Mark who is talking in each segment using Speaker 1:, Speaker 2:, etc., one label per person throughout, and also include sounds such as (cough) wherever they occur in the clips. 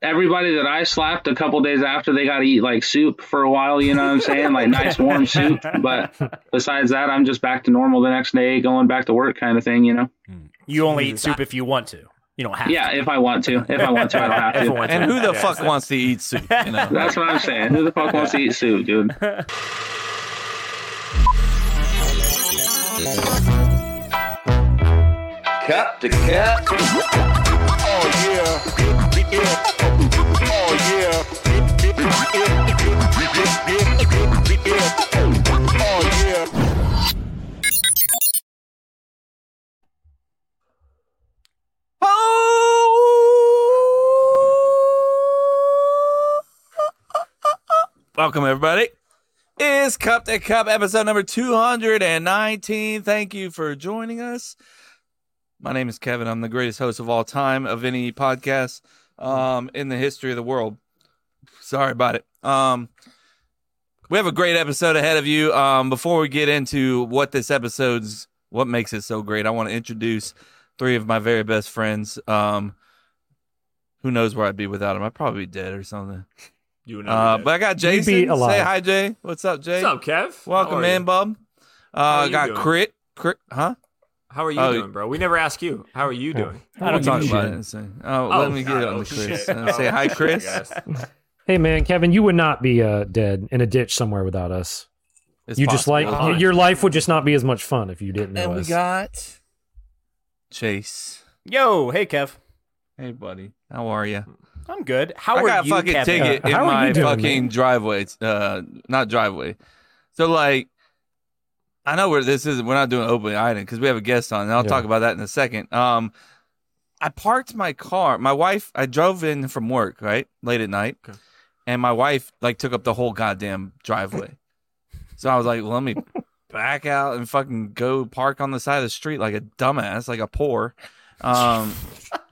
Speaker 1: everybody that I slapped a couple days after they got to eat like soup for a while. You know what I'm saying? Like nice warm soup. But besides that, I'm just back to normal the next day, going back to work, kind of thing. You know?
Speaker 2: You only eat soup if you want to. You don't have
Speaker 1: Yeah,
Speaker 2: to.
Speaker 1: if I want to, if I want to, I don't have
Speaker 2: If you
Speaker 1: to.
Speaker 2: want to.
Speaker 3: And who the
Speaker 2: Yeah,
Speaker 3: fuck
Speaker 2: so-
Speaker 3: wants to eat soup? You
Speaker 1: (laughs)
Speaker 3: know?
Speaker 1: That's what I'm saying. Who the fuck wants to eat soup, dude?
Speaker 4: Cup to cup.
Speaker 5: Oh yeah. Oh yeah. Oh yeah.
Speaker 3: Oh. Welcome everybody. It's Cup to Cup episode number 219. Thank you for joining us. My name is Kevin. I'm the greatest host of all time of any podcast um, in the history of the world. Sorry about it. Um, we have a great episode ahead of you. Um, before we get into what this episode's what makes it so great, I want to introduce three of my very best friends. Um, who knows where I'd be without them? I'd probably be dead or something.
Speaker 6: You and
Speaker 3: Uh,
Speaker 6: I.
Speaker 3: but I got Jason. Say
Speaker 7: alive.
Speaker 3: hi, Jay. What's up, Jay?
Speaker 6: What's up, Kev?
Speaker 3: Welcome
Speaker 6: How are
Speaker 3: in,
Speaker 6: you?
Speaker 3: bub.
Speaker 6: are
Speaker 3: Uh,
Speaker 6: you
Speaker 3: got
Speaker 6: doing?
Speaker 3: crit, crit, huh?
Speaker 6: How are you
Speaker 3: Oh,
Speaker 6: doing, bro? We never ask you. How are you doing?
Speaker 7: I don't
Speaker 3: We'll talk
Speaker 7: give
Speaker 3: about
Speaker 7: a
Speaker 3: it. in
Speaker 7: shit.
Speaker 3: a second. Oh, let me get
Speaker 6: God.
Speaker 3: on
Speaker 6: Oh,
Speaker 3: the Chris.
Speaker 6: shit.
Speaker 3: Uh, say
Speaker 6: Oh,
Speaker 3: hi,
Speaker 6: (laughs) shit,
Speaker 3: Chris.
Speaker 6: guys.
Speaker 7: Hey man, Kevin, you would not be uh, dead in a ditch somewhere without us.
Speaker 3: It's
Speaker 7: you just like
Speaker 3: possible.
Speaker 7: (laughs) y- your life would just not be as much fun if you didn't know
Speaker 3: And we
Speaker 7: us. (laughs)
Speaker 3: got Chase.
Speaker 2: Yo, hey Kev.
Speaker 3: Hey, buddy. How are you?
Speaker 2: I'm good. How
Speaker 3: I
Speaker 2: are
Speaker 3: got
Speaker 2: you,
Speaker 3: a fucking
Speaker 2: Kevin?
Speaker 3: ticket
Speaker 7: Uh,
Speaker 3: in
Speaker 7: how are you
Speaker 3: my
Speaker 7: doing,
Speaker 3: fucking
Speaker 7: man?
Speaker 3: driveway. It's, Uh, not driveway. So like, I know where this is. We're not doing open item because we have a guest on, and I'll
Speaker 7: Yeah.
Speaker 3: talk about that in a second. Um, I parked my car. My wife. I drove in from work right late at night,
Speaker 6: Okay.
Speaker 3: and my wife like took up the whole goddamn driveway. so I was like, well,
Speaker 7: (laughs)
Speaker 3: let me back out and fucking go park on the side of the street like a dumbass, like a poor. Um,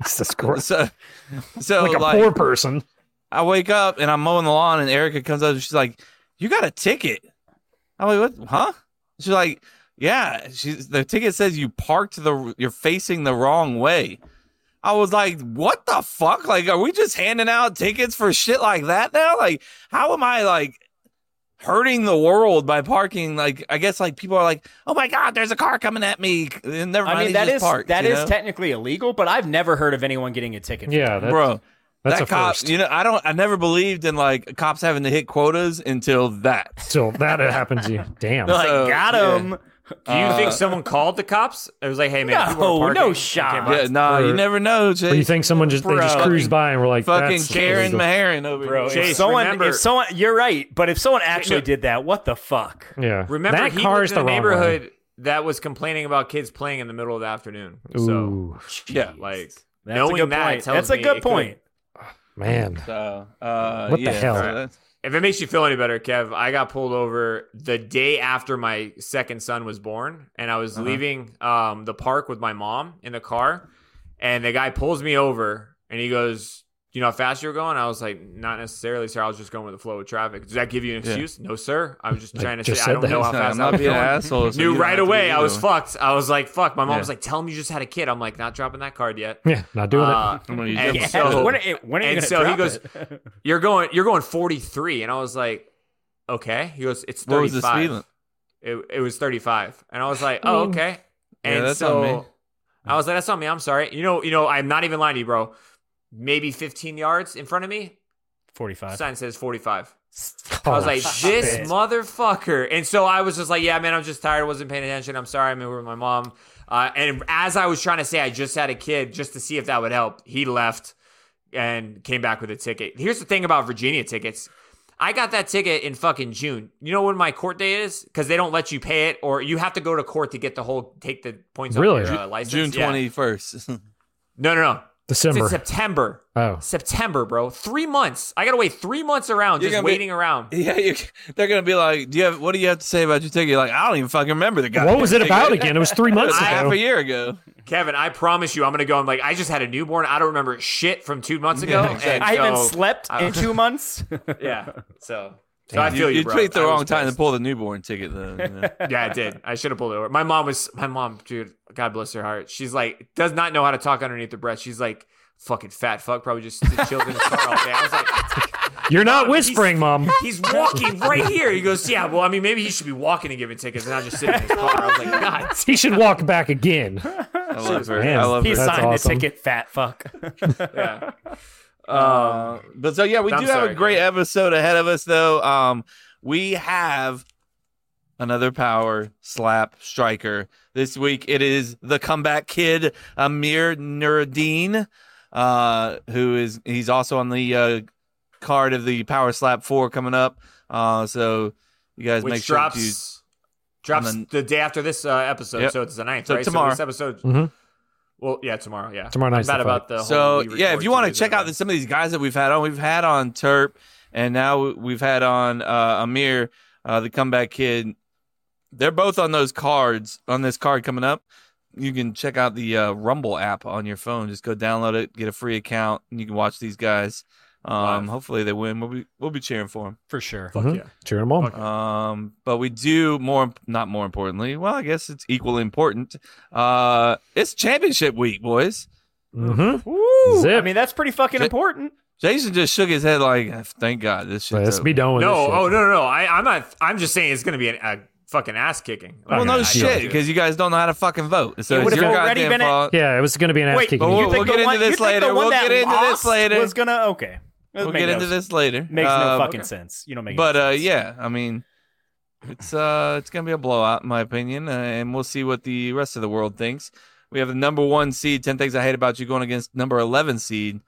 Speaker 7: Jesus Christ.
Speaker 3: so (laughs) so
Speaker 7: like a poor person.
Speaker 3: I wake up and I'm mowing the lawn, and Erica comes up and she's like, "You got a ticket?" I'm like, "What? Huh?" She's like, "Yeah." She's the ticket says you parked the you're facing the wrong way. I was like, "What the fuck? Like, are we just handing out tickets for shit like that now? Like, how am I like?" hurting the world by parking like i guess like people are like oh my god there's a car coming at me and never mind
Speaker 2: I mean
Speaker 3: he
Speaker 2: that
Speaker 3: just
Speaker 2: is
Speaker 3: parked,
Speaker 2: that
Speaker 3: you
Speaker 2: is
Speaker 3: know?
Speaker 2: technically illegal, but I've never heard of anyone getting a ticket. for
Speaker 7: Yeah,
Speaker 2: that.
Speaker 7: that's,
Speaker 3: bro
Speaker 7: that's
Speaker 3: that
Speaker 7: a
Speaker 3: cop,
Speaker 7: first.
Speaker 3: you know, I don't, I never believed in like cops having to hit quotas until that.
Speaker 7: So that
Speaker 3: (laughs)
Speaker 7: happened to you. Damn.
Speaker 2: They're like
Speaker 3: So,
Speaker 2: got
Speaker 3: yeah.
Speaker 2: him.
Speaker 6: Do you
Speaker 3: Uh,
Speaker 6: think someone called the cops? It was like, hey, man,
Speaker 2: No,
Speaker 6: people are parking.
Speaker 2: no
Speaker 6: I
Speaker 2: shot.
Speaker 6: came by.
Speaker 3: Yeah, nah, you
Speaker 7: Or-
Speaker 3: never know,
Speaker 7: Or you
Speaker 3: Chase.
Speaker 7: think someone just they just
Speaker 2: Bro.
Speaker 7: cruise by and we're like
Speaker 3: Fucking
Speaker 7: that's
Speaker 3: Karen
Speaker 7: illegal.
Speaker 3: Maharon over
Speaker 2: Bro,
Speaker 3: here.
Speaker 6: Chase,
Speaker 2: if someone,
Speaker 6: remember-
Speaker 2: if someone, you're right. But if someone actually
Speaker 6: no.
Speaker 2: did that, what the fuck?
Speaker 7: Yeah.
Speaker 6: Remember,
Speaker 7: that
Speaker 6: he
Speaker 7: car
Speaker 6: lived
Speaker 7: is
Speaker 6: in a
Speaker 7: the wrong way.
Speaker 6: neighborhood that was complaining about kids playing in the middle of the afternoon. So,
Speaker 7: Ooh,
Speaker 3: Yeah,
Speaker 6: like,
Speaker 2: That's
Speaker 6: knowing
Speaker 2: a good
Speaker 6: that
Speaker 2: point.
Speaker 6: tells
Speaker 2: That's a
Speaker 6: me
Speaker 2: good
Speaker 6: it
Speaker 2: point.
Speaker 7: man. (laughs)
Speaker 3: So, uh,
Speaker 7: What the
Speaker 3: yeah,
Speaker 7: hell?
Speaker 3: so that's-
Speaker 6: If it makes you feel any better, Kev, I got pulled over the day after my second son was born, and I was
Speaker 3: Uh-huh.
Speaker 6: leaving um, the park with my mom in the car, and the guy pulls me over, and he goes, "Do you know how fast you were going?" I was like, "Not necessarily, sir. I was just going with the flow of traffic." Does that give you an
Speaker 3: Yeah.
Speaker 6: excuse? No, sir. I was just
Speaker 7: Like,
Speaker 6: trying to
Speaker 7: just
Speaker 6: say
Speaker 7: said
Speaker 6: I don't
Speaker 7: that.
Speaker 6: know how
Speaker 3: I'm
Speaker 6: fast I
Speaker 3: not
Speaker 6: was
Speaker 3: being an
Speaker 6: going.
Speaker 3: asshole. so you
Speaker 6: Knew
Speaker 3: don't have
Speaker 6: right
Speaker 3: to
Speaker 6: away
Speaker 3: do
Speaker 6: I was
Speaker 3: it.
Speaker 6: fucked. I was like, "Fuck!" My mom
Speaker 3: Yeah.
Speaker 6: was like, "Tell him you just had a kid." I'm like, "Not dropping that card yet."
Speaker 7: Yeah, not doing
Speaker 3: (laughs)
Speaker 6: Uh,
Speaker 3: I'm gonna use
Speaker 6: and
Speaker 3: that
Speaker 6: so-
Speaker 3: one.
Speaker 2: when are, when are you
Speaker 6: and
Speaker 2: gonna
Speaker 6: so he
Speaker 2: drop
Speaker 6: goes-
Speaker 2: it?
Speaker 6: you're going you're going 43 and i was like okay he goes it's 35
Speaker 3: What was the speed limit?
Speaker 6: It, it was 35 and i was like oh
Speaker 7: mean-
Speaker 6: okay
Speaker 3: Yeah,
Speaker 6: and
Speaker 3: that's on
Speaker 6: so
Speaker 3: me.
Speaker 6: i was like that's on me i'm sorry you know you know i'm not even lying to you bro maybe 15 yards in front of me
Speaker 2: Forty-five.
Speaker 6: sign says 45
Speaker 7: it.
Speaker 6: i was
Speaker 7: Oh,
Speaker 6: like
Speaker 7: shit.
Speaker 6: this motherfucker and so i was just like yeah man i'm just tired I wasn't paying attention i'm sorry i'm over with my mom uh, and as i was trying to say i just had a kid just to see if that would help he left and came back with a ticket. Here's the thing about Virginia tickets. I got that ticket in fucking June. You know when my court day is? Because they don't let you pay it, or you have to go to court to get the whole take the points
Speaker 7: Really?
Speaker 6: off your uh, license.
Speaker 3: June
Speaker 6: Yeah.
Speaker 3: (laughs) 21st.
Speaker 6: No, no, no. It's in
Speaker 7: December.
Speaker 6: September.
Speaker 7: Oh.
Speaker 6: September, bro. Three months. I gotta wait three months around,
Speaker 3: You're
Speaker 6: just
Speaker 3: gonna be-
Speaker 6: waiting around.
Speaker 3: yeah, you're, they're gonna be like, "Do you have what do you have to say about your ticket?" You're like, I don't even fucking remember the guy.
Speaker 7: What was it about again? It was three
Speaker 3: (laughs)
Speaker 7: months
Speaker 3: Half a
Speaker 7: ago.
Speaker 3: year ago.
Speaker 6: Kevin, I promise you, I'm gonna go. I'm like, I just had a newborn. I don't remember shit from two months ago.
Speaker 3: Yeah, exactly.
Speaker 2: (laughs)
Speaker 6: and
Speaker 2: I haven't
Speaker 6: so-
Speaker 2: slept
Speaker 6: I-
Speaker 2: in two months.
Speaker 6: Yeah. So, so I feel you.
Speaker 3: You
Speaker 6: bro.
Speaker 3: picked the
Speaker 6: I was
Speaker 3: wrong time
Speaker 6: pissed.
Speaker 3: to pull the newborn ticket, though. you (laughs) know.
Speaker 6: Yeah, I did. I should have pulled it over. My mom was my mom, dude. God bless her heart. She's like does not know how to talk underneath her breath. She's like, fucking fat fuck probably just chilled in his car all day. I was like,
Speaker 7: You're not
Speaker 6: he's-
Speaker 7: whispering,
Speaker 6: (laughs)
Speaker 7: mom.
Speaker 6: he's walking right here. He goes, yeah, well, I mean, maybe he should be walking and giving tickets and not just sitting in his car. I was like, God.
Speaker 7: (laughs) He should walk back
Speaker 6: (laughs)
Speaker 7: again.
Speaker 3: I love her.
Speaker 7: man.
Speaker 3: I love
Speaker 2: He
Speaker 3: her.
Speaker 7: That's
Speaker 2: signed the
Speaker 7: awesome.
Speaker 2: ticket, fat fuck. (laughs)
Speaker 6: Yeah.
Speaker 3: Uh, but so yeah, we
Speaker 6: I'm
Speaker 3: do have
Speaker 6: sorry,
Speaker 3: a great
Speaker 6: guys.
Speaker 3: episode ahead of us though. Um, we have another power slap striker this week. It is the comeback kid Amir Nuruddin, uh, who is he's also on the uh, card of the power slap four coming up. Uh, so you guys
Speaker 6: Which
Speaker 3: make
Speaker 6: drops.
Speaker 3: sure you
Speaker 6: Drops
Speaker 3: on
Speaker 6: the day after this uh, episode,
Speaker 3: Yep.
Speaker 6: so it's the ninth,
Speaker 3: So
Speaker 6: right?
Speaker 3: tomorrow.
Speaker 6: So this episode,
Speaker 7: Mhm.
Speaker 6: well, yeah, tomorrow, yeah,
Speaker 7: Tomorrow night's
Speaker 6: Not
Speaker 7: the
Speaker 6: about the whole
Speaker 3: so
Speaker 6: we
Speaker 3: yeah, if
Speaker 6: record
Speaker 3: you want to
Speaker 6: Tuesdays
Speaker 3: check
Speaker 6: and
Speaker 3: out the, some of these guys that we've had on, we've had on Terp, and now we've had on uh, Amir, uh, the comeback kid. They're both on those cards on this card coming up. You can check out the uh, Rumble app on your phone. Just go download it, get a free account, and you can watch these guys. Um,
Speaker 6: Live.
Speaker 3: hopefully they win. We'll be we'll be cheering for them.
Speaker 2: For sure.
Speaker 6: Fuck
Speaker 7: Mhm.
Speaker 6: yeah.
Speaker 7: Cheer him on.
Speaker 3: Um, but we do more, not more importantly. Well, I guess it's equally important. Uh, it's championship week, boys.
Speaker 7: Mm-hmm.
Speaker 2: Woo!
Speaker 7: Zip.
Speaker 2: I mean, that's pretty fucking
Speaker 3: Zip.
Speaker 2: important.
Speaker 3: Jason just shook his head like, "Thank God this shit's
Speaker 7: Let's
Speaker 3: over."
Speaker 7: be done with
Speaker 6: No,
Speaker 7: this.
Speaker 6: oh no, no, no. I, I'm not. I'm just saying it's gonna be an, a fucking ass kicking.
Speaker 3: well,
Speaker 7: Okay,
Speaker 3: no
Speaker 7: I
Speaker 3: shit, because you guys don't know how to fucking vote. So
Speaker 2: It
Speaker 3: it's
Speaker 2: would've
Speaker 3: your
Speaker 2: already
Speaker 3: goddamn
Speaker 2: been a-
Speaker 3: fault.
Speaker 7: shit. Yeah, it was going to be an ass
Speaker 2: Wait,
Speaker 7: kicking.
Speaker 3: but
Speaker 2: You
Speaker 3: we'll-
Speaker 2: think
Speaker 3: get
Speaker 2: the
Speaker 3: into
Speaker 2: one-
Speaker 3: this
Speaker 2: you think
Speaker 3: later.
Speaker 2: the one
Speaker 3: We'll
Speaker 2: that
Speaker 3: get into this
Speaker 2: lost
Speaker 3: later.
Speaker 2: Was gonna okay.
Speaker 3: We'll get into this later.
Speaker 2: Makes
Speaker 3: Uh,
Speaker 2: no fucking sense. You don't make.
Speaker 3: But
Speaker 2: any
Speaker 3: uh,
Speaker 2: sense.
Speaker 3: yeah, I mean, it's uh, it's gonna be a blowout in my opinion, uh, and we'll see what the rest of the world thinks. We have the number one seed, ten things I hate about you, going against number eleven seed.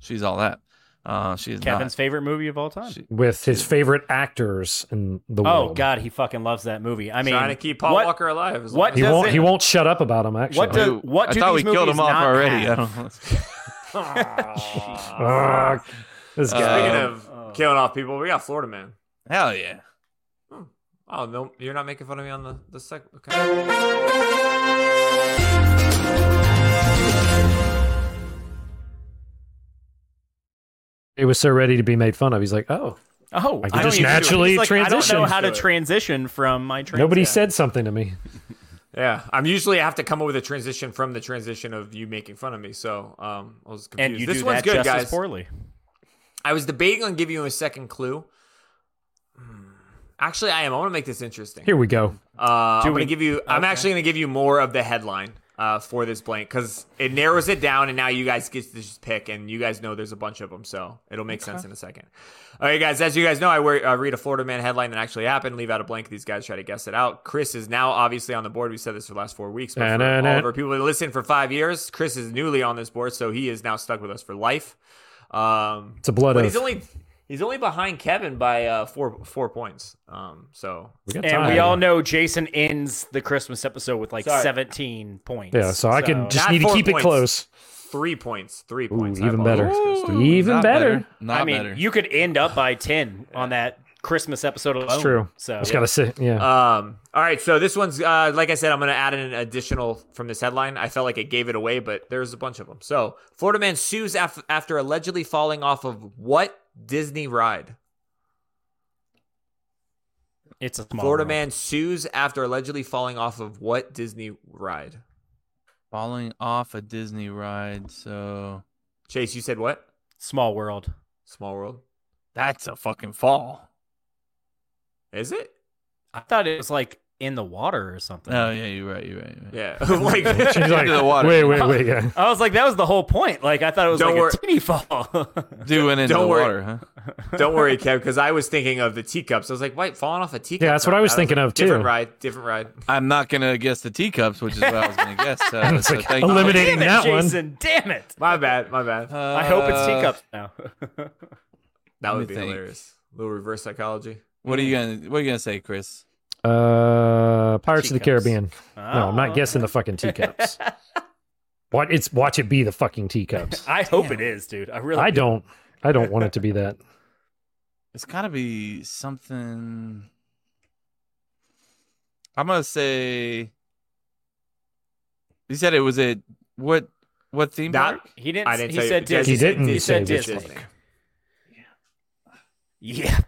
Speaker 3: She's all that. Uh, she is
Speaker 2: Kevin's favorite movie of all time.
Speaker 3: not. She-
Speaker 7: With his favorite actors in the
Speaker 2: oh
Speaker 7: world.
Speaker 2: God, he fucking loves that movie. I mean,
Speaker 6: trying to keep Paul
Speaker 2: what- (laughs)
Speaker 6: Walker (laughs) alive. is
Speaker 2: what
Speaker 7: He
Speaker 2: does
Speaker 7: won't.
Speaker 2: it-
Speaker 7: He won't shut up about him. Actually.
Speaker 2: What do-
Speaker 3: Dude,
Speaker 2: what
Speaker 3: I
Speaker 2: do
Speaker 3: thought we
Speaker 2: these
Speaker 3: killed
Speaker 2: movies
Speaker 3: him off
Speaker 2: not
Speaker 3: already.
Speaker 2: have?
Speaker 3: I don't know.
Speaker 2: Oh,
Speaker 7: Ah, this
Speaker 3: Uh,
Speaker 7: guy.
Speaker 6: Speaking of
Speaker 7: Oh.
Speaker 6: killing off people, we got Florida man.
Speaker 3: (laughs) Hell yeah.
Speaker 6: Oh no, you're not making fun of me on the the sec. Okay.
Speaker 7: he was so ready to be made fun of. He's like, oh,
Speaker 2: oh,
Speaker 7: I can
Speaker 2: don't
Speaker 7: just
Speaker 2: even do it.
Speaker 7: naturally
Speaker 2: He's like, I don't know
Speaker 7: transition.
Speaker 2: how to transition from my. Trans-
Speaker 7: nobody
Speaker 2: yeah.
Speaker 7: said something to me.
Speaker 6: Yeah, I'm usually I have to come up with a transition from the transition of you making fun of me. So um, I was confused.
Speaker 2: And you
Speaker 6: this
Speaker 2: do
Speaker 6: one's
Speaker 2: that
Speaker 6: good,
Speaker 2: just
Speaker 6: guys.
Speaker 2: as poorly.
Speaker 6: I was debating on giving you a second clue. Hmm. Actually, I am. I want to make this interesting.
Speaker 7: Here we go.
Speaker 6: Uh, I'm
Speaker 2: we-
Speaker 6: gonna give you. I'm actually gonna give you more of the headline uh, for this blank because it narrows it down, and now you guys get to just pick, and you guys know there's a bunch of them, so it'll make sense in a second. All right, guys. As you guys know, I wear, uh, read a Florida man headline that actually happened. Leave out a blank. These guys try to guess it out. Chris is now obviously on the board. We said this for the last four weeks, but for all
Speaker 7: Da-na-na.
Speaker 6: of our people that listen for five years, Chris is newly on this board, so he is now stuck with us for life. Um,
Speaker 7: It's a blood
Speaker 6: but
Speaker 7: oath.
Speaker 6: he's only he's only behind Kevin by uh, four four points. Um, so
Speaker 7: We got
Speaker 2: And we
Speaker 7: time.
Speaker 2: all know Jason ends the Christmas episode with like
Speaker 6: Sorry.
Speaker 2: 17 points.
Speaker 7: Yeah, so I can just
Speaker 6: Not
Speaker 7: need to
Speaker 6: four
Speaker 7: keep it
Speaker 6: points.
Speaker 7: close.
Speaker 6: three points. Three
Speaker 7: Ooh,
Speaker 6: points. I
Speaker 7: even better.
Speaker 6: apologize.
Speaker 7: Even
Speaker 3: Not
Speaker 7: better.
Speaker 3: Not
Speaker 2: I mean,
Speaker 3: better.
Speaker 2: you could end up by 10 on that Christmas episode alone.
Speaker 7: It's true.
Speaker 2: So
Speaker 7: It's got to sit. Yeah.
Speaker 6: Um, all right, so this one's uh, like I said, I'm going to add in an additional from this headline. I felt like it gave it away, but there's a bunch of them. So, Florida man sues af- after allegedly falling off of what Disney ride?
Speaker 2: it's a small
Speaker 6: Florida
Speaker 2: world.
Speaker 6: man sues after allegedly falling off of what Disney ride?
Speaker 3: falling off a Disney ride. So
Speaker 6: Chase, you said what?
Speaker 2: Small world.
Speaker 6: Small World.
Speaker 3: that's a fucking fall.
Speaker 6: Is it?
Speaker 2: I thought it was like in the water or something.
Speaker 3: Oh yeah, you're right. You're right. You're right.
Speaker 6: Yeah. (laughs) like
Speaker 7: She's like,
Speaker 3: into the water.
Speaker 7: wait, wait, wait. Yeah.
Speaker 2: I was like, that was the whole point. Like, I thought it was
Speaker 6: Don't
Speaker 2: like
Speaker 6: worry.
Speaker 2: a titty fall. (laughs)
Speaker 3: Doing into
Speaker 6: Don't
Speaker 3: the
Speaker 6: worry.
Speaker 3: water, huh?
Speaker 6: Don't worry, Kev, because I was thinking of the teacups. I was like, wait, falling off a teacup?
Speaker 7: that's what I was thinking of, too.
Speaker 6: Different ride, different ride.
Speaker 3: I'm not gonna guess the teacups, which is what I was gonna guess. So,
Speaker 7: And (laughs) it's
Speaker 3: so
Speaker 7: like,
Speaker 3: thank you.
Speaker 7: eliminate-
Speaker 2: damn it,
Speaker 7: that one.
Speaker 2: Jason. Damn it.
Speaker 6: My bad, my bad.
Speaker 2: I hope
Speaker 3: Uh,
Speaker 2: it's teacups now. (laughs)
Speaker 6: that
Speaker 3: let
Speaker 6: would
Speaker 3: me
Speaker 6: be
Speaker 3: think.
Speaker 6: hilarious. little reverse psychology.
Speaker 3: What are you gonna What are you gonna say, Chris?
Speaker 7: Uh, Pirates of the
Speaker 2: Teacups.
Speaker 7: Caribbean. No, I'm
Speaker 2: Oh.
Speaker 7: not guessing the fucking teacups. What it's watch it be the
Speaker 8: (laughs)
Speaker 7: fucking teacups.
Speaker 2: I hope it is, dude. I really.
Speaker 7: I don't. I don't want it to be that.
Speaker 3: It's gotta be something. I'm gonna say. You said it was a what? What theme
Speaker 6: That-
Speaker 3: park?
Speaker 2: He didn't.
Speaker 6: I didn't
Speaker 2: he
Speaker 6: tell you.
Speaker 2: said
Speaker 6: Jesse
Speaker 2: Disney.
Speaker 7: He didn't
Speaker 6: Disney.
Speaker 7: say
Speaker 2: He said
Speaker 7: which
Speaker 2: Disney. Yeah.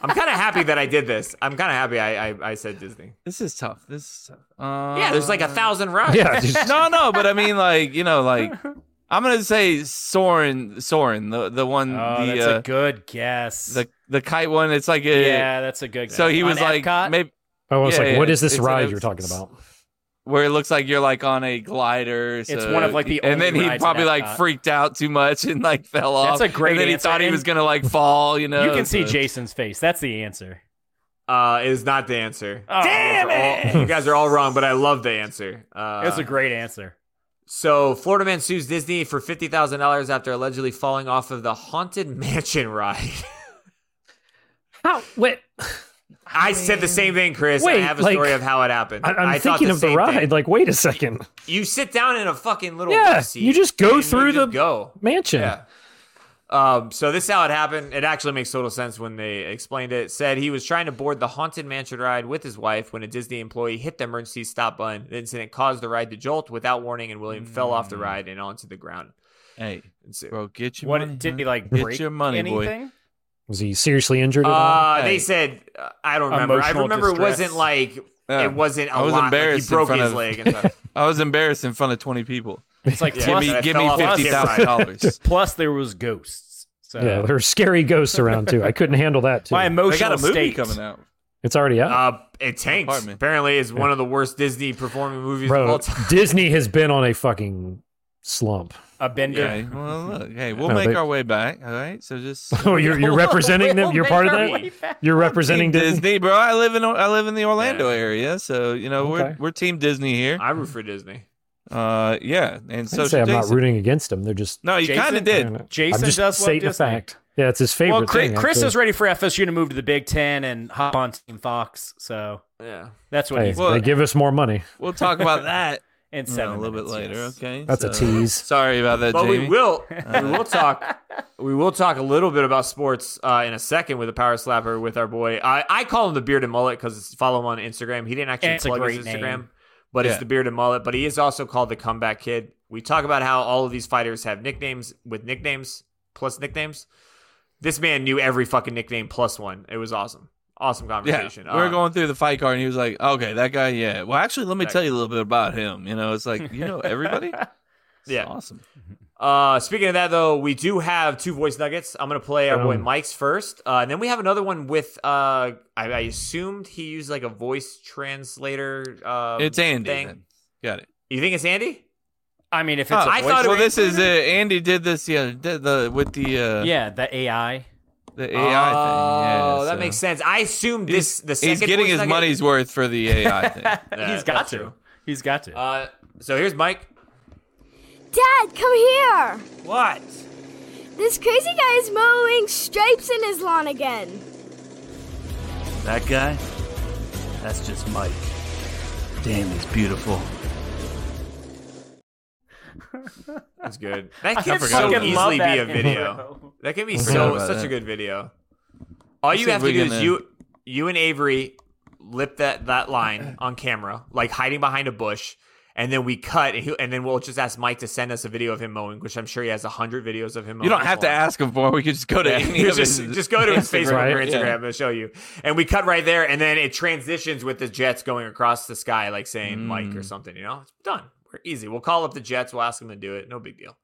Speaker 6: I'm kind of happy that I did this. I'm kind of happy I, I I said Disney.
Speaker 3: This is tough. This. Is tough. Uh,
Speaker 6: Yeah, there's like a thousand rides.
Speaker 7: Yeah. just-
Speaker 3: no, no, but I mean, like you know, like I'm gonna say Soren, Soren, the the one,
Speaker 2: Oh,
Speaker 3: the
Speaker 2: that's
Speaker 3: uh,
Speaker 2: a good guess.
Speaker 3: the the kite one. It's like a,
Speaker 2: yeah, that's a good. guess.
Speaker 3: So he
Speaker 2: On
Speaker 3: was like
Speaker 2: Epcot?
Speaker 3: maybe
Speaker 7: I was
Speaker 3: Yeah,
Speaker 7: like,
Speaker 3: yeah,
Speaker 7: what is this
Speaker 3: it's-
Speaker 7: ride
Speaker 3: it's-
Speaker 7: you're talking about?
Speaker 3: where it looks like you're like on a glider. So,
Speaker 2: one of, like, the
Speaker 3: and then
Speaker 2: only
Speaker 3: he
Speaker 2: rides
Speaker 3: probably
Speaker 2: at
Speaker 3: like
Speaker 2: Epcot.
Speaker 3: freaked out too much and like fell off.
Speaker 2: That's a great
Speaker 3: And then he
Speaker 2: answer,
Speaker 3: thought he
Speaker 2: and-
Speaker 3: was gonna like fall. You know,
Speaker 2: you can see
Speaker 3: so-
Speaker 2: Jason's face. That's the answer.
Speaker 6: Uh, it is not the answer.
Speaker 2: Oh,
Speaker 6: You
Speaker 2: Damn
Speaker 6: guys are all- you guys are all wrong, but I love the answer. Uh,
Speaker 2: That's a great answer.
Speaker 6: so Florida man sues Disney for fifty thousand dollars after allegedly falling off of the haunted mansion ride. (laughs)
Speaker 7: How? Wait,
Speaker 6: I said the same thing, Chris.
Speaker 7: Wait,
Speaker 6: I have a
Speaker 7: like-
Speaker 6: story of how it happened.
Speaker 7: I, I'm
Speaker 6: I thought
Speaker 7: thinking of the
Speaker 6: same
Speaker 7: ride.
Speaker 6: thing.
Speaker 7: Like, wait a second.
Speaker 6: You sit down in a fucking little
Speaker 7: Yeah,
Speaker 6: seat
Speaker 7: you just go
Speaker 6: and
Speaker 7: through the-
Speaker 6: just go.
Speaker 7: Mansion.
Speaker 6: Yeah. Um, so this is how it happened. It actually makes total sense when they explained it. It Said he was trying to board the haunted mansion ride with his wife when a Disney employee hit the emergency stop button. The incident caused the ride to jolt without warning, and William fell off
Speaker 7: Hmm.
Speaker 6: the ride and onto the ground.
Speaker 3: Hey,
Speaker 6: And so-
Speaker 3: bro, get your
Speaker 2: What
Speaker 3: money.
Speaker 2: did he
Speaker 3: man.
Speaker 2: like
Speaker 3: Get
Speaker 2: break
Speaker 3: your money, boy.
Speaker 2: anything?
Speaker 3: (laughs)
Speaker 7: Was he seriously injured? At all?
Speaker 6: Uh,
Speaker 3: Hey.
Speaker 6: They said uh, I don't remember. I
Speaker 2: Emotional
Speaker 6: remember
Speaker 2: distress.
Speaker 6: it wasn't like
Speaker 3: Yeah.
Speaker 6: it wasn't a
Speaker 3: I was
Speaker 6: lot.
Speaker 3: embarrassed in
Speaker 6: like, he broke
Speaker 3: front
Speaker 6: his
Speaker 3: of- (laughs)
Speaker 6: leg. And stuff.
Speaker 3: I was embarrassed in front of 20 people.
Speaker 2: It's like
Speaker 6: Yeah.
Speaker 3: Give
Speaker 2: plus,
Speaker 3: me,
Speaker 6: I
Speaker 3: give
Speaker 6: fell
Speaker 3: me
Speaker 6: off a
Speaker 3: fifty
Speaker 6: skid ride.
Speaker 3: thousand (laughs) dollars.
Speaker 2: plus there was ghosts. So
Speaker 7: yeah, there were scary ghosts around too. I couldn't handle that too.
Speaker 2: my
Speaker 3: They
Speaker 2: emotional
Speaker 3: got a movie
Speaker 2: state
Speaker 3: coming out.
Speaker 7: it's already out.
Speaker 6: uh, it tanked.
Speaker 3: Apartment.
Speaker 6: Apparently, it's one of the worst Disney performing movies of all
Speaker 3: (laughs)
Speaker 7: Bro,
Speaker 6: time.
Speaker 7: Disney has been on a fucking slump. (laughs)
Speaker 2: A bender.
Speaker 6: (laughs)
Speaker 3: Okay. Well, look, hey, we'll
Speaker 7: No,
Speaker 3: make
Speaker 7: they-
Speaker 3: our way back. All right. So
Speaker 7: (laughs)
Speaker 3: just
Speaker 7: Oh, you're
Speaker 2: (laughs)
Speaker 8: (laughs)
Speaker 7: you're representing them. You're part of that. You're representing
Speaker 3: Team
Speaker 7: Disney.
Speaker 3: Disney, bro. I live in I live in the Orlando area, so you know we're
Speaker 7: Okay.
Speaker 3: we're Team Disney here.
Speaker 6: I root for Disney.
Speaker 3: Uh, yeah, and
Speaker 7: I
Speaker 3: so
Speaker 7: didn't say I'm not
Speaker 3: Jason-
Speaker 7: rooting against them. They're just
Speaker 3: No, you
Speaker 2: Jason?
Speaker 3: kind of
Speaker 7: I
Speaker 3: did.
Speaker 7: don't know.
Speaker 2: Jason
Speaker 7: I'm just
Speaker 2: does love
Speaker 7: stating a
Speaker 2: Disney.
Speaker 7: fact. Yeah, it's his favorite.
Speaker 2: Well, Chris,
Speaker 7: thing,
Speaker 2: Chris
Speaker 7: actually.
Speaker 2: is ready for FSU to move to the Big Ten and hop on Team Fox. So
Speaker 6: Yeah.
Speaker 2: that's what
Speaker 7: Hey,
Speaker 2: he's
Speaker 3: Well-
Speaker 7: they give us more money.
Speaker 3: We'll talk
Speaker 6: (laughs)
Speaker 3: about that
Speaker 2: in
Speaker 3: you know,
Speaker 2: seven
Speaker 3: a little bit
Speaker 2: minutes,
Speaker 3: later.
Speaker 2: yes.
Speaker 3: Okay,
Speaker 7: That's a
Speaker 3: So- (laughs)
Speaker 7: tease.
Speaker 3: Sorry about that,
Speaker 6: But
Speaker 3: Jamie.
Speaker 6: we will
Speaker 3: (laughs)
Speaker 6: we will talk we will talk a little bit about sports uh, in a second with a power slapper with our boy. I, I call him the beard and mullet because follow him on Instagram. He didn't actually
Speaker 2: It's a
Speaker 6: plug his
Speaker 2: great
Speaker 6: Instagram,
Speaker 2: name.
Speaker 6: but
Speaker 3: Yeah.
Speaker 6: it's the beard and mullet. But he is also called the comeback kid. We talk about how all of these fighters have nicknames with nicknames plus nicknames. This man knew every fucking nickname plus one. It was awesome. Awesome
Speaker 3: yeah, we
Speaker 6: conversation.
Speaker 3: were
Speaker 6: Uh,
Speaker 3: going through the fight card, and he was like, "Okay, that guy, yeah." Well, actually, let me
Speaker 6: That-
Speaker 3: tell you a little bit about him. You know, it's like you know
Speaker 6: (laughs)
Speaker 3: everybody.
Speaker 6: Yeah.
Speaker 3: awesome.
Speaker 6: Uh, speaking of that, though, we do have two voice nuggets. I'm gonna play our boy
Speaker 7: Boom.
Speaker 6: Mike's first, uh, and then we have another one with. Uh, I, I assumed he used like a voice translator. Uh,
Speaker 3: it's Andy.
Speaker 6: thing.
Speaker 3: then. Got it.
Speaker 6: You think it's Andy?
Speaker 2: I mean, if it's
Speaker 3: Oh,
Speaker 2: a
Speaker 3: I
Speaker 2: voice
Speaker 3: thought. Well,
Speaker 2: thing-
Speaker 3: this is uh, Andy did this. Yeah, did the with the uh,
Speaker 2: yeah, the AI.
Speaker 3: the AI thing. Yeah,
Speaker 6: oh, that
Speaker 3: so.
Speaker 6: makes sense. I assumed this. The second
Speaker 3: He's getting
Speaker 6: voice
Speaker 3: his
Speaker 6: nugget-
Speaker 3: money's worth for the
Speaker 6: (laughs)
Speaker 3: AI thing.
Speaker 2: he's got
Speaker 6: that's
Speaker 2: to.
Speaker 6: true.
Speaker 2: He's got to.
Speaker 6: Uh, so here's Mike.
Speaker 5: Dad, come here!
Speaker 6: What?
Speaker 5: This crazy guy is mowing stripes in his lawn again.
Speaker 8: That guy? That's just Mike. Damn, he's beautiful.
Speaker 6: That's good. That can
Speaker 3: forgot
Speaker 6: so
Speaker 3: about that.
Speaker 6: easily be a video.
Speaker 3: (laughs)
Speaker 8: (laughs)
Speaker 6: That can be so
Speaker 3: about
Speaker 6: such
Speaker 3: that.
Speaker 6: a good video. All you
Speaker 3: see
Speaker 6: have
Speaker 3: if
Speaker 6: to
Speaker 3: we
Speaker 6: do
Speaker 3: can,
Speaker 6: is
Speaker 3: uh,
Speaker 6: you you and Avery lip that
Speaker 3: (clears throat)
Speaker 6: that line on camera, like hiding behind a bush, and then we cut, and, he, and then we'll just ask Mike to send us a video of him mowing, which I'm sure he has a hundred videos of him. Mowing
Speaker 3: You don't
Speaker 6: his
Speaker 3: have to
Speaker 6: lawn.
Speaker 3: ask him for. it. We could just go to any
Speaker 6: (laughs) You
Speaker 3: of
Speaker 6: just,
Speaker 3: his-
Speaker 6: just go to his
Speaker 3: Instagram,
Speaker 6: Facebook or
Speaker 7: right?
Speaker 6: Instagram
Speaker 3: Yeah.
Speaker 6: and it'll show you. And we cut right there, and then it transitions with the Jets going across the sky, like saying Mike
Speaker 3: Mm.
Speaker 6: or something. You know, it's done. We're easy. We'll call up the Jets. We'll ask them to do it. No big deal.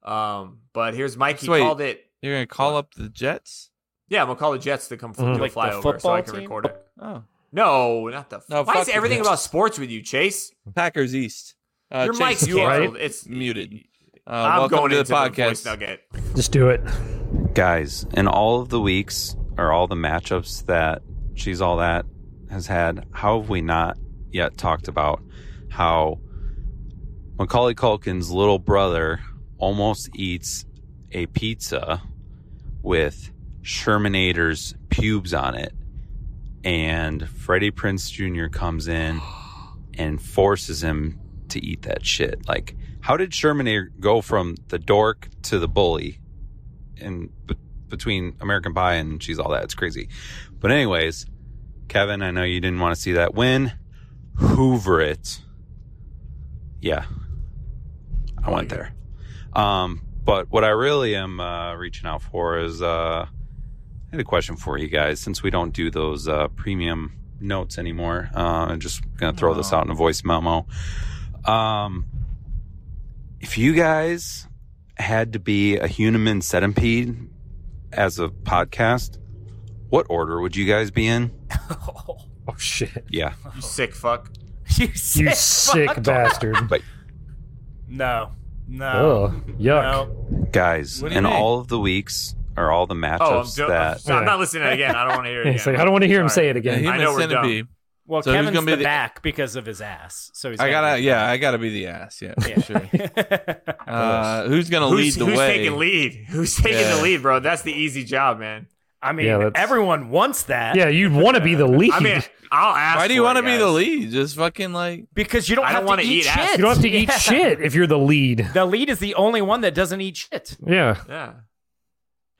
Speaker 6: Um, but here's Mike. He
Speaker 3: Wait.
Speaker 6: called it.
Speaker 3: (laughs) You're gonna call up the Jets?
Speaker 6: Yeah, we'll call the Jets to come
Speaker 7: Mhm.
Speaker 6: mm, do a
Speaker 2: Like the
Speaker 6: flyover so I
Speaker 2: football
Speaker 6: can
Speaker 2: team?
Speaker 6: record it.
Speaker 3: Oh,
Speaker 6: No, not the.
Speaker 3: No,
Speaker 6: why
Speaker 3: fuck
Speaker 6: is
Speaker 3: the
Speaker 6: everything
Speaker 3: Jets.
Speaker 6: about sports with you, Chase?
Speaker 3: Packers East. Uh,
Speaker 6: Your
Speaker 3: Chase,
Speaker 6: mic's
Speaker 3: you are
Speaker 6: canceled. It's.
Speaker 3: muted. Uh,
Speaker 6: I'm
Speaker 3: welcome
Speaker 6: going
Speaker 3: to the
Speaker 6: into the voice
Speaker 3: podcast.
Speaker 6: nugget.
Speaker 7: Just do it.
Speaker 9: guys, in all of the weeks or all the matchups that she's all that has had, how have we not yet talked about how Macaulay Culkin's little brother almost eats a pizza with Shermanator's pubes on it, and Freddie Prince Jr. comes in and forces him to eat that shit. Like, how did Shermanator go from the dork to the bully? in b- between American Pie and She's All That. It's crazy. But anyways, Kevin, I know you didn't want to see that win. Hoover it. Yeah, I went there. Um, but what I really am uh, reaching out for is uh, I had a question for you guys. Since we don't do those uh, premium notes anymore, uh, I'm just gonna throw this out in a voice memo. Um, if you guys had to be a human centipede as a podcast, what order would you guys be in?
Speaker 7: Oh
Speaker 9: (laughs)
Speaker 7: shit!
Speaker 9: Yeah.
Speaker 6: You sick fuck.
Speaker 10: You
Speaker 7: You
Speaker 10: sick.
Speaker 7: sick
Speaker 10: fuck.
Speaker 7: bastard!
Speaker 10: No. No.
Speaker 7: Oh yuck!
Speaker 10: No.
Speaker 9: Guys,
Speaker 3: What do you
Speaker 9: in
Speaker 3: mean?
Speaker 9: all of the weeks or all the
Speaker 6: Oh, I'm,
Speaker 9: matchups
Speaker 6: do-
Speaker 9: that
Speaker 6: I'm not listening to it again. I don't want to hear
Speaker 7: (laughs)
Speaker 6: it again.
Speaker 7: It's like I don't want to hear him
Speaker 6: Sorry.
Speaker 7: say it again.
Speaker 6: I know we're dumb.
Speaker 8: Well,
Speaker 3: So who's
Speaker 8: Kevin's
Speaker 3: gonna be
Speaker 8: the,
Speaker 3: the-
Speaker 8: back because of his ass. So he's
Speaker 3: I gotta,
Speaker 8: be-
Speaker 3: yeah, I gotta be the ass.
Speaker 6: (laughs)
Speaker 3: Yeah, for sure. Uh, who's gonna
Speaker 6: Who's,
Speaker 3: lead the
Speaker 6: who's
Speaker 3: way?
Speaker 6: taking lead? (laughs) Who's taking
Speaker 3: Yeah.
Speaker 6: the lead, bro? That's the easy job, man.
Speaker 8: (laughs) I mean,
Speaker 7: Yeah, that's-
Speaker 8: everyone wants that.
Speaker 7: Yeah, you'd want to be the lead.
Speaker 6: I mean, I'll ask.
Speaker 3: Why do you
Speaker 6: want
Speaker 3: want to be the lead? Just fucking like
Speaker 8: because you don't.
Speaker 6: I
Speaker 8: have
Speaker 6: don't wanna
Speaker 8: to eat,
Speaker 6: eat ass.
Speaker 8: shit.
Speaker 7: you don't have to eat
Speaker 8: (laughs) Yeah.
Speaker 7: shit if you're the lead.
Speaker 8: The lead is the only one that doesn't eat shit.
Speaker 7: Yeah.
Speaker 6: Yeah.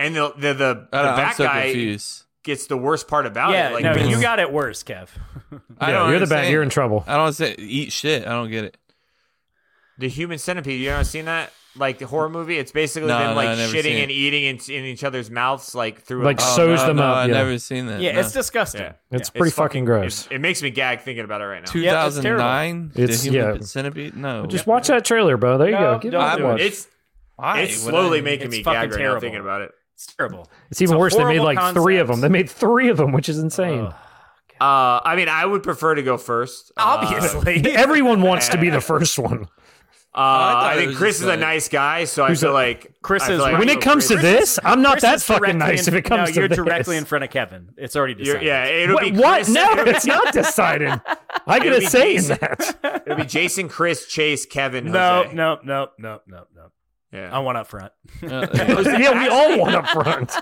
Speaker 6: And the the the, the
Speaker 3: I don't, know, I'm
Speaker 6: back
Speaker 3: so
Speaker 6: guy
Speaker 3: confused.
Speaker 6: gets the worst part about
Speaker 8: yeah,
Speaker 6: it. Like,
Speaker 8: no,
Speaker 6: it's-
Speaker 8: you got it worse, Kev.
Speaker 3: I don't
Speaker 7: yeah you're the
Speaker 3: understand. Uh,
Speaker 7: bad. You're in trouble.
Speaker 3: I don't say eat shit. I don't get it.
Speaker 6: the human centipede. You ever seen that? Like the horror movie, it's basically
Speaker 3: No,
Speaker 6: them
Speaker 3: no,
Speaker 6: like
Speaker 3: I never seen
Speaker 6: shitting
Speaker 3: it.
Speaker 6: and eating in, in each other's mouths, like through
Speaker 7: Like
Speaker 6: a,
Speaker 7: so- Sews
Speaker 3: Oh, no,
Speaker 7: them
Speaker 3: no,
Speaker 7: up,
Speaker 3: I
Speaker 7: yeah.
Speaker 3: never seen that.
Speaker 8: Yeah,
Speaker 3: no.
Speaker 8: it's disgusting.
Speaker 6: Yeah.
Speaker 7: It's
Speaker 6: It's
Speaker 7: pretty fucking, gross.
Speaker 6: It, it makes me gag thinking about it right now.
Speaker 8: Yeah, it's
Speaker 3: 2009.
Speaker 7: It's-
Speaker 3: the human
Speaker 7: yeah.
Speaker 3: centipede. No,
Speaker 7: Just watch that trailer, bro. There you
Speaker 8: No,
Speaker 7: go. Give
Speaker 8: don't
Speaker 7: it a
Speaker 8: do it.
Speaker 7: watch.
Speaker 6: It's
Speaker 3: Why
Speaker 6: it's
Speaker 3: would
Speaker 6: slowly
Speaker 3: I-
Speaker 6: making
Speaker 8: It's
Speaker 6: me gag
Speaker 8: fucking
Speaker 6: right now
Speaker 8: terrible.
Speaker 6: thinking about it.
Speaker 8: It's terrible.
Speaker 7: It's even
Speaker 8: a
Speaker 7: worse. They made
Speaker 8: horrible
Speaker 7: like three of them.
Speaker 8: concept. Oh.
Speaker 7: They made three of them, which is insane.
Speaker 8: (laughs)
Speaker 6: Uh, I mean, I would prefer to go first. Uh,
Speaker 8: Obviously,
Speaker 7: (laughs) Everyone wants to be
Speaker 6: (laughs)
Speaker 7: the first one.
Speaker 6: uh, I,
Speaker 3: it
Speaker 6: think
Speaker 3: was
Speaker 6: Chris
Speaker 3: just
Speaker 6: is a
Speaker 3: like-
Speaker 6: nice guy, so I
Speaker 7: Who's
Speaker 6: feel
Speaker 7: a-
Speaker 6: like
Speaker 8: Chris
Speaker 6: I feel
Speaker 8: is
Speaker 6: like-
Speaker 8: right.
Speaker 7: When it comes to this, I'm not
Speaker 8: Chris
Speaker 7: that
Speaker 8: is
Speaker 7: fucking
Speaker 8: directly
Speaker 7: nice.
Speaker 8: in-
Speaker 7: if it comes
Speaker 8: no,
Speaker 7: to
Speaker 8: you're
Speaker 7: this.
Speaker 8: directly in front of Kevin. It's already
Speaker 6: You're,
Speaker 8: decided.
Speaker 6: yeah, it'll
Speaker 7: What?
Speaker 6: be
Speaker 7: what?
Speaker 6: Chris,
Speaker 7: No,
Speaker 6: it'll be-
Speaker 7: it's not decided. I get
Speaker 6: It'll
Speaker 7: a
Speaker 6: be
Speaker 7: say in
Speaker 6: decent.
Speaker 7: that.
Speaker 6: (laughs) It'll be Jason, Chris, Chase, Kevin,
Speaker 8: No,
Speaker 6: Jose.
Speaker 8: no, no, no, no, no. I
Speaker 6: Yeah.
Speaker 8: want up (laughs) front.
Speaker 6: (laughs)
Speaker 7: yeah, we all want up front.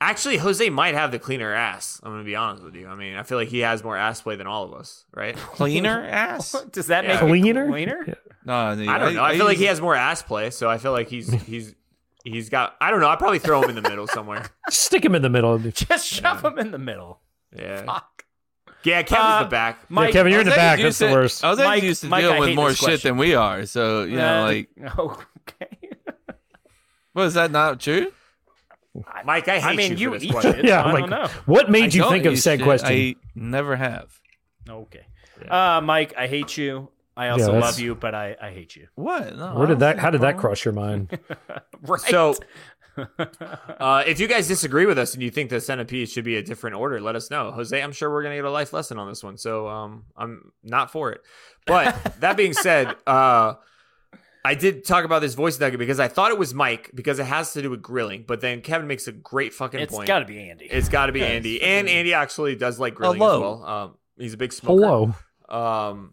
Speaker 6: Actually, Jose might have the cleaner ass. I'm gonna be honest with you. I mean, I feel like he has more ass play than all of us,
Speaker 3: (laughs)
Speaker 6: right?
Speaker 3: cleaner
Speaker 6: (laughs)
Speaker 3: ass?
Speaker 8: Does that make
Speaker 6: Yeah.
Speaker 8: me
Speaker 7: Cleaner?
Speaker 8: cleaner?
Speaker 3: No, I
Speaker 6: I don't know. I, feel like he
Speaker 3: usually-
Speaker 6: has more ass play, so I feel like he's he's he's got. I don't know. I probably throw him in the
Speaker 8: (laughs)
Speaker 6: middle somewhere.
Speaker 7: Stick him in the middle.
Speaker 8: Just shove him in the middle.
Speaker 6: Yeah.
Speaker 8: Fuck.
Speaker 6: Yeah. Kevin's
Speaker 8: Uh,
Speaker 6: the back.
Speaker 7: Yeah,
Speaker 8: Mike,
Speaker 7: Kevin, you're in the
Speaker 3: Ozane's
Speaker 7: back. That's
Speaker 3: used
Speaker 7: the
Speaker 3: to-
Speaker 7: worst.
Speaker 3: Ozane's
Speaker 8: Mike-
Speaker 3: used to
Speaker 8: Mike, I
Speaker 3: deal with
Speaker 8: hate
Speaker 3: more
Speaker 8: this
Speaker 3: shit
Speaker 8: question.
Speaker 3: than we are. So you
Speaker 8: Uh,
Speaker 3: know, like,
Speaker 8: (laughs) okay.
Speaker 3: was that not true?
Speaker 6: Mike, I hate
Speaker 8: I mean,
Speaker 6: you.
Speaker 8: you
Speaker 6: for this
Speaker 8: eat
Speaker 6: question.
Speaker 8: shit.
Speaker 7: Yeah,
Speaker 8: I
Speaker 7: like
Speaker 8: don't know.
Speaker 7: what made
Speaker 3: I
Speaker 7: you
Speaker 3: don't
Speaker 7: think of
Speaker 3: use
Speaker 7: said
Speaker 3: shit.
Speaker 7: question?
Speaker 3: I never have.
Speaker 8: Okay. Uh, Mike, I hate you. I also
Speaker 7: that's-
Speaker 8: love you, but I, I hate you.
Speaker 3: What? No,
Speaker 7: Where
Speaker 3: I
Speaker 7: did
Speaker 3: don't
Speaker 7: that?
Speaker 3: see
Speaker 7: How did that
Speaker 3: wrong.
Speaker 7: cross your mind?
Speaker 8: Right.
Speaker 6: So, (laughs) uh, if you guys disagree with us and you think the centipede should be a different order, let us know. Jose, I'm sure we're gonna get a life lesson on this one, so um, I'm not for it. But that being said, uh, I did talk about this voice nugget because I thought it was Mike because it has to do with grilling. But then Kevin makes a great fucking
Speaker 8: it's
Speaker 6: point.
Speaker 8: got to be Andy.
Speaker 6: It's got to be Andy, and Andy actually does like grilling as
Speaker 3: Hello.
Speaker 6: well. Um, he's a big smoker.
Speaker 7: Hello.
Speaker 6: Um,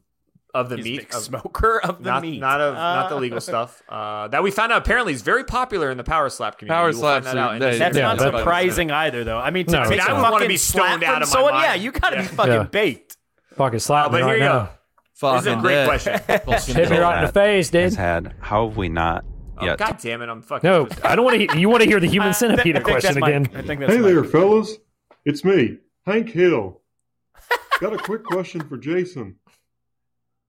Speaker 6: of the
Speaker 8: He's a
Speaker 6: meat,
Speaker 8: big
Speaker 6: of-
Speaker 8: smoker of the
Speaker 6: not,
Speaker 8: meat.
Speaker 6: Not of not the
Speaker 8: Uh, (laughs)
Speaker 6: legal stuff. Uh, that we found out apparently is very popular in the power slap community.
Speaker 3: Power
Speaker 6: You will find
Speaker 3: slaps
Speaker 6: that
Speaker 3: are-
Speaker 6: out in
Speaker 3: they-
Speaker 6: this
Speaker 8: That's
Speaker 6: year.
Speaker 7: Yeah,
Speaker 8: not
Speaker 7: that's-
Speaker 8: surprising either, though. I mean, to
Speaker 7: No,
Speaker 8: take
Speaker 7: it's
Speaker 6: not. I
Speaker 8: a
Speaker 6: would wanna
Speaker 8: fucking
Speaker 6: be
Speaker 8: slap
Speaker 6: stoned out
Speaker 8: from
Speaker 6: of my
Speaker 8: someone,
Speaker 6: mind.
Speaker 8: Yeah, you got to
Speaker 6: Yeah.
Speaker 8: be fucking
Speaker 7: Yeah.
Speaker 8: baked.
Speaker 7: Fucking slap
Speaker 6: but
Speaker 7: me
Speaker 6: here
Speaker 7: right
Speaker 6: you go.
Speaker 7: now.
Speaker 6: This is a
Speaker 3: Fucking
Speaker 6: great
Speaker 3: dead.
Speaker 6: question.
Speaker 3: (laughs)
Speaker 9: Hit
Speaker 7: Hit
Speaker 9: me
Speaker 7: me
Speaker 9: All
Speaker 7: right in the face,
Speaker 9: has
Speaker 7: dude.
Speaker 9: had, how have we not
Speaker 6: Oh,
Speaker 9: yet?
Speaker 6: God damn it! I'm fucking.
Speaker 7: No, I don't want to. You want to hear the human centipede
Speaker 8: I think that's
Speaker 7: question
Speaker 8: Mike.
Speaker 7: again?
Speaker 8: I think that's
Speaker 11: Hey
Speaker 8: Mike.
Speaker 11: there, fellas. It's me, Hank Hill. Got a quick question for Jason.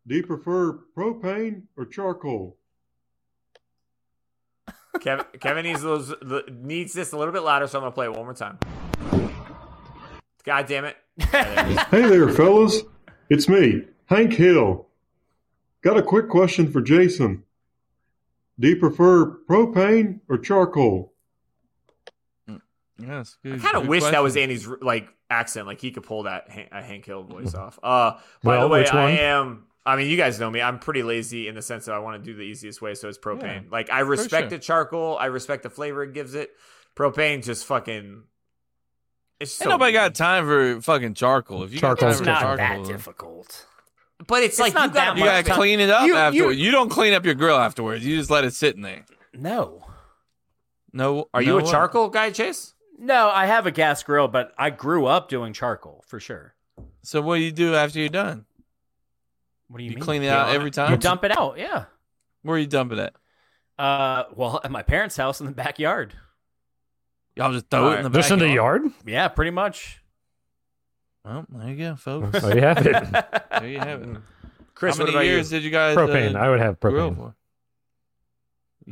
Speaker 11: Do you prefer propane or charcoal?
Speaker 6: Kevin, Kevin needs those the- needs this a little bit louder, so I'm gonna play it one more time. God damn it!
Speaker 11: Hey there, fellas. It's me, Hank Hill. Got a quick question for Jason. Do you prefer propane or charcoal?
Speaker 3: Yes,
Speaker 6: I
Speaker 3: good-
Speaker 6: kind of
Speaker 3: Hmm, good
Speaker 6: wish that was
Speaker 3: question. Hmm.
Speaker 6: Andy's like accent, like he could pull that Han- uh, Hank Hill voice off. Uh, by
Speaker 7: Well,
Speaker 6: the way,
Speaker 7: which one?
Speaker 6: I am. I mean, you guys know me. I'm pretty lazy in the sense that I want to do the easiest way, so it's propane.
Speaker 3: Yeah,
Speaker 6: like I respect
Speaker 3: sure.
Speaker 6: the charcoal, I respect the flavor it gives it. Propane just fucking. It's so
Speaker 3: Ain't nobody
Speaker 6: easy.
Speaker 3: got time for fucking charcoal. If you got
Speaker 7: Charcoal.
Speaker 3: time
Speaker 8: It's
Speaker 3: for
Speaker 8: not
Speaker 3: charcoal,
Speaker 8: that difficult.
Speaker 6: But it's,
Speaker 8: It's
Speaker 6: like
Speaker 8: not
Speaker 6: you
Speaker 8: that
Speaker 6: got
Speaker 3: You
Speaker 8: much
Speaker 3: gotta clean it up
Speaker 8: You- you-
Speaker 3: afterwards. You, don't clean up your grill afterwards. You just let it sit in there.
Speaker 8: No.
Speaker 3: No,
Speaker 6: Are you
Speaker 3: no
Speaker 6: a
Speaker 3: what?
Speaker 6: charcoal guy, Chase?
Speaker 8: No, I have a gas grill, but I grew up doing charcoal for sure.
Speaker 3: So what do you do after you're done?
Speaker 8: What do you,
Speaker 3: You,
Speaker 8: mean?
Speaker 3: clean it out every time.
Speaker 8: You dump it out, yeah.
Speaker 3: Where you dumping it?
Speaker 8: Uh, well, at my parents' house in the backyard.
Speaker 3: Y'all just throw it in the
Speaker 7: Just in the
Speaker 3: backyard?
Speaker 7: yard?
Speaker 8: Yeah, pretty much.
Speaker 3: (laughs) Well, there you go, folks.
Speaker 7: There you have
Speaker 8: (laughs)
Speaker 7: it.
Speaker 3: (laughs) there you have it.
Speaker 6: Oh, Chris,
Speaker 3: How
Speaker 6: what
Speaker 3: many
Speaker 6: about
Speaker 3: years
Speaker 6: you?
Speaker 3: did you guys
Speaker 7: Propane.
Speaker 3: Uh,
Speaker 7: I would have
Speaker 3: grill
Speaker 7: propane.
Speaker 3: for?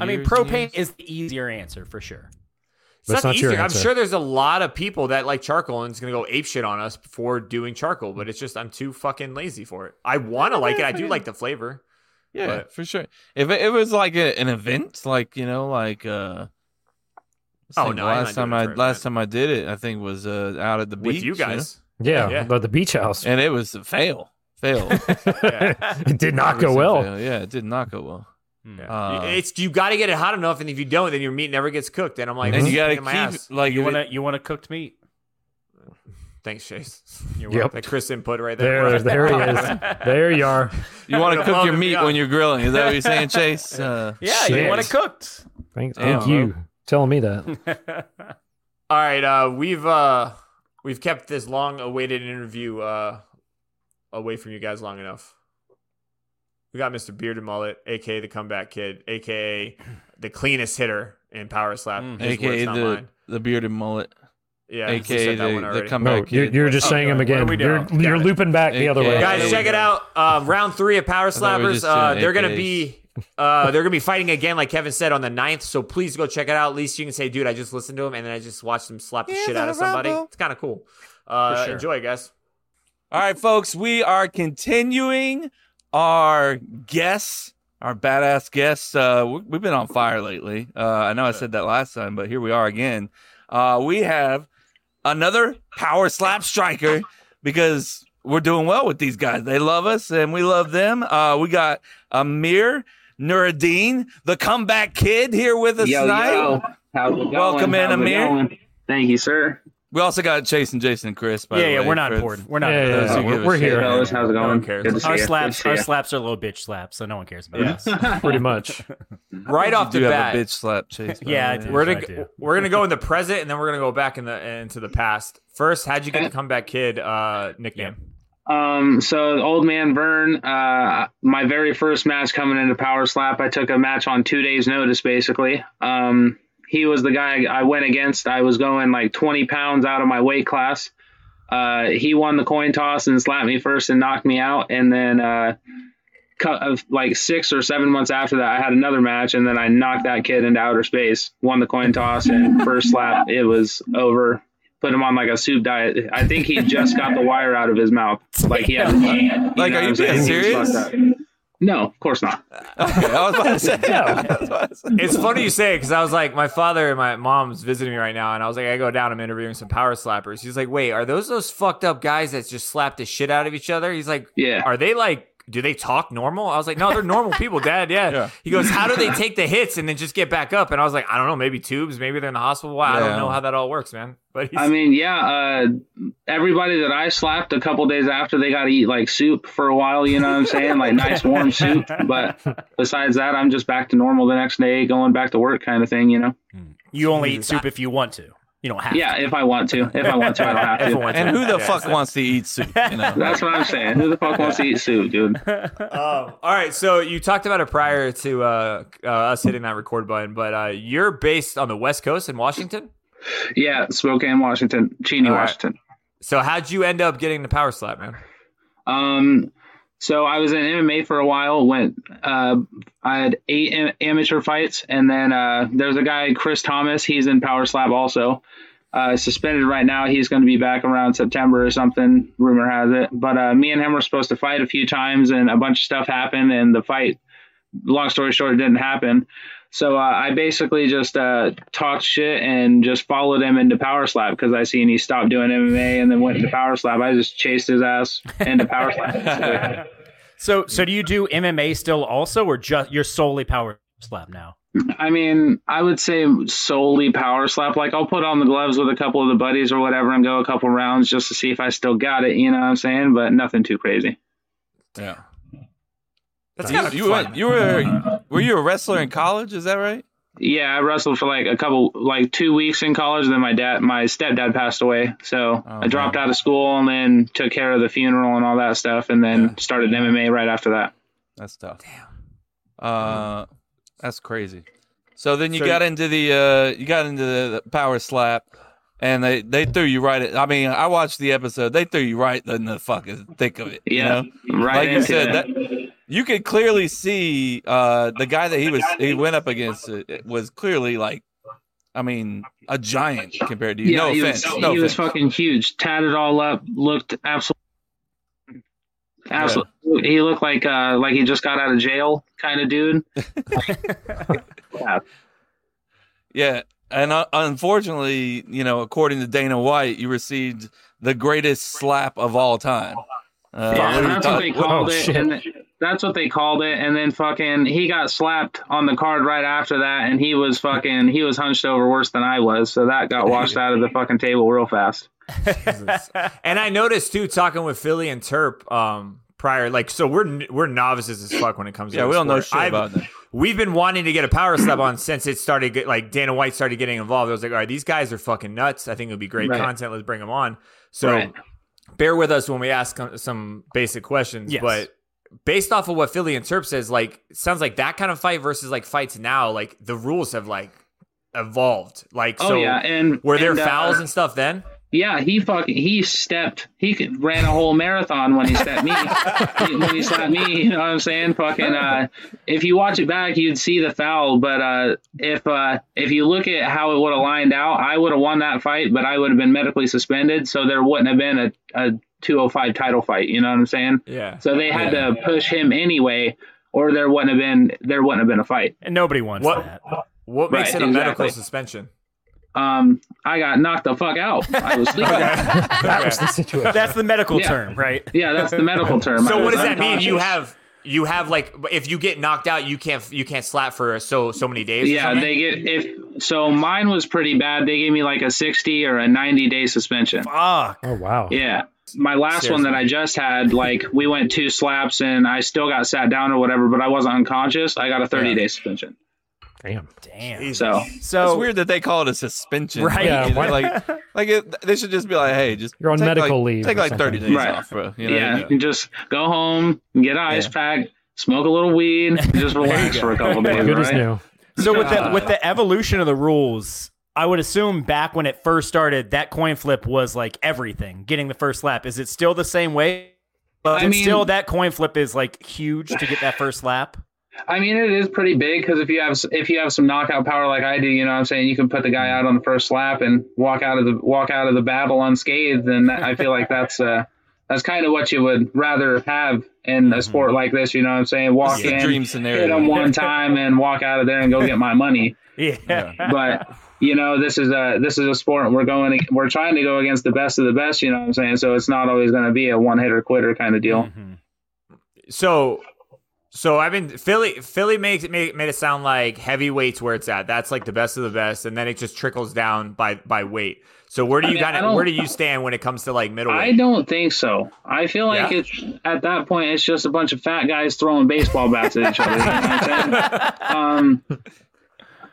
Speaker 8: I mean,
Speaker 3: Years,
Speaker 8: propane
Speaker 3: years?
Speaker 8: is the easier answer for sure.
Speaker 6: It's
Speaker 7: That's
Speaker 6: not
Speaker 7: not your
Speaker 6: easier. I'm
Speaker 7: answer.
Speaker 6: sure there's a lot of people that like charcoal and it's gonna go ape shit on us for doing charcoal, but it's just I'm too fucking lazy for it. I want to like it. I do like the flavor.
Speaker 3: Yeah, for sure. If it, it was like a, an event, like you know, like uh, let's
Speaker 6: Oh,
Speaker 3: think,
Speaker 6: no, I'm not
Speaker 3: last time
Speaker 6: doing it
Speaker 3: I
Speaker 6: for an
Speaker 3: last time I did it, I think was uh, out at the
Speaker 6: With
Speaker 3: beach (laughs)
Speaker 6: you guys.
Speaker 7: Yeah,
Speaker 3: Yeah.
Speaker 7: but the beach house.
Speaker 3: know? and it was a fail, fail.
Speaker 6: (laughs)
Speaker 7: it did not go well.
Speaker 3: Fail. Yeah, it did not go well.
Speaker 6: Mm.
Speaker 3: Uh,
Speaker 6: it's you got to get it hot enough, and if you don't, then your meat never gets cooked. And I'm like,
Speaker 3: and you
Speaker 6: this is
Speaker 3: gotta
Speaker 6: kicking my
Speaker 3: keep
Speaker 6: ass.
Speaker 3: like
Speaker 8: You
Speaker 3: if
Speaker 8: want
Speaker 3: it-
Speaker 8: to you want a cooked meat?
Speaker 6: Thanks, Chase. (laughs)
Speaker 7: Yep. welcome.
Speaker 6: That Chris input right there.
Speaker 7: There, there
Speaker 6: Right.
Speaker 7: he is. There you are.
Speaker 3: you
Speaker 6: (laughs)
Speaker 3: want to cook
Speaker 6: blow
Speaker 3: your
Speaker 6: me
Speaker 3: meat
Speaker 6: up.
Speaker 3: when you're grilling. Is that what you're saying,
Speaker 6: (laughs)
Speaker 3: Chase? Uh,
Speaker 8: Yeah, you
Speaker 7: Shit.
Speaker 8: want it cooked.
Speaker 7: Thank,
Speaker 3: Damn,
Speaker 7: thank you telling me that.
Speaker 6: (laughs) All right, uh, we've uh, we've kept this long-awaited interview uh, away from you guys long enough. We got Mr. Bearded Mullet, aka the Comeback Kid, aka
Speaker 3: (clears throat)
Speaker 6: the cleanest hitter in Power Slap.
Speaker 8: Mm.
Speaker 6: His words,
Speaker 3: AKA
Speaker 6: not
Speaker 3: the
Speaker 6: mine.
Speaker 3: the bearded mullet,
Speaker 6: yeah, we
Speaker 3: AKA
Speaker 6: said that one
Speaker 3: the, the
Speaker 6: already.
Speaker 7: No,
Speaker 3: comeback
Speaker 7: you're,
Speaker 3: kid.
Speaker 7: you're just
Speaker 6: Oh,
Speaker 7: saying him
Speaker 8: what are
Speaker 7: again.
Speaker 8: we
Speaker 7: You're,
Speaker 8: doing?
Speaker 7: you're
Speaker 8: Got it.
Speaker 7: looping back the other way.
Speaker 3: Yeah,
Speaker 6: guys
Speaker 3: there
Speaker 6: check
Speaker 3: we
Speaker 6: it
Speaker 3: go.
Speaker 6: out uh, round three of power
Speaker 3: thought we were
Speaker 6: slappers
Speaker 3: just
Speaker 6: uh,
Speaker 3: doing
Speaker 6: they're gonna
Speaker 3: AKs.
Speaker 6: be uh, they're gonna be fighting again like kevin said on the 9th so please go check it out at least you can say dude i just listened to him and then i just watched him slap the shit out of somebody it's kind of cool uh, enjoy guys
Speaker 3: All right, folks, we are continuing our guests, our badass guests. Uh, we- we've been on fire lately. Uh, I know I said that last time, but here we are again. Uh, we have another power slap striker because we're doing well with these guys. They love us and we love them. Uh, we got Amir Nuruddin, the comeback kid, here with us
Speaker 1: yo,
Speaker 3: tonight.
Speaker 1: yo, how's it going?
Speaker 3: Welcome in,
Speaker 1: How's it
Speaker 3: Amir.
Speaker 1: going? Thank you, sir.
Speaker 3: We also got Chase and Jason and Chris. By
Speaker 8: yeah,
Speaker 3: the
Speaker 8: yeah,
Speaker 3: way,
Speaker 8: we're not
Speaker 3: for-
Speaker 8: important. We're not.
Speaker 7: Yeah, yeah,
Speaker 8: important.
Speaker 3: those who
Speaker 7: yeah.
Speaker 3: give a
Speaker 7: We're, we're
Speaker 3: shit.
Speaker 7: here,
Speaker 1: Fellas, how's it going?
Speaker 6: one cares.
Speaker 1: Good to see
Speaker 8: Our
Speaker 1: ya.
Speaker 8: slaps, our
Speaker 1: Good to see
Speaker 8: slaps are little bitch slaps, so no one cares about
Speaker 6: Yeah.
Speaker 8: us.
Speaker 7: pretty much.
Speaker 6: right off
Speaker 3: You
Speaker 6: the
Speaker 3: do have
Speaker 6: bat
Speaker 3: a bitch slap,
Speaker 8: (laughs)
Speaker 3: Chase. by the
Speaker 8: Yeah, I
Speaker 3: way.
Speaker 8: do.
Speaker 6: we're
Speaker 8: I
Speaker 6: gonna
Speaker 8: do.
Speaker 6: we're gonna go in the present and then we're gonna go back in the into the past first how'd you get the comeback kid uh, nickname
Speaker 1: Um, so old man Vern, uh, my very first match coming into Power Slap, I took a match on two days' notice, basically. Um, he was the guy I went against. I was going like 20 pounds out of my weight class. Uh, he won the coin toss and slapped me first and knocked me out. And then, uh, cu- of like six or seven months after that, I had another match, and then I knocked that kid into outer space, won the coin toss, and first slap, it was over. Put him on like a soup diet. I think he just got the wire out of his mouth. Like he had.
Speaker 3: Like,
Speaker 1: know
Speaker 3: are you
Speaker 1: what I'm saying?
Speaker 3: being
Speaker 1: He was
Speaker 3: serious?
Speaker 1: fucked up. No, of course not.
Speaker 3: Okay, I was about to say.
Speaker 6: (laughs)
Speaker 3: (laughs) I was about to say.
Speaker 6: It's funny you say it because I was like, my father and my mom's visiting me right now, and I was like, I go down, I'm interviewing some power slappers. He's like, wait, are those those fucked up guys that just slap the shit out of each other? He's like,
Speaker 1: Yeah.
Speaker 6: are they like, do they talk normal? I was like, no, they're normal people, Dad. Yeah.
Speaker 3: Yeah.
Speaker 6: He goes, how do they take the hits and then just get back up? And I was like, I don't know, maybe tubes, maybe they're in the hospital. Why? I
Speaker 3: Yeah.
Speaker 6: don't know how that all works, man. But he's,
Speaker 1: I mean, yeah, uh, everybody that I slapped a couple days after, they got to eat like soup for a while, you know what I'm saying? Like nice warm soup. But besides that, I'm just back to normal the next day, going back to work kind of thing, you know?
Speaker 8: You
Speaker 1: (laughs)
Speaker 8: only eat soup if you want to. You don't have
Speaker 1: Yeah, if I want to. If I want to, I don't have to.
Speaker 6: everyone-
Speaker 3: And who the
Speaker 6: Yeah.
Speaker 3: fuck wants to eat soup?
Speaker 6: (laughs)
Speaker 3: You know?
Speaker 1: That's what I'm saying. Who the fuck wants to eat soup, dude?
Speaker 6: Um, all right, so you talked about it prior to uh, uh, us hitting that record button, but uh, you're based on the West Coast in Washington.
Speaker 1: Yeah, Spokane, Washington, Cheney,
Speaker 6: All right.
Speaker 1: Washington.
Speaker 6: So how'd you end up getting the power slap, man?
Speaker 1: Um, so I was in MMA for a while. Went, uh, I had eight am- amateur fights, and then uh, there's a guy Chris Thomas. He's in Power Slab also. Uh, suspended right now. He's going to be back around September or something. Rumor has it. But uh, me and him were supposed to fight a few times, and a bunch of stuff happened, and the fight. Long story short, it didn't happen. So uh, I basically just uh, talked shit and just followed him into Power Slab because I seen he stopped doing MMA and then went into Power Slab. I just chased his ass into Power Slab.
Speaker 8: So, so do you do MMA still also, or just you're solely power slap now?
Speaker 1: I mean, I would say solely power slap. Like I'll put on the gloves with a couple of the buddies or whatever and go a couple rounds just to see if I still got it. You know what I'm saying? But nothing too crazy.
Speaker 3: Yeah.
Speaker 6: That's
Speaker 3: You,
Speaker 6: kind of
Speaker 3: you were,
Speaker 6: fun.
Speaker 3: you were were you a wrestler in college? Is that right?
Speaker 1: Yeah, I wrestled for like a couple, like two weeks in college. Then my dad, my stepdad passed away, so
Speaker 3: Oh,
Speaker 1: I dropped
Speaker 3: man.
Speaker 1: out of school and then took care of the funeral and all that stuff, and then
Speaker 3: Yeah.
Speaker 1: started MMA right after that.
Speaker 3: That's tough. Damn. Uh, that's crazy. So then you
Speaker 6: So-
Speaker 3: got into the uh, you got into the, the power slap, and they they threw you right. At, I mean, I watched the episode. They threw you right in the fucking thick of it. You
Speaker 1: Yeah,
Speaker 3: know?
Speaker 1: right.
Speaker 3: like you
Speaker 1: into
Speaker 3: said,
Speaker 1: it.
Speaker 3: that you could clearly see uh, the guy that he was he went up against uh, was clearly like, I mean, a giant compared to you. no
Speaker 1: he
Speaker 3: offense,
Speaker 1: Was,
Speaker 3: no
Speaker 1: he was
Speaker 3: offense.
Speaker 1: fucking huge. Tatted all up, looked absolutely. Absolutely. He looked like uh, like he just got out of jail kind of dude. yeah.
Speaker 3: Yeah, and uh, unfortunately, you know, according to Dana White, you received the greatest slap of all time. Uh,
Speaker 1: Yeah,
Speaker 3: what do you
Speaker 1: that's
Speaker 3: thought-
Speaker 1: what they called
Speaker 7: Oh,
Speaker 1: it.
Speaker 7: shit.
Speaker 1: And th- that's what they called it. And then fucking, he got slapped on the card right after that, and he was fucking, he was hunched over worse than I was. So that got washed out of the fucking table real fast.
Speaker 6: And I noticed too, talking with Philly and Terp um, prior, like so we're we're novices as fuck when it comes.
Speaker 3: yeah,
Speaker 6: to
Speaker 3: we
Speaker 6: this
Speaker 3: don't know
Speaker 6: sport.
Speaker 3: shit
Speaker 6: I've-
Speaker 3: about that.
Speaker 6: We've been wanting to get a power slap on since it started. Get, like Dana White started getting involved. I was like, all right, these guys are fucking nuts. I think it'll be great
Speaker 1: Right.
Speaker 6: content. Let's bring them on. So
Speaker 1: Right.
Speaker 6: bear with us when we ask com- some basic questions.
Speaker 8: Yes.
Speaker 6: But based off of what Philly and Terp says, like sounds like that kind of fight versus like fights now. Like the rules have like evolved. Like
Speaker 1: Oh
Speaker 6: so,
Speaker 1: yeah, and
Speaker 6: were there
Speaker 1: and, uh,
Speaker 6: fouls and stuff then?
Speaker 1: Yeah, he fucking he stepped. He could- ran a whole marathon when he stepped me. He- when he slapped me, you know what I'm saying? Fucking. Uh, if you watch it back, you'd see the foul. But uh, if uh, if you look at how it would have lined out, I would have won that fight, but I would have been medically suspended, so there wouldn't have been a, a 205 title fight. You know what I'm saying?
Speaker 6: Yeah.
Speaker 1: So they had to push him anyway, or there wouldn't have been there wouldn't have been a fight.
Speaker 8: And nobody wants
Speaker 6: What-
Speaker 8: that.
Speaker 6: What makes
Speaker 1: Right,
Speaker 6: it a medical
Speaker 1: exactly.
Speaker 6: suspension?
Speaker 1: Um, I got knocked the fuck out. I was sleeping.
Speaker 7: That was the situation.
Speaker 8: That's the medical
Speaker 1: Yeah.
Speaker 8: term, right?
Speaker 1: Yeah, that's the medical term. I
Speaker 6: So what
Speaker 1: was
Speaker 6: does that mean? You
Speaker 1: unconscious.
Speaker 6: have you have like if you get knocked out, you can't you can't slap for so so many days. or
Speaker 1: Yeah,
Speaker 6: something?
Speaker 1: they get if so. Mine was pretty bad. They gave me like a sixty or a ninety day suspension.
Speaker 8: Fuck.
Speaker 7: Oh wow.
Speaker 1: Yeah, my last one that I just had, like we went two slaps and I still got sat down or whatever, but I wasn't unconscious. I got a thirty day suspension.
Speaker 7: Damn.
Speaker 8: Damn.
Speaker 1: So
Speaker 3: It's
Speaker 8: So
Speaker 3: weird that they call it a suspension.
Speaker 8: Right.
Speaker 7: Yeah, why-
Speaker 3: like,
Speaker 7: (laughs)
Speaker 3: like it, they should just be like, hey, just
Speaker 7: You're on
Speaker 3: take
Speaker 7: medical
Speaker 3: like-
Speaker 7: leave
Speaker 3: Take
Speaker 7: or
Speaker 3: like thirty
Speaker 7: something.
Speaker 3: days
Speaker 1: Right.
Speaker 3: off, bro. You know,
Speaker 1: yeah,
Speaker 3: you
Speaker 1: you just go home, get an ice pack, smoke a little weed, and just relax for a couple days.
Speaker 7: Good as
Speaker 1: right?
Speaker 7: new.
Speaker 8: So with
Speaker 1: Uh,
Speaker 8: the with the evolution of the rules, I would assume back when it first started, that coin flip was like everything. Getting the first lap. Is it still the same way? But
Speaker 1: I mean-
Speaker 8: still that coin flip is like huge to get that first lap.
Speaker 1: I mean, it is pretty big because if you have if you have some knockout power like I do, you know, what I'm saying you can put the guy out on the first lap and walk out of the walk out of the battle unscathed, and that- I feel like that's uh that's kind of what you would rather have in a sport like this. You know, what I'm saying walk
Speaker 3: Mm-hmm. This is a
Speaker 1: in,
Speaker 3: dream
Speaker 1: hit
Speaker 3: scenario.
Speaker 1: them
Speaker 3: (laughs)
Speaker 1: one time, and walk out of there and go get my money.
Speaker 8: Yeah.
Speaker 1: But you know, this is a this is a sport, and we're going ag- we're trying to go against the best of the best. You know, what I'm saying so it's not always going to be a one hitter quitter kind of
Speaker 3: Mm-hmm.
Speaker 1: deal.
Speaker 6: so so I've been Philly Philly makes made, made it sound like heavyweights where it's at. That's like the best of the best, and then it just trickles down by by weight. So where do
Speaker 1: I
Speaker 6: you
Speaker 1: mean, I
Speaker 6: got
Speaker 1: don't-
Speaker 6: it? Where do you stand when it comes to like
Speaker 1: I
Speaker 6: middleweight?
Speaker 1: don't think so. I feel like
Speaker 6: Yeah?
Speaker 1: it's at that point it's just a bunch of fat guys throwing baseball bats at each other. you know what I'm saying? um,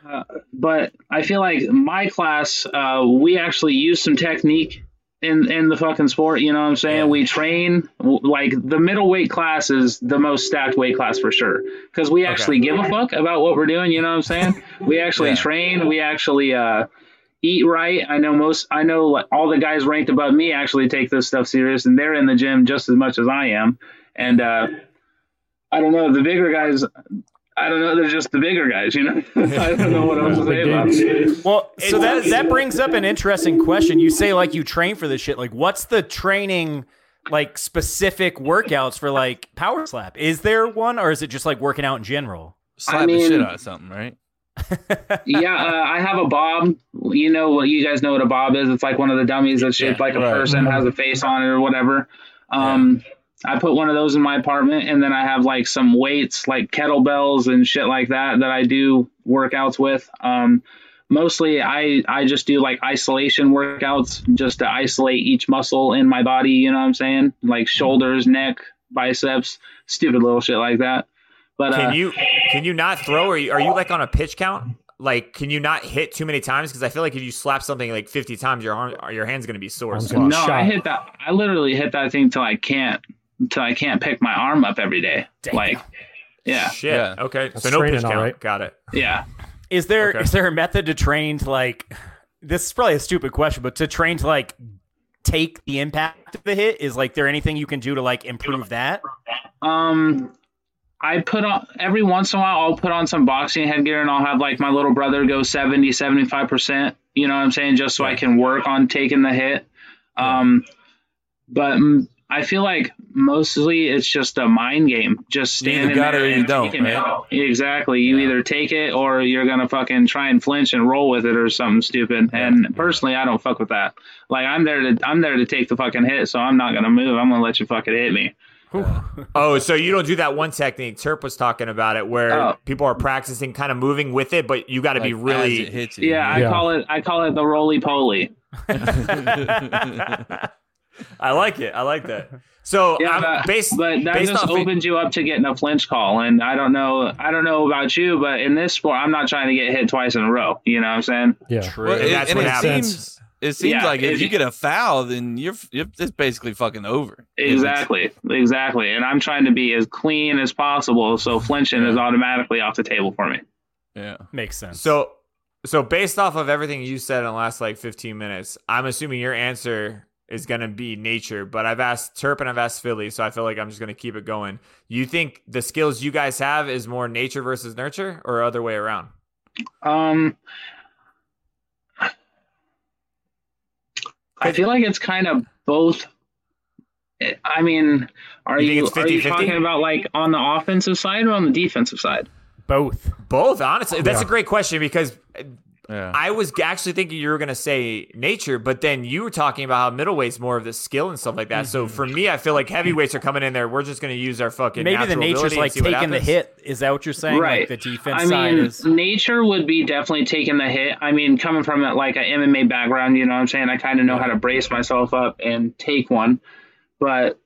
Speaker 1: uh, but I feel like my class, uh, we actually use some technique in in the fucking sport. You know what I'm saying? We train w- like the middleweight class is the most stacked weight class for sure because we actually give a fuck about what we're doing. You know what I'm saying? we actually train. We actually. Uh, eat right. I know most. I know like, all the guys ranked above me actually take this stuff serious, and they're in the gym just as much as I am. And uh, I don't know the bigger guys. I don't know. They're just the bigger guys, you know. (laughs) I don't know what else to say about it.
Speaker 8: Well, so that that brings up an interesting question. You say like you train for this shit. Like, what's the training like specific workouts for like power slap? Is there one, or is it just like working out in general?
Speaker 3: slap
Speaker 1: I
Speaker 3: the shit
Speaker 1: mean-
Speaker 3: out of something, right?
Speaker 1: Yeah, uh, I have a bob. You know what? You guys know what a bob is. It's like one of the dummies that's shaped like a
Speaker 3: right.
Speaker 1: person, has a face on it or whatever. Um, I put one of those in my apartment, and then I have like some weights, like kettlebells and shit like that, that I do workouts with. Um, mostly, I I just do like isolation workouts, just to isolate each muscle in my body. You know what I'm saying? Like shoulders, neck, biceps, stupid little shit like that. But uh,
Speaker 6: Can you can you not throw? Are you, are you like on a pitch count? Like, can you not hit too many times? Because I feel like if you slap something like fifty times, your arm, your hand's gonna be sore.
Speaker 7: Arm's
Speaker 6: as
Speaker 7: gonna
Speaker 6: fuck.
Speaker 1: No,
Speaker 7: shot.
Speaker 1: I hit that. I literally hit that thing till I can't, till I can't pick my arm up every day. Like, yeah,
Speaker 6: Shit.
Speaker 3: Yeah.
Speaker 6: Okay.
Speaker 7: That's
Speaker 6: so no
Speaker 7: training,
Speaker 6: pitch
Speaker 7: all
Speaker 6: count.
Speaker 7: right.
Speaker 6: Got it.
Speaker 1: yeah.
Speaker 8: Is there is
Speaker 6: Okay.
Speaker 8: there a method to train to like? (sighs) This is probably a stupid question, but to train to like take the impact of the hit is like there anything you can do to like improve that?
Speaker 1: Um, I put on every once in a while. I'll put on some boxing headgear and I'll have like my little brother go 70, 75 percent. You know what I'm saying? Just so I can work on taking the hit. Um, but mm, I feel like mostly it's just a mind game. Just
Speaker 3: You either
Speaker 1: standing
Speaker 3: got it
Speaker 1: there
Speaker 3: or you
Speaker 1: and
Speaker 3: don't,
Speaker 1: taking it.
Speaker 3: right?
Speaker 1: Exactly. You either take it or you're gonna fucking try and flinch and roll with it or something stupid. And personally, I don't fuck with that. Like I'm there to I'm there to take the fucking hit, so I'm not gonna move. I'm gonna let you fucking hit me.
Speaker 6: Oh, so you don't do that one technique. Terp was talking about it where
Speaker 1: Oh.
Speaker 6: people are practicing kind of moving with it, but you got to be
Speaker 3: Like,
Speaker 6: really.
Speaker 3: as it hits you.
Speaker 1: Yeah, I call it I call it the roly poly.
Speaker 6: I like it. I like that. So
Speaker 1: (laughs) Yeah,
Speaker 6: I'm
Speaker 1: but,
Speaker 6: based,
Speaker 1: but that
Speaker 6: based
Speaker 1: just
Speaker 6: off
Speaker 1: opens you up to getting a flinch call, and I don't know, I don't know about you, but in this sport, I'm not trying to get hit twice in a row. You know what I'm saying?
Speaker 7: Yeah.
Speaker 6: Well, And that's what
Speaker 3: it
Speaker 6: happens.
Speaker 3: Seems, it seems
Speaker 1: Yeah,
Speaker 3: like if,
Speaker 1: if
Speaker 3: you
Speaker 1: you-
Speaker 3: get a foul, then you're, you're it's basically fucking over.
Speaker 1: Exactly, exactly. And I'm trying to be as clean as possible, so flinching is automatically off the table for me.
Speaker 3: Yeah.
Speaker 8: Makes sense.
Speaker 6: so so based off of everything you said in the last like 15 minutes, I'm assuming your answer is going to be nature. But I've asked Terp and I've asked Philly, so I feel like I'm just going to keep it going. You think the skills you guys have is more nature versus nurture, or other way around?
Speaker 1: Um, I feel like it's kind of both. I mean, are
Speaker 6: You
Speaker 1: you,
Speaker 6: think it's
Speaker 1: are you
Speaker 6: 50-50?
Speaker 1: talking about like on the offensive side or on the defensive side?
Speaker 8: Both.
Speaker 6: Both, honestly. That's a great question because
Speaker 3: Yeah.
Speaker 6: I was g- actually thinking you were going to say nature, but then you were talking about how middleweight's more of the skill and stuff like that.
Speaker 8: Mm-hmm.
Speaker 6: So for me, I feel like heavyweights are coming in there. We're just going to use our fucking
Speaker 8: Maybe the
Speaker 6: natural
Speaker 8: nature's
Speaker 6: ability and
Speaker 8: like
Speaker 6: see what
Speaker 8: taking the
Speaker 6: happens.
Speaker 8: hit. Is that what you're saying?
Speaker 1: Right.
Speaker 8: Like the defense
Speaker 1: I
Speaker 8: side
Speaker 1: mean,
Speaker 8: is.
Speaker 1: nature would be definitely taking the hit. I mean, coming from like an MMA background, you know what I'm saying? I kind of know how to brace myself up and take one. But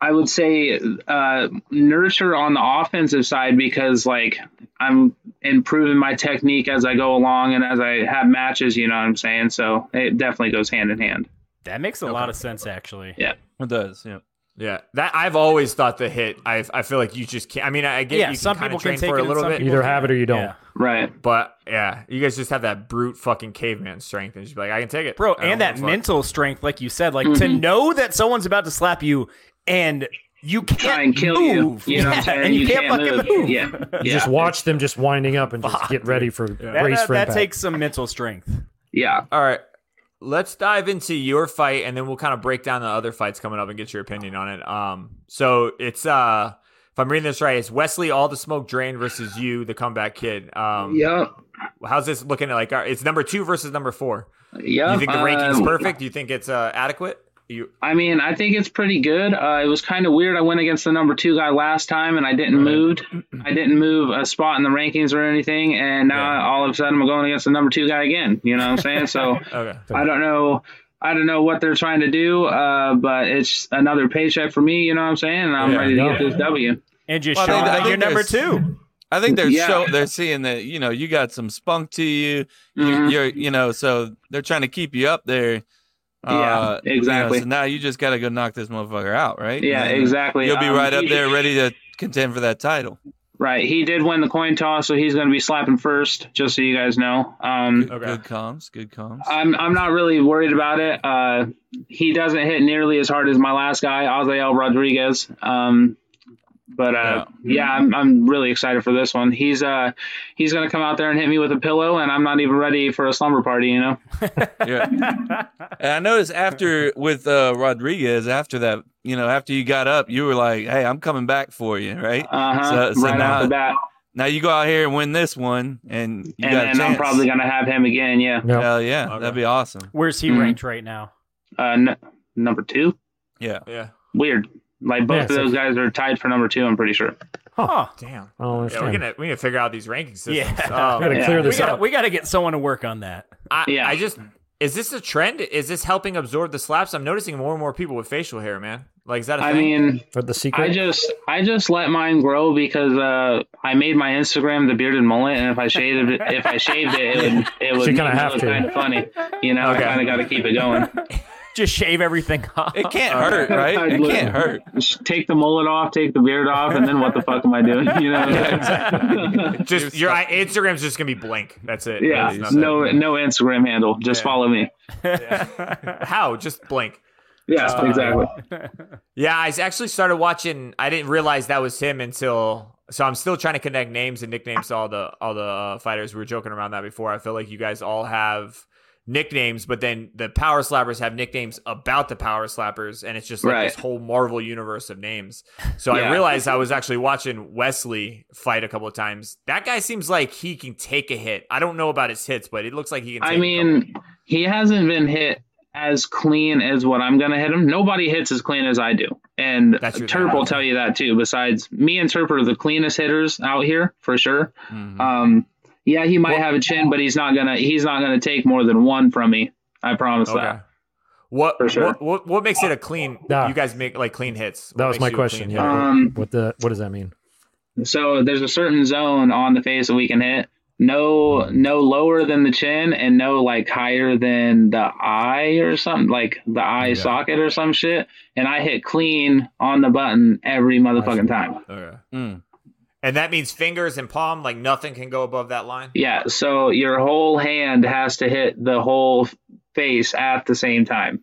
Speaker 1: I would say uh, nurture on the offensive side because, like, I'm improving my technique as I go along and as I have matches, you know what I'm saying? So it definitely goes hand in hand.
Speaker 8: That makes a lot of sense, actually.
Speaker 3: It does. Yeah.
Speaker 6: Yeah, that I've always thought the hit. I I feel like you just can't. I mean, I get
Speaker 8: Yeah,
Speaker 6: you
Speaker 8: some
Speaker 6: can kind
Speaker 8: people
Speaker 6: of
Speaker 8: can
Speaker 6: train
Speaker 8: take
Speaker 6: for
Speaker 8: it
Speaker 6: a
Speaker 8: and
Speaker 6: little
Speaker 8: some
Speaker 6: bit,
Speaker 7: Either have it or you don't.
Speaker 8: Yeah.
Speaker 1: Right.
Speaker 6: but yeah, you guys just have that brute fucking caveman strength and just be like, I can take it,
Speaker 8: Bro,
Speaker 6: I don't
Speaker 8: and that
Speaker 6: give a fuck.
Speaker 8: mental strength, like you said, like
Speaker 1: Mm-hmm.
Speaker 8: to know that someone's about to slap you and you can't
Speaker 1: Try and kill
Speaker 8: move.
Speaker 1: you. You know what
Speaker 8: (laughs) yeah,
Speaker 1: I'm saying?
Speaker 8: and you, can't,
Speaker 1: move.
Speaker 8: fucking move. (laughs)
Speaker 1: Yeah.
Speaker 7: You
Speaker 1: yeah.
Speaker 7: just watch them just winding up and just get ready for
Speaker 8: That,
Speaker 7: race
Speaker 8: that-
Speaker 7: for
Speaker 8: that
Speaker 7: impact.
Speaker 8: takes some mental strength.
Speaker 1: yeah.
Speaker 6: All right. Let's dive into your fight and then we'll kind of break down the other fights coming up and get your opinion on it. Um so it's uh if I'm reading this right, it's Wesley All the Smoke Drain versus you, the comeback kid. Um
Speaker 1: Yep.
Speaker 6: how's this looking like All right, it's number two versus number four.
Speaker 1: Yep.
Speaker 6: you think the ranking's
Speaker 1: Uh,
Speaker 6: perfect? Do you think it's uh adequate? You
Speaker 1: I mean, I think it's pretty good. Uh, it was kind of weird. I went against the number two guy last time, and I didn't move. I didn't move a spot in the rankings or anything. And now all of a sudden, I'm going against the number two guy again. You know what I'm saying? So
Speaker 6: Okay.
Speaker 1: I don't know. I don't know what they're trying to do, uh, but it's another paycheck for me. You know what I'm saying? And I'm ready to get this W.
Speaker 8: And just
Speaker 3: Well, I
Speaker 8: showing
Speaker 3: think- I
Speaker 8: that
Speaker 3: think
Speaker 8: you're number
Speaker 3: there's-
Speaker 8: two.
Speaker 3: I think they're
Speaker 1: Yeah.
Speaker 3: show, they're seeing that you know you got some spunk to you.
Speaker 1: Mhm.
Speaker 3: You're you know so they're trying to keep you up there. Uh,
Speaker 1: Yeah,
Speaker 3: you know,
Speaker 1: exactly.
Speaker 3: so now you just got to go knock this motherfucker out, right?
Speaker 1: Yeah,
Speaker 3: And then
Speaker 1: exactly.
Speaker 3: You'll be
Speaker 1: Um,
Speaker 3: right up
Speaker 1: he-
Speaker 3: there, ready to contend for that title.
Speaker 1: Right. He did win the coin toss, so he's going to be slapping first. Just so you guys know. Um,
Speaker 3: Good, good comms. Good comms.
Speaker 1: I'm I'm not really worried about it. Uh, he doesn't hit nearly as hard as my last guy, Ozael Rodriguez. Um, but uh, yeah, I'm I'm really excited for this one. He's uh he's gonna come out there and hit me with a pillow, and I'm not even ready for a slumber party. You know?
Speaker 3: Yeah. and I noticed after with uh, Rodriguez, after that, you know, after you got up, you were like, "Hey, I'm coming back for you," right?
Speaker 1: Uh huh.
Speaker 3: So- so
Speaker 1: right off
Speaker 3: now-
Speaker 1: the bat,
Speaker 3: Now you go out here and win this one, and you
Speaker 1: and
Speaker 3: got a
Speaker 1: then
Speaker 3: chance.
Speaker 1: I'm probably gonna have him again. Yeah.
Speaker 7: Yeah.
Speaker 3: Hell yeah, that'd be awesome.
Speaker 8: Where's he
Speaker 7: Hmm.
Speaker 1: Mhm.
Speaker 8: ranked right now?
Speaker 1: Uh, n- number two.
Speaker 3: Yeah,
Speaker 6: Yeah.
Speaker 1: Weird. Like both
Speaker 7: Yeah,
Speaker 1: of
Speaker 7: so-
Speaker 1: those guys are tied for number two. I'm pretty sure.
Speaker 8: Huh.
Speaker 7: I don't
Speaker 6: Damn. Yeah, we're
Speaker 7: understand.
Speaker 6: gonna we need to figure out these ranking systems.
Speaker 8: Yeah.
Speaker 7: (laughs)
Speaker 6: Um,
Speaker 7: Gotta
Speaker 1: Yeah.
Speaker 7: clear
Speaker 8: We
Speaker 7: this
Speaker 8: gotta,
Speaker 7: up.
Speaker 8: we gotta get someone to work on that.
Speaker 6: I,
Speaker 1: Yeah.
Speaker 6: I just is this a trend? Is this helping absorb the slaps? I'm noticing more and more people with facial hair, man. Like is that a
Speaker 1: I
Speaker 6: thing?
Speaker 1: mean,
Speaker 7: But the secret.
Speaker 1: I just I just let mine grow because uh, I made my Instagram the bearded mullet, and if I shaved it, if I shaved it, it would
Speaker 7: (laughs)
Speaker 1: it would
Speaker 7: You're gonna
Speaker 1: it
Speaker 7: have
Speaker 1: was
Speaker 7: to.
Speaker 1: kind of funny, you know.
Speaker 6: Okay.
Speaker 1: I kind of got to keep it going.
Speaker 8: Just shave everything (laughs) off.
Speaker 1: Uh,
Speaker 3: it can't hurt, right? It
Speaker 1: Look,
Speaker 3: can't hurt.
Speaker 1: just Take the mullet off, take the beard off, and then what the fuck am I doing? You
Speaker 7: (laughs)
Speaker 1: know?
Speaker 6: just your I, Instagram's just gonna be blank. That's
Speaker 1: (laughs)
Speaker 6: it.
Speaker 1: yeah,
Speaker 6: There's nothing.
Speaker 1: no no Instagram handle. Just follow me.
Speaker 6: How? Just blank.
Speaker 1: Yeah,
Speaker 6: Uh,
Speaker 1: exactly.
Speaker 6: Yeah, I actually started watching. I didn't realize that was him until. So I'm still trying to connect names and nicknames to all the all the uh, fighters. We were joking around that before. I feel like you guys all have nicknames, but then the power slappers have nicknames about the power slappers, and it's just like
Speaker 1: Right.
Speaker 6: this whole Marvel universe of names. So I
Speaker 1: Yeah.
Speaker 6: realized I was actually watching Wesley fight a couple of times. That guy seems like he can take a hit. I don't know about his hits, but it looks like he can. Take
Speaker 1: I mean, he hasn't been hit as clean as what I'm gonna hit him. Nobody hits as clean as I do, and
Speaker 6: That's your
Speaker 1: Turp will
Speaker 6: talent.
Speaker 1: tell you that too. Besides, me and Turp are the cleanest hitters out here for sure.
Speaker 6: Mm-hmm.
Speaker 1: Um, yeah, he might have a chin, but he's not gonna he's not gonna take more than one from me. I promise
Speaker 6: okay.
Speaker 1: that.
Speaker 6: What,
Speaker 1: For sure.
Speaker 6: what what what makes it a clean?
Speaker 7: Nah.
Speaker 6: You guys make like clean hits.
Speaker 7: That
Speaker 6: What
Speaker 7: was
Speaker 6: makes
Speaker 7: my
Speaker 6: you a
Speaker 7: question.
Speaker 6: clean
Speaker 7: Yeah.
Speaker 6: hitter?
Speaker 1: Um,
Speaker 7: What the? What does that mean?
Speaker 1: So there's a certain zone on the face that we can hit. No, no lower than the chin, and no like higher than the eye or something, like the eye socket or some shit. And I hit clean on the button every motherfucking time.
Speaker 6: Okay.
Speaker 3: Mm.
Speaker 6: And that means fingers and palm. Like nothing can go above that line.
Speaker 1: Yeah. So your whole hand has to hit the whole face at the same time.